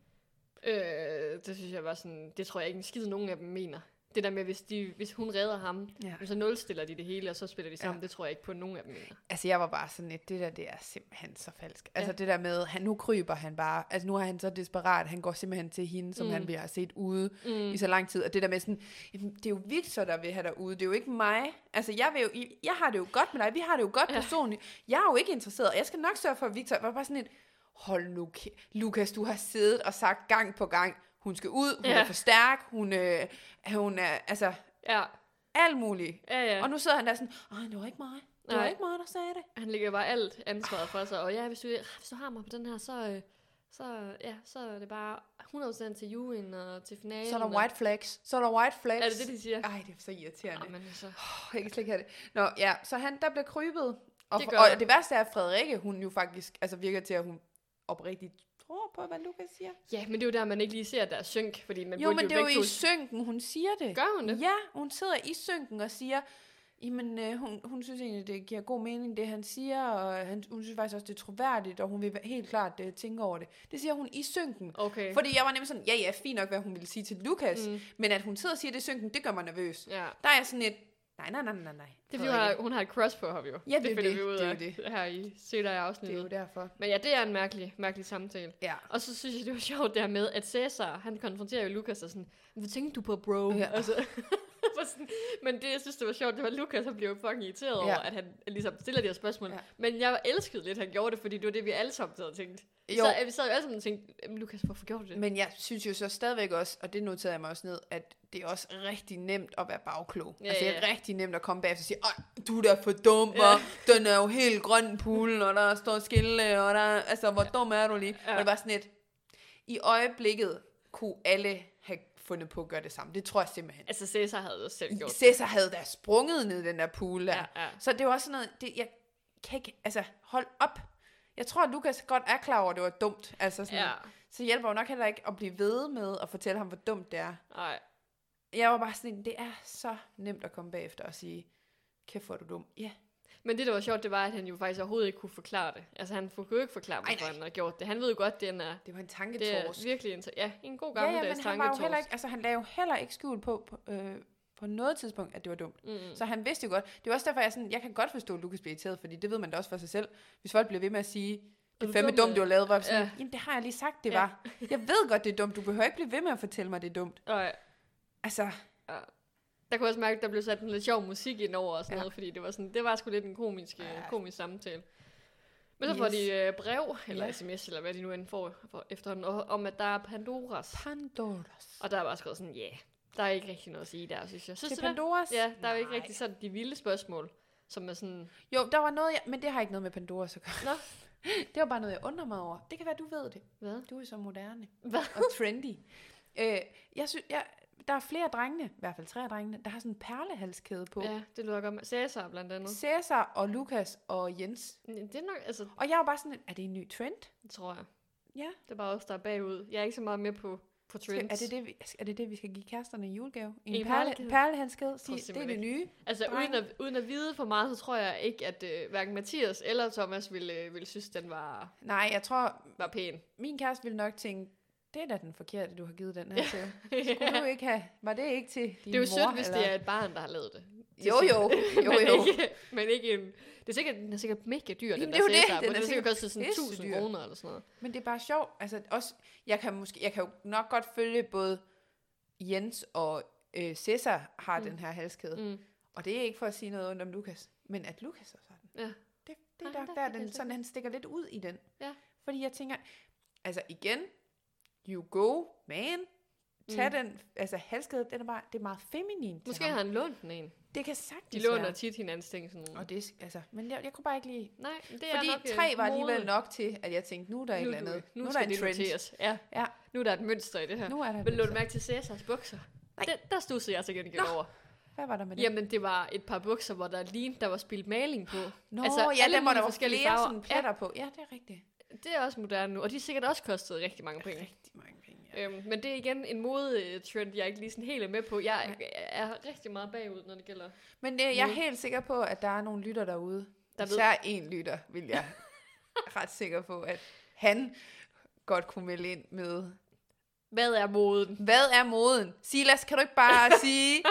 Speaker 1: Øh, det synes jeg var sådan, det tror jeg ikke en skid, nogen af dem mener. Det der med, hvis, de, hvis hun redder ham,
Speaker 2: Ja.
Speaker 1: så nulstiller de det hele, og så spiller de sammen. Ja.
Speaker 2: Ja.
Speaker 1: Det tror jeg ikke på, at nogen af dem mener.
Speaker 2: Altså, jeg var bare sådan lidt, det der, det er simpelthen så falsk. Altså,
Speaker 1: Ja.
Speaker 2: det der med, han, nu kryber han bare. Altså, nu er han så desperat. Han går simpelthen til hende, som
Speaker 1: Mm.
Speaker 2: mm. han vi har set ude
Speaker 1: Mm.
Speaker 2: mm. i så lang tid. Og det der med sådan, jamen, det er jo Victor, der vil have dig ude. Det er jo ikke mig. Altså, jeg, vil jo, I- jeg har det jo godt med dig. Vi har det jo godt
Speaker 1: Ja.
Speaker 2: ja. personligt. Jeg er jo ikke interesseret. og Jeg skal nok sørge for, at Victor... Jeg var bare sådan lidt, hold nu, kæ- Lukas, du har siddet og sagt gang på gang, hun skal ud, hun
Speaker 1: Ja.
Speaker 2: ja. er for stærk, hun, øh, hun er... Altså,
Speaker 1: Ja,
Speaker 2: alt muligt.
Speaker 1: ja, ja.
Speaker 2: Og nu sidder han der sådan, ej, det var ikke mig. Det var
Speaker 1: Nej.
Speaker 2: ikke mig, der sagde det.
Speaker 1: Han lægger bare alt ansvaret for sig, og ja, hvis du, ah, hvis du har mig på den her, så, øh, så, ja, så er det bare 100% til juryen og til finalen.
Speaker 2: Så er der
Speaker 1: og-
Speaker 2: white flags. Så er der white flags.
Speaker 1: Er det det, de siger?
Speaker 2: Ej, det er så irriterende.
Speaker 1: Jamen, altså.
Speaker 2: Oh, jeg kan slet ikke have det. Nå, ja, så han, der bliver krybet.
Speaker 1: Det
Speaker 2: Og det,
Speaker 1: gør han.
Speaker 2: og det værste er, at Frederikke, hun jo faktisk, altså virker til, at hun oprigtigt tror på, hvad Lukas siger.
Speaker 1: Ja, men det er jo der, man ikke lige ser deres synk, fordi man
Speaker 2: jo,
Speaker 1: burde
Speaker 2: men det er jo
Speaker 1: begge
Speaker 2: i
Speaker 1: to-
Speaker 2: synken, hun siger det.
Speaker 1: Gør hun det?
Speaker 2: Ja, hun sidder i synken og siger, jamen øh, hun, hun synes egentlig, det giver god mening, det han siger, og han, hun synes faktisk også, det er troværdigt, og hun vil helt klart øh, tænke over det. Det siger hun i synken.
Speaker 1: Okay. Mm.
Speaker 2: Fordi jeg var nemlig sådan, ja ja, fint nok, hvad hun ville sige til Lukas, mm. men at hun sidder og siger det i synken, det gør mig nervøs.
Speaker 1: Ja.
Speaker 2: Der er jeg sådan et, Nej, nej, nej, nej, nej.
Speaker 1: Det er fordi, hun har, hun har et crush på ham jo.
Speaker 2: Ja, det er
Speaker 1: det finder
Speaker 2: det.
Speaker 1: vi ud
Speaker 2: Det er
Speaker 1: af
Speaker 2: jo
Speaker 1: det. her i senere i
Speaker 2: Det er jo
Speaker 1: afsnittet.
Speaker 2: derfor.
Speaker 1: Men ja, det er en mærkelig, mærkelig samtale.
Speaker 2: Ja.
Speaker 1: Og så synes jeg, det var sjovt der med, at Cæsar, han konfronterer jo Lukas og sådan, hvad tænker du på, bro?
Speaker 2: Ja.
Speaker 1: Altså, hvor sådan, men det, jeg synes, det var sjovt, det var, at Lukas han blev jo fucking irriteret over,
Speaker 2: Ja.
Speaker 1: at han ligesom stiller de her spørgsmål.
Speaker 2: Ja.
Speaker 1: Ja. Men jeg elskede lidt, at han gjorde det, fordi det var det, vi alle sammen havde tænkt.
Speaker 2: Jo.
Speaker 1: Så, øh, vi sad jo alle sammen og tænkte, "Jamen, Lukas, hvorfor gjorde du det?
Speaker 2: Men jeg synes jo så stadigvæk også, og det noterede jeg mig også ned, at det er også rigtig nemt at være bagklog. Ja,
Speaker 1: Ja,
Speaker 2: altså, det er
Speaker 1: ja.
Speaker 2: rigtig nemt at komme bagefter og sige, Ej, du er da for dum, ja. den er jo helt grøn poolen, og der står skille, og der, altså, hvor dum er du lige? Ja.
Speaker 1: Ja.
Speaker 2: Og det var sådan et, i øjeblikket kunne alle have fundet på at gøre det samme. Det tror jeg simpelthen.
Speaker 1: Altså, Cæsar havde også selv gjort det.
Speaker 2: Cæsar havde da sprunget ned i den der pool der.
Speaker 1: Ja, ja.
Speaker 2: Så det var også sådan noget, det, jeg kan ikke, altså hold op. Jeg tror, at Lukas godt er klar over, at det var dumt. Altså sådan,
Speaker 1: Ja,
Speaker 2: så hjælper jo nok heller ikke at blive ved med at fortælle ham, hvor dumt det er.
Speaker 1: nej.
Speaker 2: Jeg var bare sådan, en, det er så nemt at komme bagefter og sige, kæft hvor er du dum. Ja,
Speaker 1: Men det, der var sjovt, det var, at han jo faktisk overhovedet ikke kunne forklare det. Altså, han kunne jo ikke forklare,
Speaker 2: nej.
Speaker 1: hvorfor han har gjort det. Han ved jo godt, det er en, øh,
Speaker 2: det var en
Speaker 1: det
Speaker 2: tanketorsk.
Speaker 1: er virkelig en, ja, en god
Speaker 2: ja,
Speaker 1: gammeldags
Speaker 2: ja, men han, var jo
Speaker 1: tanketorsk.
Speaker 2: heller ikke, altså, han lagde jo heller ikke skjul på, på, øh, på noget tidspunkt, at det var dumt.
Speaker 1: Mm.
Speaker 2: Så han vidste jo godt. Det er også derfor, jeg, er sådan, jeg kan godt forstå, at Lukas bliver irriteret, fordi det ved man da også for sig selv. Hvis folk bliver ved med at sige, det
Speaker 1: du
Speaker 2: er fandme
Speaker 1: dum,
Speaker 2: dumt, du har lavet, var jeg
Speaker 1: Ja.
Speaker 2: sådan, jamen det har jeg lige sagt, det
Speaker 1: Ja.
Speaker 2: var. Jeg ved godt, det er dumt. Du behøver ikke blive ved med at fortælle mig, det er dumt.
Speaker 1: Og, øh,
Speaker 2: Altså,
Speaker 1: der kunne jeg også mærke, at der blev sat en lidt sjov musik ind over og sådan
Speaker 2: Ja.
Speaker 1: ja. noget, fordi det var, sådan, det var sgu lidt en komisk,
Speaker 2: Ja.
Speaker 1: ja. komisk samtale. Men så yes. får
Speaker 2: Yes.
Speaker 1: de øh, brev, eller
Speaker 2: Ja.
Speaker 1: ja. sms, eller hvad de nu end får for efterhånden, og- om at der er Pandoras.
Speaker 2: Pandoras.
Speaker 1: Og der er bare skrevet sådan, ja, yeah, der er ikke rigtig noget at sige der, synes jeg. Synes
Speaker 2: Til
Speaker 1: du det?
Speaker 2: Pandoras?
Speaker 1: Ja, der er jo ikke
Speaker 2: Nej.
Speaker 1: rigtig sådan de vilde spørgsmål, som er sådan,
Speaker 2: Jo, der var noget, jeg, men det har ikke noget med Pandora at gøre.
Speaker 1: Nå.
Speaker 2: Det var bare noget, jeg undrer mig over. Det kan være, du ved det.
Speaker 1: hvad?
Speaker 2: Du er så moderne
Speaker 1: Hvad?
Speaker 2: og trendy. øh, jeg synes, jeg, der er flere af drengene, i hvert fald tre af drengene, der har sådan en perlehalskæde på. Ja.
Speaker 1: Ja, det lyder godt med. Cæsar blandt andet.
Speaker 2: Cæsar og Lukas og Jens.
Speaker 1: Det er nok, altså,
Speaker 2: Og jeg var bare sådan, lidt, er det en ny trend?
Speaker 1: det tror jeg.
Speaker 2: Ja.
Speaker 1: Det er bare os, der er bagud. Jeg er ikke så meget med på, på
Speaker 2: Skal,
Speaker 1: trends.
Speaker 2: er, det det, vi, er det det, vi skal give kæresterne i julegave? En,
Speaker 1: En
Speaker 2: perle,
Speaker 1: perlekæde?
Speaker 2: perlehalskæde?
Speaker 1: Tror
Speaker 2: Sige, det er
Speaker 1: simpelthen
Speaker 2: det nye.
Speaker 1: Altså
Speaker 2: Drenge.
Speaker 1: uden at, uden at vide for meget, så tror jeg ikke, at øh, hverken Mathias eller Thomas ville, øh, ville synes, den var,
Speaker 2: Nej, jeg tror,
Speaker 1: var pæn.
Speaker 2: min kæreste ville nok tænke, det er da den forkerte, du har givet den her til. Skulle du ikke have? Var det ikke til din
Speaker 1: det er jo
Speaker 2: mor,
Speaker 1: sødt, hvis
Speaker 2: eller?
Speaker 1: det er et barn, der har lavet det. Det er
Speaker 2: Jo, jo, jo,
Speaker 1: men,
Speaker 2: jo.
Speaker 1: Ikke, men ikke en... Det er sikkert, den er sikkert mega dyr,
Speaker 2: Jamen,
Speaker 1: den
Speaker 2: det er jo
Speaker 1: der
Speaker 2: det.
Speaker 1: Cæsar.
Speaker 2: Den
Speaker 1: Den
Speaker 2: er
Speaker 1: har
Speaker 2: sikkert
Speaker 1: sikkert kostet sådan
Speaker 2: pisse
Speaker 1: 1000
Speaker 2: dyr.
Speaker 1: kroner eller sådan noget.
Speaker 2: Men det er bare sjovt. Altså, også, jeg, kan måske, jeg kan jo nok godt følge både Jens og øh, Cæsar har mm. den her halskæde. Mm.
Speaker 1: Mm.
Speaker 2: Og det er ikke for at sige noget ondt om Lukas. Men at Lukas også har den.
Speaker 1: Ja.
Speaker 2: Det, det er
Speaker 1: Nej,
Speaker 2: nok
Speaker 1: der
Speaker 2: der,
Speaker 1: fik jeg
Speaker 2: den,
Speaker 1: det.
Speaker 2: sådan, han stikker lidt ud i den.
Speaker 1: Ja.
Speaker 2: Fordi jeg tænker, altså igen, you go, man. Tag mm.
Speaker 1: Mm.
Speaker 2: den, altså halskæde, den er bare, det er meget feminin til
Speaker 1: Måske
Speaker 2: ham.
Speaker 1: har han lånt den en.
Speaker 2: Det kan sagtens
Speaker 1: De låner
Speaker 2: være.
Speaker 1: tit hinandens ting sådan.
Speaker 2: Og det, er- altså, men jeg, jeg kunne bare ikke lide.
Speaker 1: Nej, det er
Speaker 2: Fordi
Speaker 1: nok, øh,
Speaker 2: tre var alligevel
Speaker 1: modigt.
Speaker 2: nok til, at jeg tænkte, nu er der et
Speaker 1: Nu,
Speaker 2: eller
Speaker 1: nu,
Speaker 2: andet.
Speaker 1: nu,
Speaker 2: er der
Speaker 1: skal
Speaker 2: en
Speaker 1: det
Speaker 2: trend.
Speaker 1: noteres. Ja.
Speaker 2: Ja.
Speaker 1: Nu er der et mønster i det her.
Speaker 2: Nu er der altså- en
Speaker 1: Men lå du
Speaker 2: trend.
Speaker 1: mærke til Cæsars bukser?
Speaker 2: Nej.
Speaker 1: Den, der stussede jeg til gengæld
Speaker 2: Nå.
Speaker 1: over.
Speaker 2: Hvad var der med det?
Speaker 1: Jamen, det var et par bukser, hvor der lignede, der var spildt maling på.
Speaker 2: Nå,
Speaker 1: altså,
Speaker 2: altså, ja,
Speaker 1: alle
Speaker 2: der må
Speaker 1: mulige
Speaker 2: der være
Speaker 1: forskellige
Speaker 2: flere
Speaker 1: farver.
Speaker 2: sådan pletter ja. på. Ja, det er rigtigt.
Speaker 1: Det er også moderne nu, og de har sikkert også kostet rigtig mange penge.
Speaker 2: Rigtig mange penge, ja.
Speaker 1: Øhm, men det er igen en modetrend, jeg ikke lige sådan helt er med på. Jeg er rigtig meget bagud, når det gælder.
Speaker 2: Men øh, jeg er
Speaker 1: Nu.
Speaker 2: helt sikker på, at der er nogle lytter derude. Der
Speaker 1: Der ved-
Speaker 2: Især en lytter, vil jeg ret sikker på, at han godt kunne melde ind med.
Speaker 1: Hvad er moden?
Speaker 2: Hvad er moden? Silas, kan du ikke bare sige,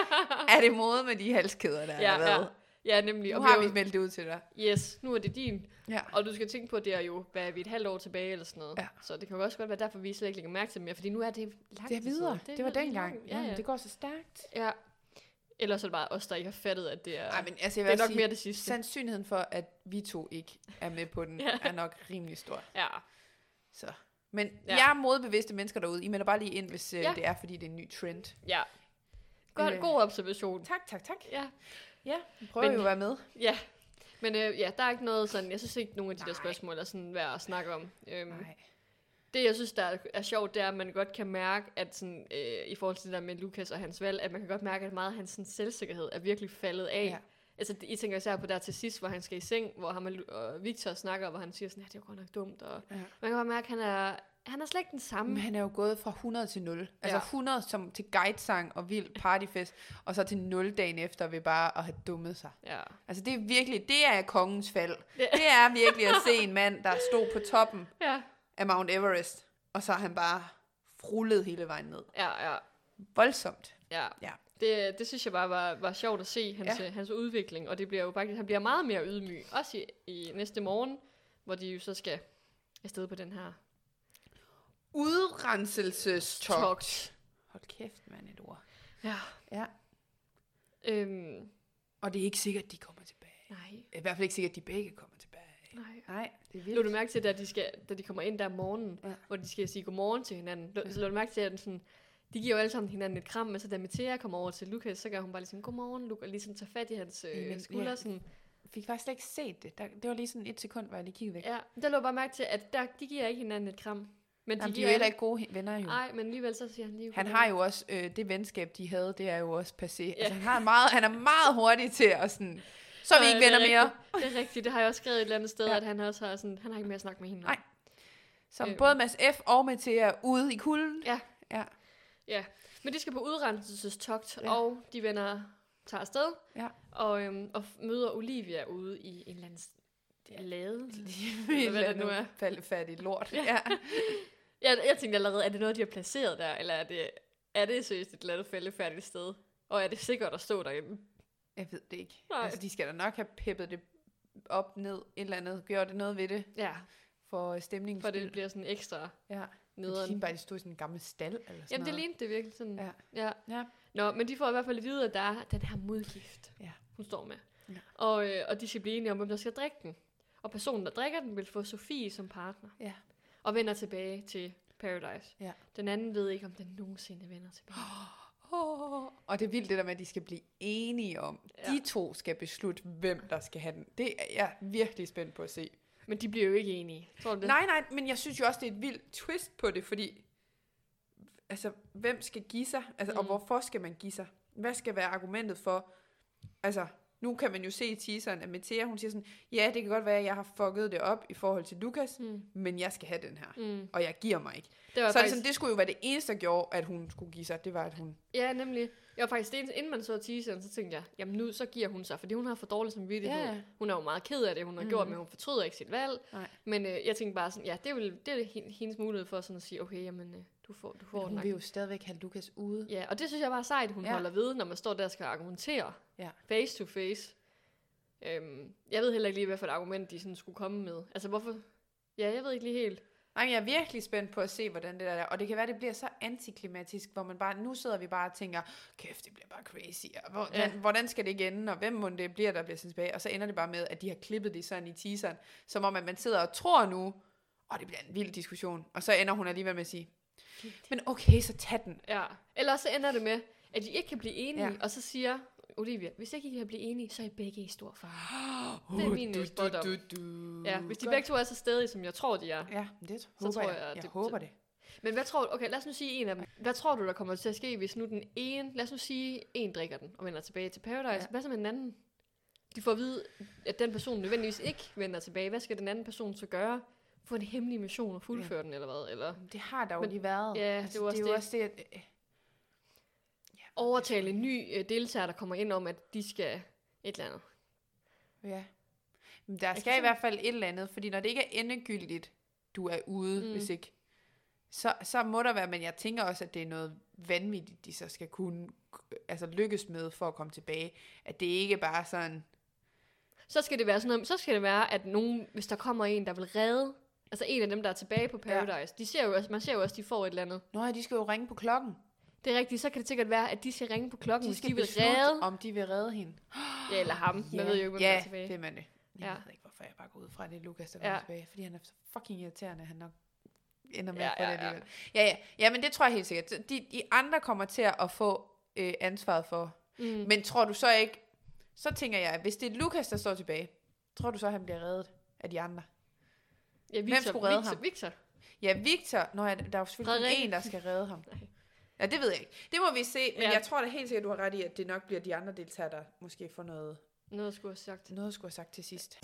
Speaker 2: er det mode med de halskæder, der
Speaker 1: Ja,
Speaker 2: er hvad?
Speaker 1: ja. ja nemlig.
Speaker 2: Nu
Speaker 1: Og
Speaker 2: har vi
Speaker 1: jo,
Speaker 2: meldt det ud til dig.
Speaker 1: yes, nu er det din.
Speaker 2: Ja.
Speaker 1: Og du skal tænke på, at det er jo, hvad er vi, et halvt år tilbage eller sådan noget.
Speaker 2: Ja.
Speaker 1: Så det kan jo også godt være derfor, vi slet ikke lægger mærke til det mere, fordi nu er det langt
Speaker 2: Det er
Speaker 1: tid siden.
Speaker 2: videre.
Speaker 1: er
Speaker 2: Det var
Speaker 1: virkelig
Speaker 2: dengang.
Speaker 1: langt. Ja, ja.
Speaker 2: Det går så stærkt.
Speaker 1: ja. Ellers er det bare os, der ikke har fattet, at det er...
Speaker 2: Ej, men altså, jeg vil
Speaker 1: det er
Speaker 2: også
Speaker 1: nok
Speaker 2: sige,
Speaker 1: mere det sidste.
Speaker 2: sandsynligheden for, at vi to ikke er med på den,
Speaker 1: Ja.
Speaker 2: er nok rimelig stor.
Speaker 1: Ja.
Speaker 2: Så. Men ja.
Speaker 1: Ja.
Speaker 2: jeg er modbevidste mennesker derude. I melder bare lige ind, hvis øh, ja.
Speaker 1: Ja.
Speaker 2: det er, fordi det er en ny trend.
Speaker 1: Ja. God,
Speaker 2: Øh.
Speaker 1: god observation.
Speaker 2: Tak, tak, tak.
Speaker 1: Ja.
Speaker 2: Ja, vi prøver
Speaker 1: Men-
Speaker 2: jo at være med.
Speaker 1: Ja. Men øh, ja, der er ikke noget sådan, jeg synes ikke, nogen af de der
Speaker 2: Nej.
Speaker 1: spørgsmål er sådan værd at snakke om. Øhm,
Speaker 2: Nej.
Speaker 1: det, jeg synes, der er, er sjovt, det er, at man godt kan mærke, at sådan, øh, i forhold til det der med Lukas og hans valg, at man kan godt mærke, at meget af hans sådan, selvsikkerhed er virkelig faldet af.
Speaker 2: Ja.
Speaker 1: Ja. Altså, det- I tænker især på der til sidst, hvor han skal i seng, hvor ham og Lu- og Victor snakker, hvor han siger sådan, ja, det var godt nok dumt. Og
Speaker 2: Ja.
Speaker 1: ja. Man kan bare mærke, at han er, han er slet ikke den
Speaker 2: Men
Speaker 1: samme.
Speaker 2: han er jo gået fra 100 til 0. Altså
Speaker 1: Ja.
Speaker 2: 100 som til guidesang og vild partyfest, og så til 0 dagen efter ved bare at have dummet sig.
Speaker 1: Ja.
Speaker 2: Altså det er virkelig, det er kongens fald. Det er virkelig at se en mand, der stod på toppen
Speaker 1: Ja.
Speaker 2: af Mount Everest, og så er han bare frullet hele vejen ned.
Speaker 1: Ja, ja,
Speaker 2: Voldsomt.
Speaker 1: ja.
Speaker 2: Ja.
Speaker 1: Det, det synes jeg bare var, var sjovt at se, hans, ja. hans udvikling, og det bliver jo faktisk, han bliver meget mere ydmyg, også i, i næste morgen, hvor de jo så skal afsted på den her
Speaker 2: Udrenselsestogt.
Speaker 1: togt.
Speaker 2: Hold kæft, mand, et ord.
Speaker 1: Ja.
Speaker 2: Ja.
Speaker 1: Øhm,
Speaker 2: Og det er ikke sikkert, de kommer tilbage.
Speaker 1: nej,
Speaker 2: I hvert fald ikke sikkert, at de begge kommer tilbage.
Speaker 1: nej.
Speaker 2: Nej, det er
Speaker 1: Lå
Speaker 2: vildt.
Speaker 1: du mærke til, da de, skal, da de kommer ind der om morgenen,
Speaker 2: Ja.
Speaker 1: ja. hvor de skal sige godmorgen til hinanden? Lå, så lå du mærke til, at den sådan, de giver jo alle sammen hinanden et kram, men så da Metea kommer over til Lukas, så gør hun bare ligesom, godmorgen, Lukas, og ligesom tager fat i hans
Speaker 2: Ja,
Speaker 1: øh,
Speaker 2: men-
Speaker 1: skulder.
Speaker 2: ja.
Speaker 1: Ja. Sådan.
Speaker 2: fik faktisk slet ikke set det. Der, det var lige sådan et sekund, hvor jeg lige kiggede væk.
Speaker 1: Ja, men der lå bare mærke til, at der, de giver ikke hinanden et kram. Men
Speaker 2: Jamen, de er
Speaker 1: giver
Speaker 2: jo heller ikke gode he- venner, jo.
Speaker 1: Nej, men alligevel så siger han lige...
Speaker 2: Han har jo også, øh, det venskab, de havde, det er jo også passé. Ja.
Speaker 1: Ja.
Speaker 2: Altså, han, har meget, han er meget hurtig til at sådan, så er vi
Speaker 1: "Godmorgen."
Speaker 2: ikke venner
Speaker 1: det er
Speaker 2: mere.
Speaker 1: rigtigt. Det er rigtigt, det har jeg også skrevet et eller andet sted,
Speaker 2: Ja.
Speaker 1: ja. at han også har sådan, han har ikke mere at snakke med hende. om.
Speaker 2: Nej. Som
Speaker 1: Øh.
Speaker 2: både Mads F. og Mathia er ude i kulden.
Speaker 1: Ja.
Speaker 2: ja.
Speaker 1: Men de skal på udrenselsestogt,
Speaker 2: Ja.
Speaker 1: ja. og de vender, tager afsted,
Speaker 2: Ja.
Speaker 1: og, øhm, og f- møder Olivia ude i en eller anden s-
Speaker 2: Ja.
Speaker 1: lade.
Speaker 2: Eller
Speaker 1: hvad det nu er.
Speaker 2: Falde fat i lort. Ja. ja.
Speaker 1: Jeg, jeg tænkte allerede, er det noget, de har placeret der, eller er det, er det seriøst et eller andet fældefærdigt sted? Og er det sikkert at stå derhjemme?
Speaker 2: Jeg ved det ikke.
Speaker 1: Nej.
Speaker 2: Altså, de skal da nok have peppet det op, ned, et eller andet. Gjort det noget ved det
Speaker 1: Ja,
Speaker 2: for øh, stemningen.
Speaker 1: for det bliver sådan ekstra
Speaker 2: Ja. Det
Speaker 1: nederen.
Speaker 2: lignede bare, at de stod i sådan en gammel stald. Eller sådan
Speaker 1: Jamen, det
Speaker 2: noget.
Speaker 1: lignede det virkelig sådan.
Speaker 2: Ja.
Speaker 1: ja.
Speaker 2: Ja.
Speaker 1: Nå, men de får i hvert fald at vide, at der er den her modgift,
Speaker 2: Ja.
Speaker 1: hun står med.
Speaker 2: Ja.
Speaker 1: Og, øh, og de skal blive enige om, hvem der skal drikke den. Og personen, der drikker den, vil få Sofie som partner.
Speaker 2: Ja.
Speaker 1: Og vender tilbage til Paradise.
Speaker 2: Ja.
Speaker 1: Den anden ved ikke, om den nogensinde vender tilbage.
Speaker 2: Åh, Og det er vildt det der med, at de skal blive enige om. Ja.
Speaker 1: Ja.
Speaker 2: De to skal beslutte, hvem der skal have den. Det er jeg virkelig spændt på at se.
Speaker 1: Men de bliver jo ikke enige. Tror du det?
Speaker 2: Nej, nej, men jeg synes jo også, det er et vildt twist på det, fordi... Altså, hvem skal give sig? Altså, mm. Og
Speaker 1: Mm.
Speaker 2: hvorfor skal man give sig? Hvad skal være argumentet for... Altså, nu kan man jo se i teaseren, at Metea, hun siger sådan, ja, det kan godt være, at jeg har fucket det op i forhold til Lukas,
Speaker 1: Mm.
Speaker 2: men jeg skal have den her,
Speaker 1: Mm.
Speaker 2: og jeg giver mig ikke.
Speaker 1: Det var
Speaker 2: Så
Speaker 1: så
Speaker 2: er
Speaker 1: faktisk,
Speaker 2: det, sådan,
Speaker 1: det...
Speaker 2: det skulle jo være det eneste, der gjorde, at hun skulle give sig. Det var, at hun...
Speaker 1: Ja, nemlig. Jeg var faktisk, det eneste- inden man så teaseren, så tænkte jeg, jamen nu så giver hun sig, fordi hun har for dårlig samvittighed.
Speaker 2: Ja.
Speaker 1: Hun er jo meget ked af det, hun har mm. gjort, men hun fortryder ikke sit valg.
Speaker 2: Nej.
Speaker 1: Men øh, jeg tænkte bare sådan, ja, det er, vel, det er hen- hendes mulighed for sådan at sige, okay, jamen, øh, du får, du får den. nok.
Speaker 2: stadigvæk have Lukas ude.
Speaker 1: Ja, og det synes jeg bare er sejt, hun
Speaker 2: Ja.
Speaker 1: ja. holder ved, når man står der og skal argumentere
Speaker 2: Ja.
Speaker 1: face to face. Øhm, jeg ved heller ikke lige, hvad for et argument de sådan skulle komme med. Altså, hvorfor... Ja, jeg ved ikke lige helt.
Speaker 2: Nej, men jeg er virkelig spændt på at se, hvordan det der er. Og det kan være, det bliver så antiklimatisk, hvor man bare, nu sidder vi bare og tænker, kæft, det bliver bare crazy. Og hvordan, ja.
Speaker 1: Ja.
Speaker 2: hvordan skal det ikke ende, og hvem må det bliver, der bliver sendt tilbage? Og så ender det bare med, at de har klippet det sådan i teaseren, som om, at man sidder og tror nu, og det bliver en vild diskussion. Og så ender hun alligevel med at sige, men okay, så tag den.
Speaker 1: Ja. Ellers så ender det med, at de ikke kan blive enige,
Speaker 2: Ja.
Speaker 1: ja. og så siger Olivia, hvis ikke I kan blive enige, så er I begge i stor fare.
Speaker 2: Uh,
Speaker 1: min spådom.
Speaker 2: du.
Speaker 1: Ja, hvis de begge to er så stedige, som jeg tror, de er.
Speaker 2: Ja, det håber
Speaker 1: Så tror
Speaker 2: jeg.
Speaker 1: jeg,
Speaker 2: Jeg,
Speaker 1: det-
Speaker 2: håber det.
Speaker 1: Men hvad tror du, okay, lad os nu sige en af dem. Hvad tror du, der kommer til at ske, hvis nu den ene, lad os nu sige, en drikker den og vender tilbage til Paradise.
Speaker 2: Ja.
Speaker 1: Ja. Hvad så med den anden? De får at vide, at den person nødvendigvis ikke vender tilbage. Hvad skal den anden person så gøre? Få en hemmelig mission og fuldføre ja. den, eller hvad? Eller
Speaker 2: Det har der jo
Speaker 1: Men-
Speaker 2: lige været. Altså,
Speaker 1: Ja, det var
Speaker 2: det
Speaker 1: også
Speaker 2: er jo
Speaker 1: det.
Speaker 2: også det, at, øh,
Speaker 1: overtale en ny øh, deltager, der kommer ind om, at de skal et eller andet.
Speaker 2: øh, Ja. Men der
Speaker 1: kan
Speaker 2: skal i
Speaker 1: sim-
Speaker 2: hvert fald et eller andet, fordi når det ikke er endegyldigt, du er ude, mm.
Speaker 1: Mm.
Speaker 2: hvis ikke, så, så må der være, men jeg tænker også, at det er noget vanvittigt, de så skal kunne altså lykkes med for at komme tilbage. At det ikke bare sådan,
Speaker 1: Så skal det være sådan noget, så skal det være, at nogen, hvis der kommer en, der vil redde, altså en af dem, der er tilbage på
Speaker 2: Ja.
Speaker 1: Paradise, ja. de ser jo også, man ser jo også, at de får et eller andet.
Speaker 2: nå ja, de skal jo ringe på klokken.
Speaker 1: Det er rigtigt, så kan det sikkert være, at de skal ringe på klokken,
Speaker 2: De
Speaker 1: hvis
Speaker 2: skal
Speaker 1: de vil
Speaker 2: beslutte,
Speaker 1: redde.
Speaker 2: om de vil redde hende.
Speaker 1: Ja, eller ham. Yeah. Man ved jo ikke, hvem
Speaker 2: ja,
Speaker 1: der er tilbage.
Speaker 2: det er man det. Jeg
Speaker 1: Ja.
Speaker 2: ved ikke, hvorfor jeg bare går ud fra, at det er Lukas, der kommer
Speaker 1: Ja.
Speaker 2: tilbage. Fordi han er så fucking irriterende, at han nok ender med
Speaker 1: Ja,
Speaker 2: at få
Speaker 1: ja,
Speaker 2: det
Speaker 1: ja.
Speaker 2: alligevel. Ja, ja. ja, men det tror jeg helt sikkert. Så De, de andre kommer til at få øh, ansvaret for. Mm. Men tror du så ikke... Så tænker jeg, at hvis det er Lukas, der står tilbage, tror du så, han bliver reddet af de andre?
Speaker 1: Ja, Victor,
Speaker 2: skulle redde
Speaker 1: Victor,
Speaker 2: ham?
Speaker 1: Victor.
Speaker 2: Ja, Victor... Nå, ja, der er jo selvfølgelig kun
Speaker 1: Frederik.
Speaker 2: en, der skal redde ham.
Speaker 1: Nej.
Speaker 2: Ja, det ved jeg ikke. Det må vi se, men ja.
Speaker 1: Ja.
Speaker 2: jeg tror da helt sikkert, du har ret i, at det nok bliver de andre deltagere, der måske får noget,
Speaker 1: Noget jeg skulle have sagt.
Speaker 2: noget at skulle have sagt til sidst.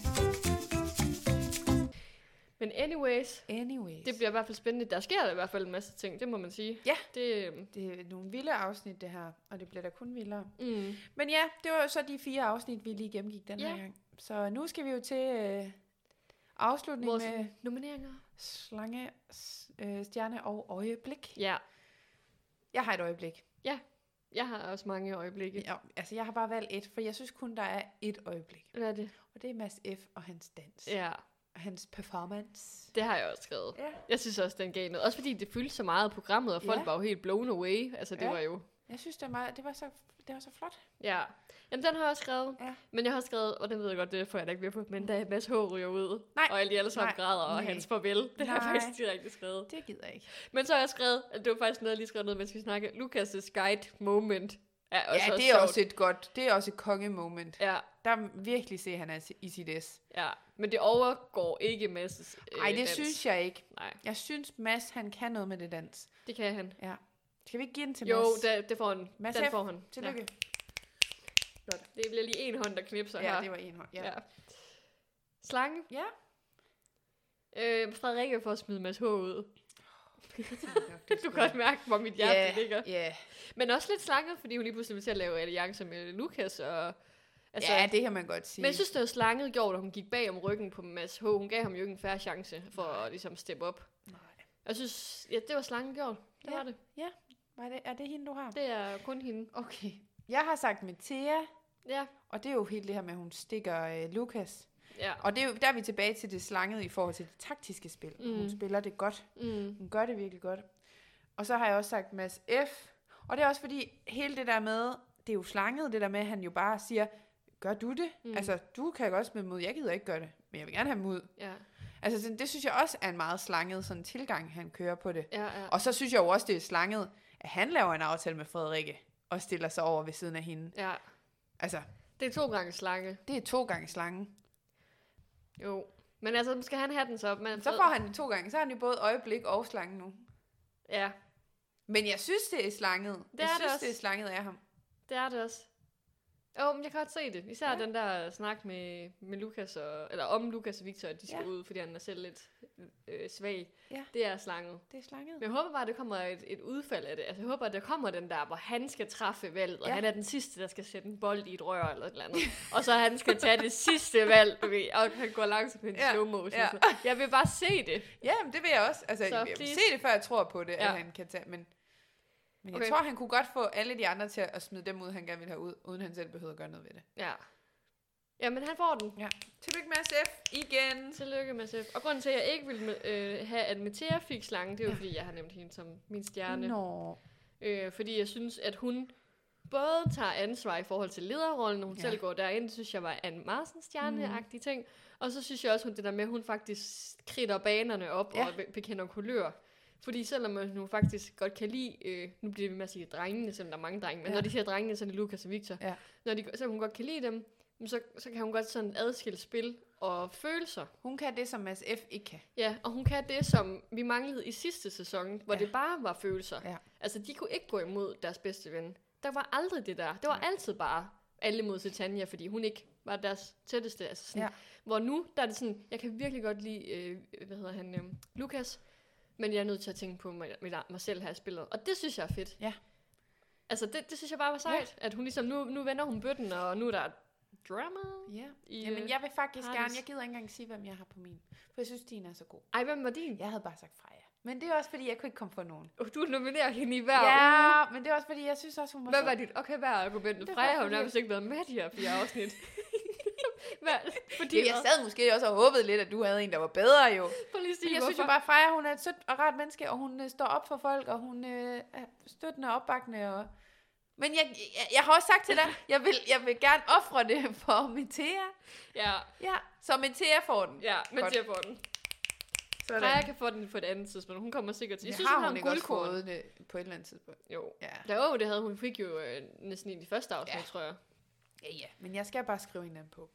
Speaker 1: Men anyways,
Speaker 2: Anyways.
Speaker 1: det bliver i hvert fald spændende. Der sker i hvert fald en masse ting, det må man sige.
Speaker 2: Ja.
Speaker 1: Det, øhm,
Speaker 2: Det er nogle vilde afsnit, det her, og det bliver da kun vildere.
Speaker 1: mm,
Speaker 2: Men ja, det var jo så de fire afsnit, vi lige gennemgik den her
Speaker 1: Ja.
Speaker 2: gang. Så nu skal vi jo til øh, afslutning
Speaker 1: vores
Speaker 2: med
Speaker 1: nomineringer.
Speaker 2: slange, s- øh, stjerne og øjeblik.
Speaker 1: Ja.
Speaker 2: Jeg har et øjeblik.
Speaker 1: Ja. Jeg har også mange øjeblikke.
Speaker 2: Ja, altså, jeg har bare valgt et, for jeg synes kun, der er et øjeblik.
Speaker 1: Hvad er det?
Speaker 2: Og det er Mads F. og hans dans.
Speaker 1: Ja,
Speaker 2: Og hans performance.
Speaker 1: det har jeg også skrevet.
Speaker 2: Ja.
Speaker 1: Jeg synes også, den gav noget. Også fordi det fyldte så meget af programmet, og folk
Speaker 2: Ja.
Speaker 1: var jo helt blown away. Altså, det
Speaker 2: Ja.
Speaker 1: var jo...
Speaker 2: Jeg synes, det var, meget, det var, så, det var så flot.
Speaker 1: Ja. Jamen, den har jeg også skrevet.
Speaker 2: Ja.
Speaker 1: Men jeg har også skrevet, og den ved jeg godt, det får jeg da ikke mere på, men da Mads H. ryger ud,
Speaker 2: Nej.
Speaker 1: og alle de alle sammen
Speaker 2: Nej.
Speaker 1: græder, og
Speaker 2: Nej.
Speaker 1: hans farvel, det har jeg
Speaker 2: Nej.
Speaker 1: faktisk direkte skrevet.
Speaker 2: Det gider jeg ikke.
Speaker 1: Men så har jeg skrevet, at det var faktisk noget, jeg lige skrev ned, mens vi snakkede. Lukas' guide moment er også
Speaker 2: Ja,
Speaker 1: også
Speaker 2: det er
Speaker 1: sjovt.
Speaker 2: også et godt, det er også et kongemoment.
Speaker 1: Ja,
Speaker 2: Der er virkelig se, at han er i sit S.
Speaker 1: ja. Men det overgår ikke Mads' øh,
Speaker 2: Ej, det synes jeg ikke.
Speaker 1: Nej,
Speaker 2: Jeg synes, Mads, han kan noget med det dans.
Speaker 1: det kan han.
Speaker 2: Ja. Skal vi ikke give den til
Speaker 1: Jo,
Speaker 2: Mads?
Speaker 1: det, det får han.
Speaker 2: Mads
Speaker 1: den
Speaker 2: F.
Speaker 1: får han.
Speaker 2: Tillykke.
Speaker 1: Ja. Det bliver lige en hånd, der knipser
Speaker 2: Ja,
Speaker 1: her.
Speaker 2: det var en hånd. Ja.
Speaker 1: ja. Slange.
Speaker 2: ja.
Speaker 1: Øh, Frederikke får smidt Mads H. ud. Du
Speaker 2: Du
Speaker 1: kan godt mærke, hvor mit hjerte yeah. ligger.
Speaker 2: Ja,
Speaker 1: Men også lidt slanget, fordi hun lige pludselig blev til at lave alliancer med Lukas. Og, altså,
Speaker 2: ja, det kan man godt sige.
Speaker 1: Men jeg synes, det var slanget gjort, at hun gik bag om ryggen på Mads H. Hun gav ham jo ikke en færre chance for at ligesom steppe op.
Speaker 2: Nej.
Speaker 1: Jeg synes, ja, det var slangen gjort. Det
Speaker 2: Ja.
Speaker 1: var det.
Speaker 2: Var det, er det hende, du har?
Speaker 1: Det er kun hende.
Speaker 2: Okay. Jeg har sagt med Thea,
Speaker 1: Ja,
Speaker 2: og det er jo helt det her med, at hun stikker øh, Lukas.
Speaker 1: ja.
Speaker 2: Og det er jo, der er vi tilbage til det slangede i forhold til det taktiske spil. Mm. Hun
Speaker 1: Mm.
Speaker 2: spiller det godt.
Speaker 1: Mm.
Speaker 2: Hun gør det virkelig godt. Og så har jeg også sagt Mads F. Og det er også fordi, hele det der med, det er jo slanget, det der med, at han jo bare siger, gør du det? Mm.
Speaker 1: Mm.
Speaker 2: Altså, du kan godt smide dem ud. Jeg gider ikke gøre det, men jeg vil gerne have dem ud.
Speaker 1: Ja,
Speaker 2: Altså, sådan, det synes jeg også er en meget slanget sådan, tilgang, han kører på det.
Speaker 1: ja, ja.
Speaker 2: Og så synes jeg jo også, det er slanget, at han laver en aftale med Frederikke og stiller sig over ved siden af hende.
Speaker 1: ja.
Speaker 2: Altså,
Speaker 1: Det er to gange slange.
Speaker 2: det er to gange slangen.
Speaker 1: Jo. Men altså, skal han have den så? Men
Speaker 2: Så får han det to gange. Så har han jo både øjeblik og slangen nu.
Speaker 1: Ja,
Speaker 2: Men jeg synes, det er slanget.
Speaker 1: Det
Speaker 2: jeg
Speaker 1: er det
Speaker 2: synes,
Speaker 1: også.
Speaker 2: det er slanget af ham.
Speaker 1: det er det også. Jo, men jeg kan godt se det. Især
Speaker 2: Ja.
Speaker 1: ja. den der snak med, med Lukas og, eller om Lukas og Victor, at de skal
Speaker 2: Ja.
Speaker 1: ja. ud, fordi han er selv lidt øh, svag.
Speaker 2: Ja.
Speaker 1: Det er slanget.
Speaker 2: Det er slanget.
Speaker 1: Men jeg håber bare, at der kommer et, et udfald af det. Altså, jeg håber, at der kommer den der, hvor han skal træffe valget, og
Speaker 2: Ja.
Speaker 1: ja. han er den sidste, der skal sætte en bold i et rør eller et eller andet. og så han skal tage det sidste valg, du ved, og han går langsomt med en
Speaker 2: Ja,
Speaker 1: ja. slow motion.
Speaker 2: ja.
Speaker 1: Ja. Jeg vil bare se det.
Speaker 2: Ja, men det vil jeg også. Altså,
Speaker 1: Så
Speaker 2: jeg vil
Speaker 1: please.
Speaker 2: se det, før jeg tror på det, ja.
Speaker 1: Ja.
Speaker 2: at han kan tage. Men, men jeg
Speaker 1: Okay.
Speaker 2: tror, han kunne godt få alle de andre til at smide dem ud, han gerne vil have ud, uden han selv behøver at gøre noget ved det.
Speaker 1: Ja. Jamen, han får den.
Speaker 2: Tillykke med SF igen.
Speaker 1: Tillykke med SF. Og grunden til, at jeg ikke ville øh, have, at Mathia fik slangen, det er jo, fordi jeg har nævnt hende som min stjerne.
Speaker 2: Nå.
Speaker 1: Øh, fordi jeg synes, at hun både tager ansvar i forhold til lederrollen, når hun
Speaker 2: Ja.
Speaker 1: ja. selv går derind, det synes jeg var en meget sådan stjerneagtig mm. ting. Og så synes jeg også, hun det der med, at hun faktisk kridter banerne op
Speaker 2: Ja.
Speaker 1: ja. og be- bekender kulør. Fordi selvom man nu faktisk godt kan lide, øh, nu bliver vi med at sige drengene, selvom der er mange drenge, men
Speaker 2: Ja.
Speaker 1: ja. når de siger drengene, så er det Lukas og Victor.
Speaker 2: Ja.
Speaker 1: Når de, selvom hun godt kan lide dem, jamen så, så kan hun godt sådan adskille spil og følelser.
Speaker 2: Hun kan det, som Mads F. ikke kan.
Speaker 1: Ja, og hun kan det, som vi manglede i sidste sæson, hvor
Speaker 2: Ja.
Speaker 1: ja. det bare var følelser.
Speaker 2: Ja.
Speaker 1: Altså, de kunne ikke gå imod deres bedste ven. Der var aldrig det der. Det var altid bare alle mod Titania, fordi hun ikke var deres tætteste. Altså sådan,
Speaker 2: Ja.
Speaker 1: ja. Hvor nu, der er det sådan, jeg kan virkelig godt lide, øh, hvad hedder han, øh, Lukas, men jeg er nødt til at tænke på mig, mig, mig selv her i spillet. Og det synes jeg er fedt.
Speaker 2: Ja.
Speaker 1: Altså, det, det synes jeg bare var sejt, ja. at hun ligesom, nu, nu vender hun bøtten, og nu er der drama.
Speaker 2: Ja.
Speaker 1: I,
Speaker 2: Jamen, jeg vil faktisk
Speaker 1: Paradis.
Speaker 2: gerne, jeg gider ikke engang sige, hvem jeg har på min. For jeg synes, din er så god.
Speaker 1: øh, Ej, hvem var din?
Speaker 2: Jeg havde bare sagt Freja. Men det er også, fordi jeg kunne ikke komme for nogen.
Speaker 1: Uh, Du nominerer hende i hver uge.
Speaker 2: ja, men det er også, fordi jeg synes også, hun var
Speaker 1: Hvad
Speaker 2: så...
Speaker 1: var dit? Okay, hvad er argumentet?
Speaker 2: Det var
Speaker 1: Freja har jo
Speaker 2: fordi-
Speaker 1: nærmest ikke været med i de her fire afsnit. hvad? Fordi
Speaker 2: Fordi jeg sad måske også og håbede lidt, at du havde en, der var bedre jo.
Speaker 1: Prøv lige at sige,
Speaker 2: Fordi jeg synes jo bare, Freja, hun er et sødt og rart menneske, og hun øh, står op for folk, og hun øh, er støttende og opbakkende. Og... Men jeg, jeg, jeg, har også sagt til dig, jeg vil, jeg vil gerne ofre det for Metea.
Speaker 1: Ja,
Speaker 2: Ja, så Metea får den.
Speaker 1: ja, men
Speaker 2: Godt.
Speaker 1: til at få den. Freja kan få den på et andet tidspunkt. Hun kommer sikkert til.
Speaker 2: Jeg
Speaker 1: Jeg
Speaker 2: synes,
Speaker 1: synes, hun har en
Speaker 2: ikke også
Speaker 1: guldkorn.
Speaker 2: fået det på et eller andet tidspunkt.
Speaker 1: Jo.
Speaker 2: Ja.
Speaker 1: Ja, jo, det havde hun. Hun fik jo øh, næsten i de første afsnit,
Speaker 2: Ja.
Speaker 1: ja. tror jeg.
Speaker 2: ja, ja. Men jeg skal bare skrive en anden på.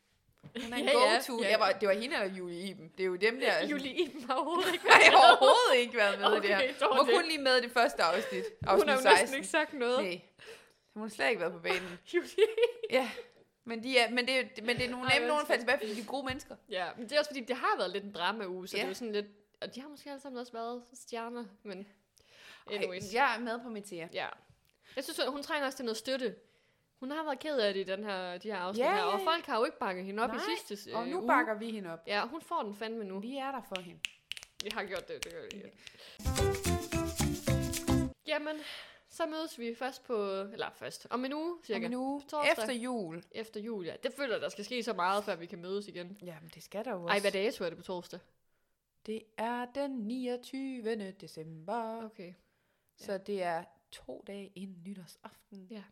Speaker 2: Hun er en
Speaker 1: Ja, ja,
Speaker 2: go-to.
Speaker 1: ja,
Speaker 2: Ja,
Speaker 1: ja.
Speaker 2: ja. Var, det var hende eller Julie Iben. Det er jo dem der.
Speaker 1: Ja, Julie Iben har altså- overhovedet ikke
Speaker 2: Nej, jeg har overhovedet ikke været med okay, i det her.
Speaker 1: Okay, dårligt.
Speaker 2: Hun var kun lige med i det første afsnit. afsnit
Speaker 1: Hun har jo
Speaker 2: 16.
Speaker 1: næsten ikke sagt noget.
Speaker 2: Nej. Hun har slet ikke været på banen.
Speaker 1: Julie.
Speaker 2: Ja. Men, de er, men, det, er- men det er nogle
Speaker 1: Ej,
Speaker 2: nemme nogen at
Speaker 1: undskyld.
Speaker 2: falde tilbage, fordi de er gode mennesker.
Speaker 1: Ja, men det er også fordi, det har været lidt en drama-uge, så
Speaker 2: Ja.
Speaker 1: det er jo sådan lidt... Og de har måske alle sammen også været stjerner, men... Anyways.
Speaker 2: Ej, jeg er med på Metea.
Speaker 1: Ja. Jeg synes, hun trænger også til noget støtte. Hun har været ked af det i den her, de her afsnit
Speaker 2: Ja,
Speaker 1: ja, her,
Speaker 2: ja,
Speaker 1: og
Speaker 2: ja.
Speaker 1: folk har jo ikke bakket hende op
Speaker 2: Nej,
Speaker 1: i sidste øh,
Speaker 2: Og nu
Speaker 1: uge.
Speaker 2: bakker vi hende op.
Speaker 1: Ja, hun får den fandme nu.
Speaker 2: Vi er der for hende.
Speaker 1: Vi har gjort det, det gør vi. Jamen, Så mødes vi først på, eller først, om en uge cirka.
Speaker 2: Om en uge.
Speaker 1: Torsdag.
Speaker 2: Efter jul.
Speaker 1: Efter jul, ja. Det føler jeg, der skal ske så meget, før vi kan mødes igen.
Speaker 2: Jamen, det skal der jo
Speaker 1: Ej, hvad dato er det på torsdag?
Speaker 2: Det er den 29. december.
Speaker 1: Okay.
Speaker 2: Så det er to dage inden nytårsaften.
Speaker 1: Ja.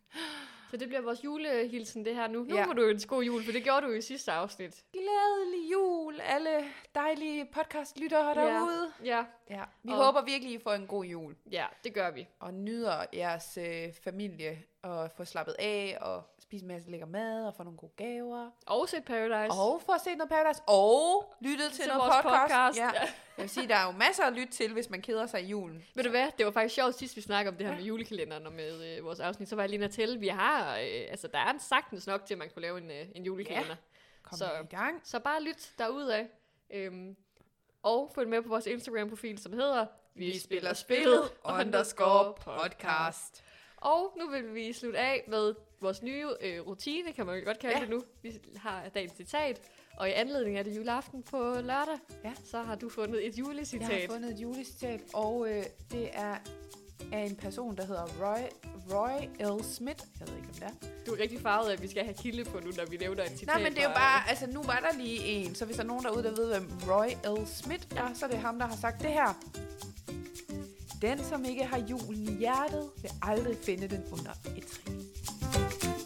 Speaker 1: Så det bliver vores julehilsen, det her nu. Nu
Speaker 2: Ja.
Speaker 1: må du ønske god jul, for det gjorde du i sidste afsnit.
Speaker 2: Glædelig jul, alle dejlige podcastlyttere derude.
Speaker 1: Ja,
Speaker 2: Ja. Vi
Speaker 1: Og-
Speaker 2: håber virkelig, I får en god jul.
Speaker 1: ja det gør vi.
Speaker 2: Og nyder jeres øh, familie og får slappet af og spise en masse lækker mad og få nogle gode gaver.
Speaker 1: Og set Paradise.
Speaker 2: Og for at se noget Paradise. Og lyttet til,
Speaker 1: Til
Speaker 2: noget
Speaker 1: vores
Speaker 2: podcast.
Speaker 1: podcast,
Speaker 2: Ja.
Speaker 1: ja.
Speaker 2: Jeg vil sige, der er jo masser at lytte til, hvis man keder sig i julen.
Speaker 1: Ved du hvad, det var faktisk sjovt sidst, vi snakkede om det her med julekalenderen og med øh, vores afsnit. Så var jeg lige nødt til, vi har, øh, altså der er en sagtens nok til, at man kunne lave en, øh, en julekalender.
Speaker 2: Kom
Speaker 1: Så-
Speaker 2: så. i gang.
Speaker 1: Så bare lyt derudad. Øhm, og følg med på vores Instagram-profil, som hedder Og nu vil vi slutte af med vores nye øh, rutine, kan man jo godt kalde ja.
Speaker 2: Ja.
Speaker 1: det nu. Vi har dagens citat, og i anledning af det juleaften på lørdag,
Speaker 2: Ja.
Speaker 1: ja. så har du fundet et
Speaker 2: Jeg har
Speaker 1: julecitat.
Speaker 2: fundet et julecitat, og øh, det er af en person, der hedder Roy, Roy L. Smith. Jeg ved ikke, om det er.
Speaker 1: Du er rigtig farvet af, at vi skal have kilde på nu, når vi nævner et citat.
Speaker 2: Nej, men det er jo
Speaker 1: fra- øh,
Speaker 2: bare, altså nu var der lige en, så hvis der er nogen derude, der ved, hvem Roy L. Smith er, så er det ham, der har sagt det her. Den, som ikke har julen i hjertet, vil aldrig finde den under et træ.